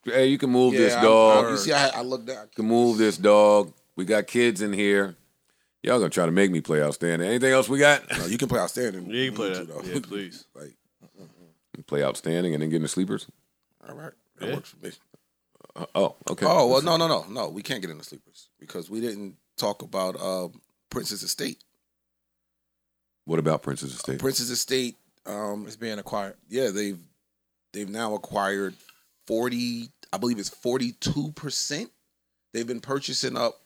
Speaker 3: Hey, you can move this
Speaker 4: Yeah,
Speaker 3: dog.
Speaker 4: I, I, you see, I, I looked down.
Speaker 3: you can move this dog. We got kids in here. Y'all gonna try to make me play outstanding. Anything else we got?
Speaker 4: No, you can play outstanding.
Speaker 1: yeah, you can play
Speaker 4: need
Speaker 1: that.
Speaker 4: to, though.
Speaker 1: Yeah, please.
Speaker 4: like,
Speaker 3: play outstanding and then get into sleepers.
Speaker 4: all right. That
Speaker 1: Yeah.
Speaker 4: works for me.
Speaker 3: Uh, oh, okay.
Speaker 4: Oh, well, no, no, no. No, we can't get into sleepers because we didn't talk about um, Princess Estate.
Speaker 3: What about Princess Estate?
Speaker 4: Princess Estate, um,
Speaker 2: It's being acquired.
Speaker 4: yeah, they've they've now acquired 40, I believe it's 42%. They've been purchasing up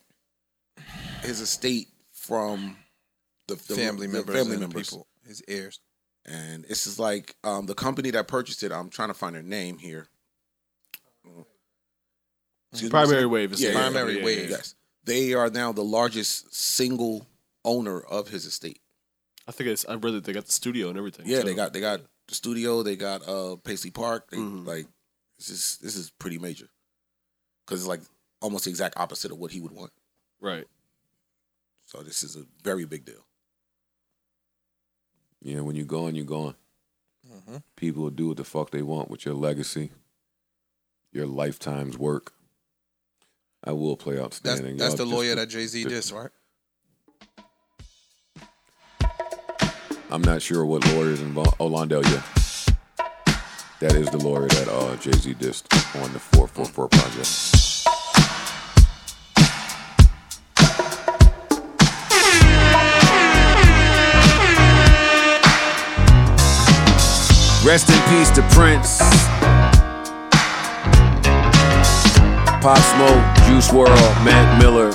Speaker 4: his estate from the, the-
Speaker 2: family
Speaker 4: the
Speaker 2: members,
Speaker 4: family
Speaker 2: and
Speaker 4: members.
Speaker 2: people, his heirs.
Speaker 4: and this is like um, the company that purchased it. I'm trying to find their name here. Excuse me,
Speaker 1: Primary wave is
Speaker 4: Yeah,
Speaker 1: the-
Speaker 2: Primary
Speaker 1: yeah, yeah,
Speaker 2: wave.
Speaker 1: yeah.
Speaker 4: Yes, they are now the largest single owner of his estate.
Speaker 1: I think it's, I read that they got the studio and everything.
Speaker 4: Yeah,
Speaker 1: so-
Speaker 4: they got they got the studio, they got uh Paisley Park. They, Like this is this is pretty major because it's like almost the exact opposite of what he would want.
Speaker 1: right.
Speaker 4: So this is a very big deal.
Speaker 3: Yeah, when you're gone, you're gone.
Speaker 2: Mm-hmm.
Speaker 3: People will do what the fuck they want with your legacy, your lifetime's work. I will play
Speaker 2: That's,
Speaker 3: outstanding.
Speaker 2: that's the
Speaker 3: y'all, just
Speaker 2: lawyer
Speaker 3: to-
Speaker 2: that Jay Z
Speaker 3: to-
Speaker 2: dissed, right?
Speaker 3: I'm not sure what lawyer is involved. Oh, Londell, yeah. That is the lawyer that uh, Jay Z dissed on the 444 project. Rest in peace to Prince. Pop Smoke, Juice World, Mac Miller,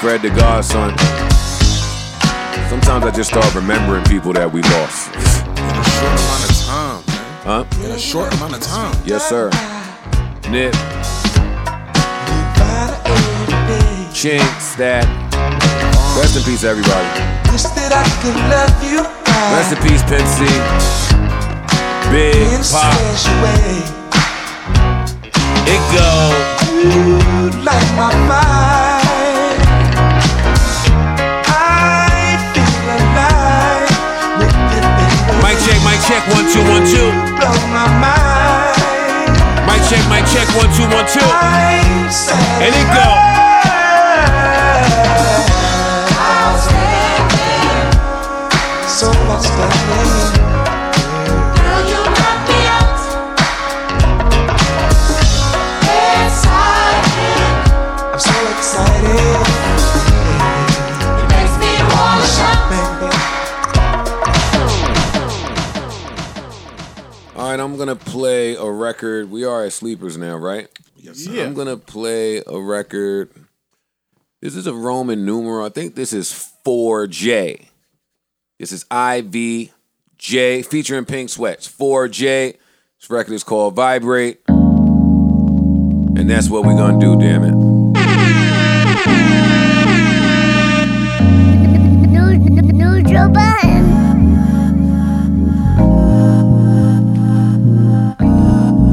Speaker 3: Fred the Godson. Sometimes I just start remembering people that we lost.
Speaker 4: In a short amount of time, man.
Speaker 3: Huh?
Speaker 4: In a short amount of time.
Speaker 3: Yes, sir. Nip. Chinks that. Rest in peace, everybody.
Speaker 6: Wish that I could love you right
Speaker 3: Rest in peace, Pimp C. Big
Speaker 6: in a
Speaker 3: Pop.
Speaker 6: special way.
Speaker 3: It go.
Speaker 6: You light my mind. I feel alive with you, baby.
Speaker 3: Mic check, mic check. One, two, one, two.
Speaker 6: Blow my mind.
Speaker 3: Mic check, mic check. One, two, one, two.
Speaker 6: I'm satisfied.
Speaker 3: And it go.
Speaker 6: So much better. I'm so excited.
Speaker 9: Makes me wanna shout
Speaker 3: right, I'm gonna play a record. We are at sleepers now, right?
Speaker 1: Yeah.
Speaker 3: I'm gonna play a record. This is a Roman numeral. I think this is 4J. This is IVJ featuring Pink Sweats. 4J. This record is called Vibrate. And that's what we're gonna do, damn it.
Speaker 9: Neutral button.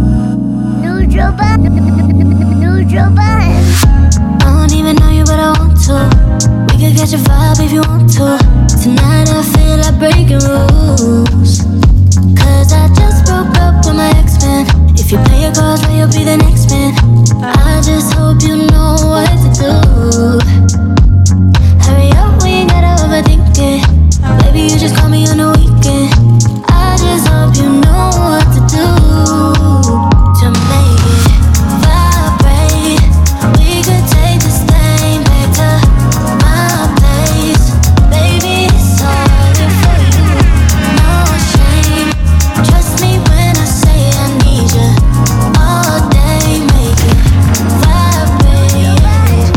Speaker 9: Neutral button. Neutral button.
Speaker 10: I don't even know you, but I want to. We could catch a vibe if you want to. Tonight I feel like breaking rules. Cause I just broke up with my ex man. If you play your cards right, you'll be the next man. I just hope you know what to do. Hurry up, we ain't gotta overthink it. Baby, you just call me on the weekend. I just hope you know what to do to make it vibrate. We could take this thing back to my place. Baby, it's all in for you. No shame. Trust me when I say I need you all day. Make it vibrate.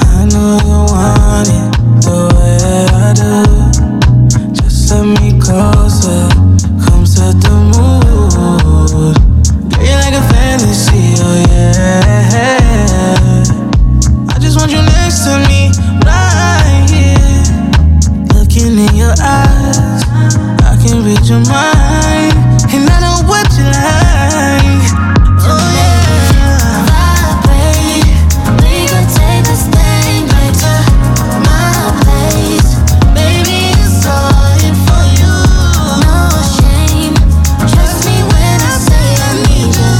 Speaker 5: I know you want it the way I do. Just let me closer, come set the mood. Play like a fantasy, oh yeah. I just want you next to me, right here. Looking in your eyes, I can read your mind, and I know what you like. Oh yeah.
Speaker 10: Vibrate, we could take this thing back to my place. Baby, it's all in for you. No shame. Trust me when I say I need you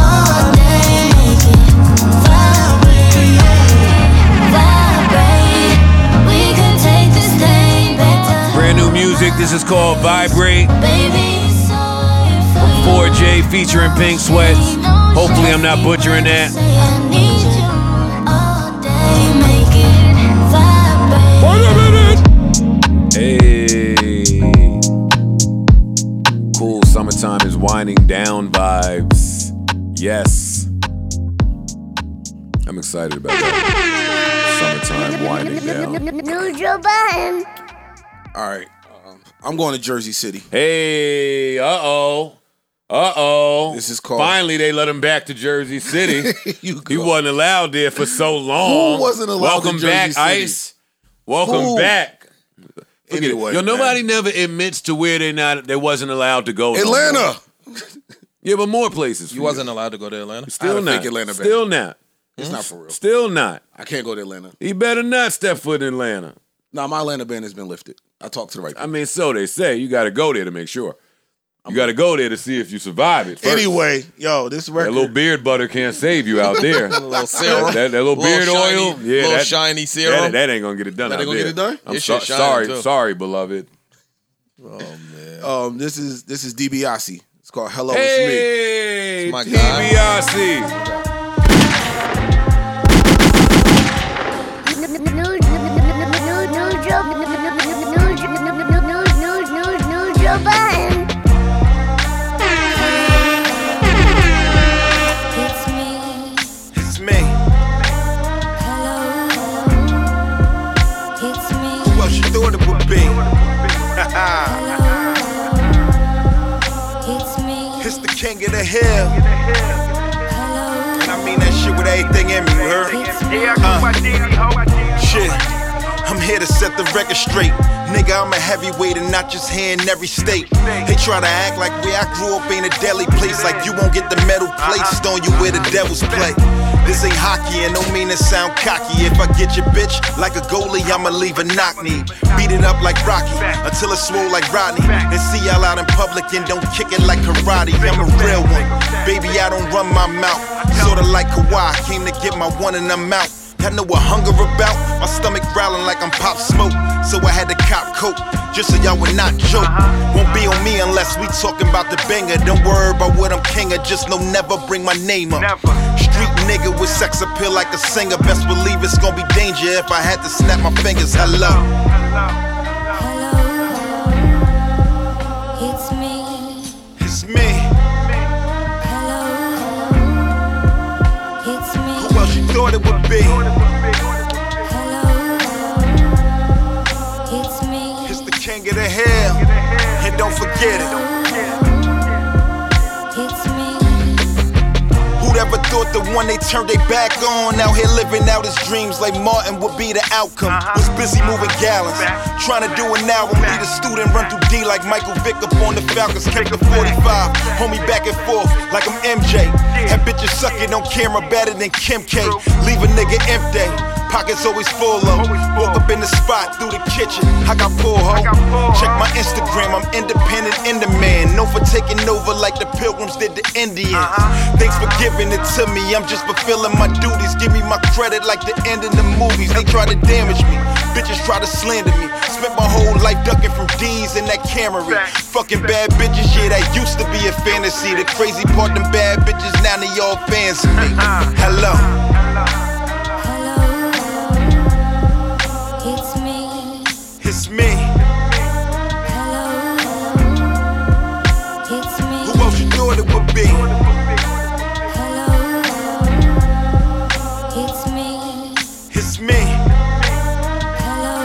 Speaker 10: all day. Make it vibrate, vibrate. We could take this thing back to
Speaker 3: Brand new music. This is called Vibrate.
Speaker 10: baby. It's all in for you.
Speaker 3: 4J featuring Pink Sweats. Hopefully, I'm not butchering that. Hey. Cool summertime is winding down vibes. Yes. I'm excited about that. Summertime winding down.
Speaker 9: Neutral button.
Speaker 4: All right. Um, I'm going to Jersey City.
Speaker 3: Hey, uh oh. Uh oh.
Speaker 4: This is called-
Speaker 3: Finally, they let him back to Jersey City.
Speaker 4: You
Speaker 3: he
Speaker 4: go.
Speaker 3: wasn't allowed there for so long.
Speaker 4: wasn't allowed
Speaker 3: Welcome
Speaker 4: to Jersey
Speaker 3: back,
Speaker 4: City?
Speaker 3: Ice. Welcome
Speaker 4: Who?
Speaker 3: back. Look at it.
Speaker 4: Anyway,
Speaker 3: Yo,
Speaker 4: man.
Speaker 3: nobody never admits to where they not they wasn't allowed to go. no more.
Speaker 4: Atlanta.
Speaker 3: Yeah, but more places.
Speaker 2: You wasn't allowed to go to Atlanta.
Speaker 4: I
Speaker 3: still
Speaker 4: don't
Speaker 3: not.
Speaker 4: think Atlanta back.
Speaker 3: still not.
Speaker 4: It's not for real.
Speaker 3: Still not.
Speaker 4: I can't go to Atlanta.
Speaker 3: He better not step foot in Atlanta.
Speaker 4: No, my Atlanta ban has been lifted. I talked to the right
Speaker 3: I
Speaker 4: people.
Speaker 3: mean, so they say. You got to go there to make sure. You got to go there to see if you survive it. First.
Speaker 4: Anyway, yo, this
Speaker 3: that
Speaker 4: record.
Speaker 3: little beard butter can't save you out there.
Speaker 2: Little
Speaker 3: that,
Speaker 2: serum.
Speaker 3: that- that little beard
Speaker 2: shiny,
Speaker 3: oil, yeah,
Speaker 2: little
Speaker 3: that-
Speaker 2: shiny serum.
Speaker 3: That, that ain't gonna get it done.
Speaker 4: That
Speaker 3: out
Speaker 4: ain't gonna
Speaker 3: there.
Speaker 4: get it done?
Speaker 3: I'm
Speaker 2: Your
Speaker 3: so-
Speaker 2: shit shining,
Speaker 3: sorry,
Speaker 2: too.
Speaker 3: sorry, beloved.
Speaker 4: um, this is this is DiBiase. It's called Hello It's Me.
Speaker 3: Hey,
Speaker 2: It's my
Speaker 3: TBRC.
Speaker 9: Neutral button.
Speaker 10: It's me.
Speaker 6: It's me.
Speaker 10: Hello. It's me.
Speaker 6: What you thought it would be?
Speaker 10: It's me.
Speaker 6: It's the king of the hill.
Speaker 10: Hello.
Speaker 6: I mean that shit with everything in me, you heard? Shit. I'm here to set the record straight. Nigga, I'm a heavyweight and not just here in every state. They try to act like where I grew up ain't a deli place, like you won't get the metal placed on you where the devils play. This ain't hockey and don't mean to sound cocky. If I get your bitch like a goalie, I'ma leave a knock knee. Beat it up like Rocky until it's swole like Rodney. Then see y'all out in public and don't kick it like karate. I'm a real one. Baby, I don't run my mouth. Sorta like Kawhi, came to get my one and I'm out. I know what hunger about. My stomach growling like I'm pop smoke. So I had to cop coke, just so y'all would not joke. Won't be on me unless we talking about the banger. Don't worry about what I'm king of, just know never bring my name up. Street nigga with sex appeal like a singer. Best believe it's gonna be danger if I had to snap my fingers. Hello.
Speaker 10: Hello. It's me.
Speaker 6: It's king of the hill. And don't forget it.
Speaker 10: It's me.
Speaker 6: Who'd ever thought the one they turned their back on out here living out his dreams like Martin would be the outcome? Was busy moving gallons, trying to do an album. Lead a student, run through D like Michael Vick up on the Falcons. Kick a 45, homie back and forth like I'm MJ. That bitch is sucking on camera better than Kim K. Leave a nigga empty. Pockets always full of. Walk up in the spot through the kitchen. I got pull ho. Check my Instagram. I'm independent in the man. Known for taking over like the pilgrims did the Indians. Thanks for giving it to me. I'm just fulfilling my duties. Give me my credit like the end in the movies. They try to damage me. Bitches try to slander me. Spent my whole life ducking from D's in that Camry. Fucking bad bitches, yeah, that used to be a fantasy. The crazy part, them bad bitches, now they all fans of me. Hello.
Speaker 10: Hello. It's me.
Speaker 6: It's me.
Speaker 10: Hello. It's
Speaker 6: Who
Speaker 10: me.
Speaker 6: else you thought it would be?
Speaker 10: Hello. It's me.
Speaker 6: It's me.
Speaker 10: Hello.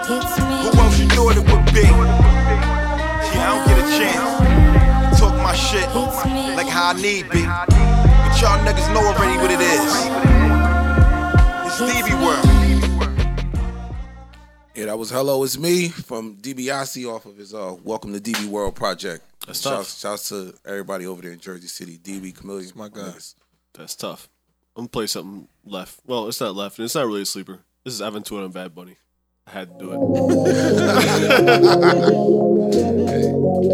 Speaker 10: It's
Speaker 6: Who
Speaker 10: me.
Speaker 6: else you thought it would be? Yeah, I don't get a chance. Talk my shit
Speaker 10: It's me.
Speaker 6: like how I need be. But y'all niggas know already what it is. It's Stevie World.
Speaker 4: Yeah, that was Hello It's Me from DiBiase off of his uh Welcome to DB World project.
Speaker 1: That's tough.
Speaker 4: Shouts, shouts to everybody over there in Jersey City. DB Chameleon. My
Speaker 2: guy.
Speaker 4: niggas.
Speaker 1: That's tough. I'm gonna play something left. Well, it's not left, and it's not really a sleeper. This is Aventura and Bad Bunny. I had to do it.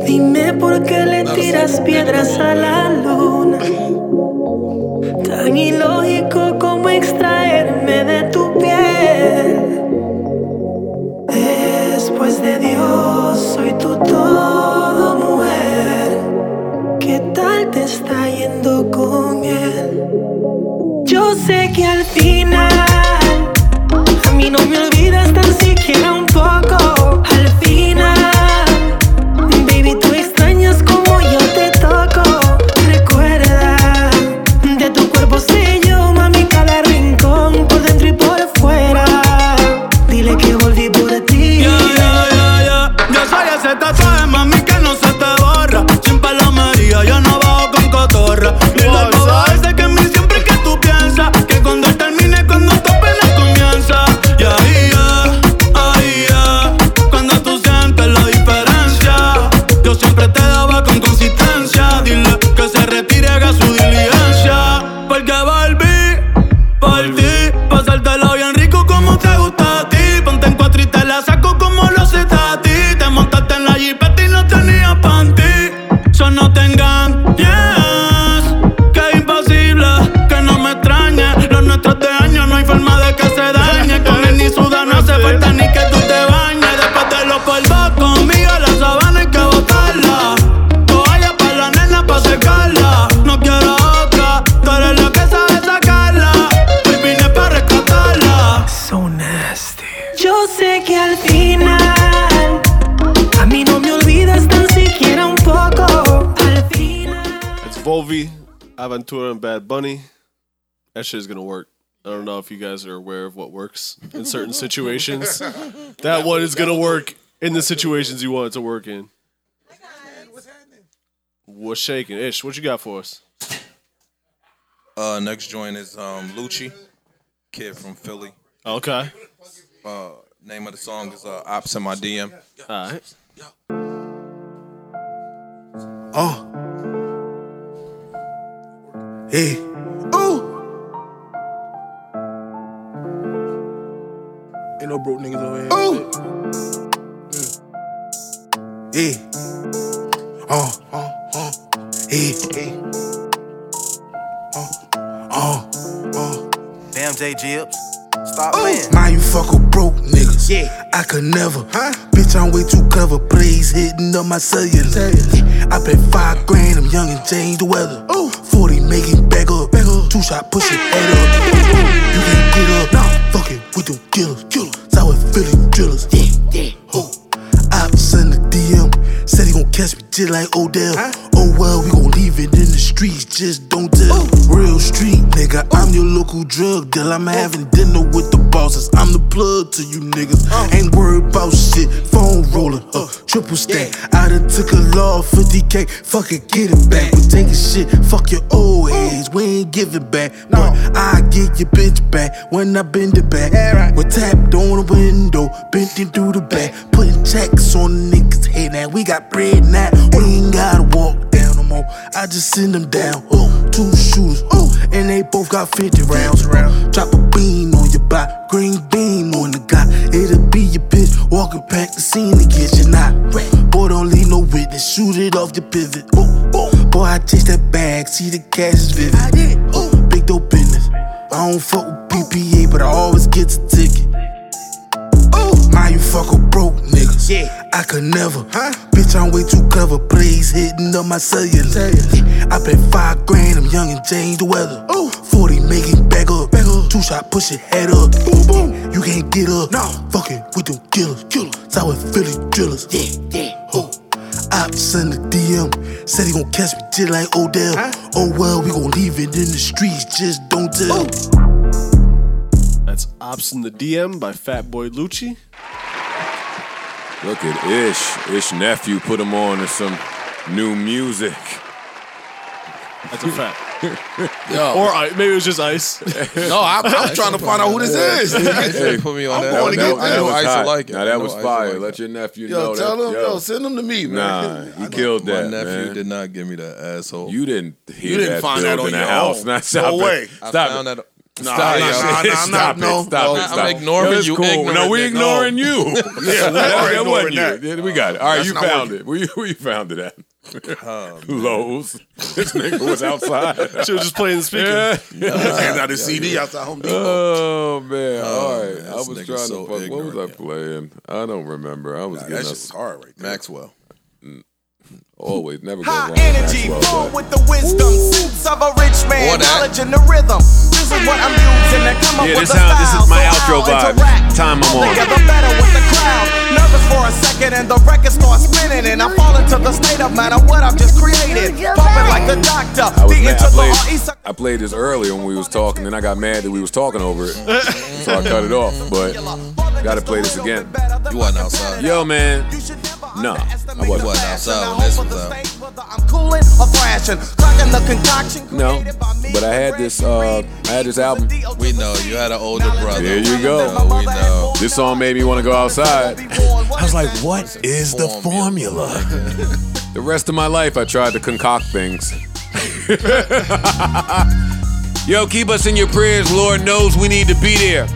Speaker 5: Dime por qué le tiras piedras a la luna. Tan ilógico como extraerme de tu piel. Después de Dios, soy tu todo, mujer. ¿Qué tal te está yendo con él? Yo sé que al final. A mí no me olvidas tan siquiera un poco. Al final, baby, tú extrañas como yo te toco. Recuerda, de tu cuerpo sé yo, mami, cada rincón, por dentro y por fuera. Dile que volví por ti.
Speaker 11: Yo soy ese tatuaje, mami, que no se te borra. Sin palomería, yo no bajo con cotorra. Ni la boba esa que en mí siempre que tú piensas. Que cuando termine, cuando tú apenas comienza. Y ahí ya, ahí ya. Cuando tú sientes la diferencia. Yo siempre te daba con consistencia. Dile que se retire, haga su diligencia. Porque volví por ti. Pasártelo bien rico como te gusta a ti. Ponte en cuatro y te la saco como lo hace ti. Te montaste en la jipeta y no tenías panty. Eso no te engañes. Que imposible que no me extrañes. Los nuestros de año no hay forma de que se dañe. Con él ni suda no hace falta ni que tú te bañes. Después de los polvos conmigo la sabana hay que botarla. Toalla para la nena pa' secarla. No quiero otra, tú eres la que sabe sacarla. Hoy vine para rescatarla.
Speaker 5: So nasty. Yo sé que al final, a mí no me olvidas tan siquiera un poco. Al final.
Speaker 1: It's Volvi, Aventura, and Bad Bunny. That shit is gonna work. I don't know if you guys are aware of what works in certain situations. That one is gonna work in the situations you want it to work in. What's shaking? Ish, what you got for us?
Speaker 2: Uh, next joint is um, Lucci, kid from Philly.
Speaker 1: Okay.
Speaker 2: Uh, name of the song is uh, Ops in My DM.
Speaker 1: All right.
Speaker 4: Oh. Hey. Oh.
Speaker 11: Ain't no broke niggas over here.
Speaker 4: Oh. Hey. Oh. Oh. Oh. Hey. Hey. Oh. Oh. Oh.
Speaker 11: Damn J Gibbs.
Speaker 6: Stop playing.
Speaker 4: Mind you fuck with broke niggas.
Speaker 11: Yeah.
Speaker 4: I could never. Huh? Bitch, I'm way too clever. Please hitting up my cellular. Yeah. I bet five grand. I'm young and change the weather. Ooh. 40 making back up. Back up. Two shot push it. Add up. you can't get up. No. Fuck it with them killers. Killers. South Philly drillers. Yeah. Yeah. Oh. I sent a DM. Said he gon' catch me just like Odell. Odell
Speaker 12: so well, we gon' leave it in the streets. Just don't tell. Real street nigga, I'm your local drug dealer. I'm having dinner with the bosses. I'm the plug to you niggas.
Speaker 4: Oh.
Speaker 12: Ain't worried about shit. Phone rolling up, triple stack. I done took a law 50k. Fuck it, get it back. We taking shit. Fuck your old age. We ain't giving back. No, I get your bitch back when I bend it back. We tapped on the window, bent it through the back. Putting checks on niggas' head now. We got bread now. We ain't gotta walk down no more. I just send them down. Ooh, two shooters, ooh, and they both got 50 rounds. Ooh, drop a bean on your body, green bean on the guy. It'll be your bitch walking past the scene to get you not. Boy, don't leave no witness, shoot it off your pivot. Ooh, ooh, boy, I chase that bag, see the cash is vivid. Ooh, big dope business. I don't fuck with PPA, but I always get a ticket. Ooh, my you fucker broke niggas. Yeah, I could never. Huh? Bitch, I'm way too clever. Please hitting up my cellular. I bet five grand. I'm young and change the weather. Ooh, forty making back up. Back up. Two shot push it head up. Boom boom. You can't get up. No, fucking with them killers. Killers. South Philly drillers. Yeah yeah. Ooh. Ops send a DM. Said he gon' catch me just like Odell. Oh well, we gon' leave it in the streets. Just don't tell.
Speaker 1: That's Ops in the DM by Fat Boy Lucci.
Speaker 3: Look at Ish. Ish nephew put him on to some new music.
Speaker 1: That's a fact.
Speaker 4: Yo.
Speaker 1: Or I, maybe it was just ice.
Speaker 4: No, I'm, I'm trying to find out who this is.
Speaker 2: They put me on
Speaker 4: I'm
Speaker 2: that.
Speaker 4: going to
Speaker 3: That-
Speaker 4: get
Speaker 3: that
Speaker 4: that.
Speaker 3: was
Speaker 2: Ice
Speaker 3: hot.
Speaker 2: like it.
Speaker 3: Now that
Speaker 2: I
Speaker 3: was
Speaker 2: know Ice
Speaker 3: fire.
Speaker 2: like
Speaker 3: Let your nephew
Speaker 4: Yo,
Speaker 3: know
Speaker 4: tell
Speaker 3: that.
Speaker 4: them, yo. send them to me, man.
Speaker 3: Nah, he killed
Speaker 2: My
Speaker 3: that.
Speaker 2: nephew
Speaker 3: man.
Speaker 2: did not give me that asshole.
Speaker 3: You didn't hear
Speaker 4: You didn't
Speaker 3: that
Speaker 4: find that
Speaker 3: build
Speaker 4: on
Speaker 3: in the
Speaker 4: your
Speaker 3: house.
Speaker 4: own.
Speaker 3: Now, stop
Speaker 4: No
Speaker 3: it.
Speaker 4: way.
Speaker 2: I
Speaker 3: Stop
Speaker 2: found
Speaker 3: it.
Speaker 2: that.
Speaker 3: Nah,
Speaker 2: Stop
Speaker 3: nah,
Speaker 2: it.
Speaker 3: nah, nah, stop
Speaker 4: nah,
Speaker 3: it. Stop
Speaker 4: no.
Speaker 3: it.
Speaker 4: I'm
Speaker 3: Stop it.
Speaker 2: ignoring
Speaker 3: Yo, it's
Speaker 2: you,
Speaker 3: cool. No,
Speaker 2: ignorant
Speaker 3: we
Speaker 2: nigga.
Speaker 3: ignoring you. yeah,
Speaker 4: we're
Speaker 3: that wasn't
Speaker 4: ignoring that.
Speaker 3: you. Yeah, we got it. All right,
Speaker 4: That's
Speaker 3: you
Speaker 4: not
Speaker 3: found
Speaker 4: what-
Speaker 3: it. Where you, where you found it at? Lowe's. This nigga was outside.
Speaker 1: She was just playing the speaker.
Speaker 3: Yeah.
Speaker 4: Hands out his CD outside Home Depot.
Speaker 3: Oh man! All right,
Speaker 2: man,
Speaker 3: I
Speaker 2: this
Speaker 3: was
Speaker 2: nigga's
Speaker 3: trying to.
Speaker 2: so
Speaker 3: fuck. What was I
Speaker 2: ignorant,
Speaker 3: playing? I don't remember. I was
Speaker 4: that
Speaker 3: getting
Speaker 4: shit
Speaker 3: up
Speaker 4: was hard right there.
Speaker 2: Maxwell.
Speaker 3: always. Never go
Speaker 11: High
Speaker 3: wrong.
Speaker 11: energy,
Speaker 3: Maxwell,
Speaker 11: full
Speaker 3: but-
Speaker 11: with the wisdom, sense of a rich
Speaker 2: Or
Speaker 11: man,
Speaker 2: that.
Speaker 11: knowledge and the rhythm. This is what I'm using to come up
Speaker 13: Yeah,
Speaker 11: with
Speaker 13: this
Speaker 11: the
Speaker 13: how- this
Speaker 11: style.
Speaker 13: is my
Speaker 11: so
Speaker 13: outro
Speaker 11: I'll
Speaker 13: vibe.
Speaker 11: interact.
Speaker 13: Time I'm on.
Speaker 11: Together better with the crowd. Nervous for a second and the record starts spinning and I fall into the state of matter what I've just created. Popping like the doctor.
Speaker 3: I was
Speaker 11: the
Speaker 3: mad. I
Speaker 11: into the
Speaker 3: played,
Speaker 11: R.E. sucker.
Speaker 3: I played this earlier when we was talking, and I got mad that we was talking over it, so I cut it off. But gotta play this again.
Speaker 2: You wasn't outside.
Speaker 3: Yo, man, Nah,
Speaker 11: No,
Speaker 3: I wasn't.
Speaker 2: Wasn't outside when this was out.
Speaker 11: I'm cooling or thrashing, clocking the concoction.
Speaker 3: no, but I had this. Uh, I had this album.
Speaker 2: We know you had an older brother.
Speaker 3: There you go.
Speaker 2: No, we know.
Speaker 3: This song made me want to go outside.
Speaker 11: I was like,
Speaker 13: what is
Speaker 2: the formula?
Speaker 3: The rest of my life, I tried to concoct things. Yo, keep us in your prayers. Lord knows we need to be there.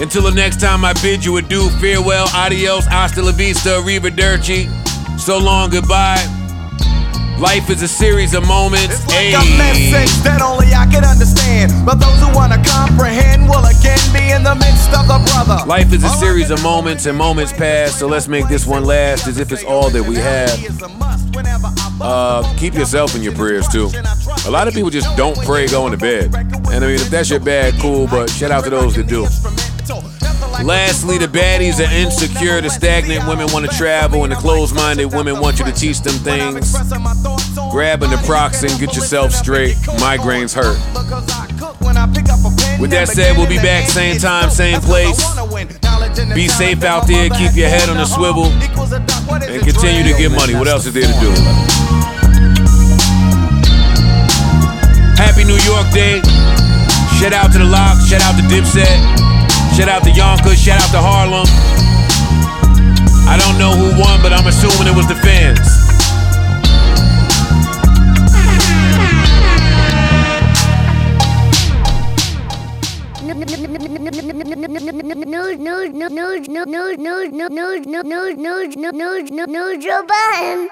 Speaker 3: Until the next time I bid you adieu, farewell, adios, hasta la vista, arrivederci. So long, goodbye. Life is a series of moments.
Speaker 11: It's like a
Speaker 3: Ayy.
Speaker 11: message that only I can understand. But those who wanna comprehend will again be in the midst of the brother.
Speaker 13: Life is a series of moments and moments pass, so let's make this one last as if it's all that we have.
Speaker 3: Uh, keep yourself in your prayers too. A lot of people just don't pray going to bed. And I mean, if that's your bad, cool, but shout out to those that do. Lastly, the baddies are insecure. The stagnant women want to travel, and the closed minded women want you to teach them things. Grab an naproxen, get yourself straight. Migraines hurt.
Speaker 11: With that said, we'll be back same time, same place. Be safe out there, keep your head on a swivel,
Speaker 3: And continue to get money. What else is there to do? Happy New York Day. Shout out to the Lock. Shout out to Dipset. Shout out to Yonkers. Shout out to Harlem. I don't know who won, but I'm assuming it was the fans.
Speaker 9: Joe Biden.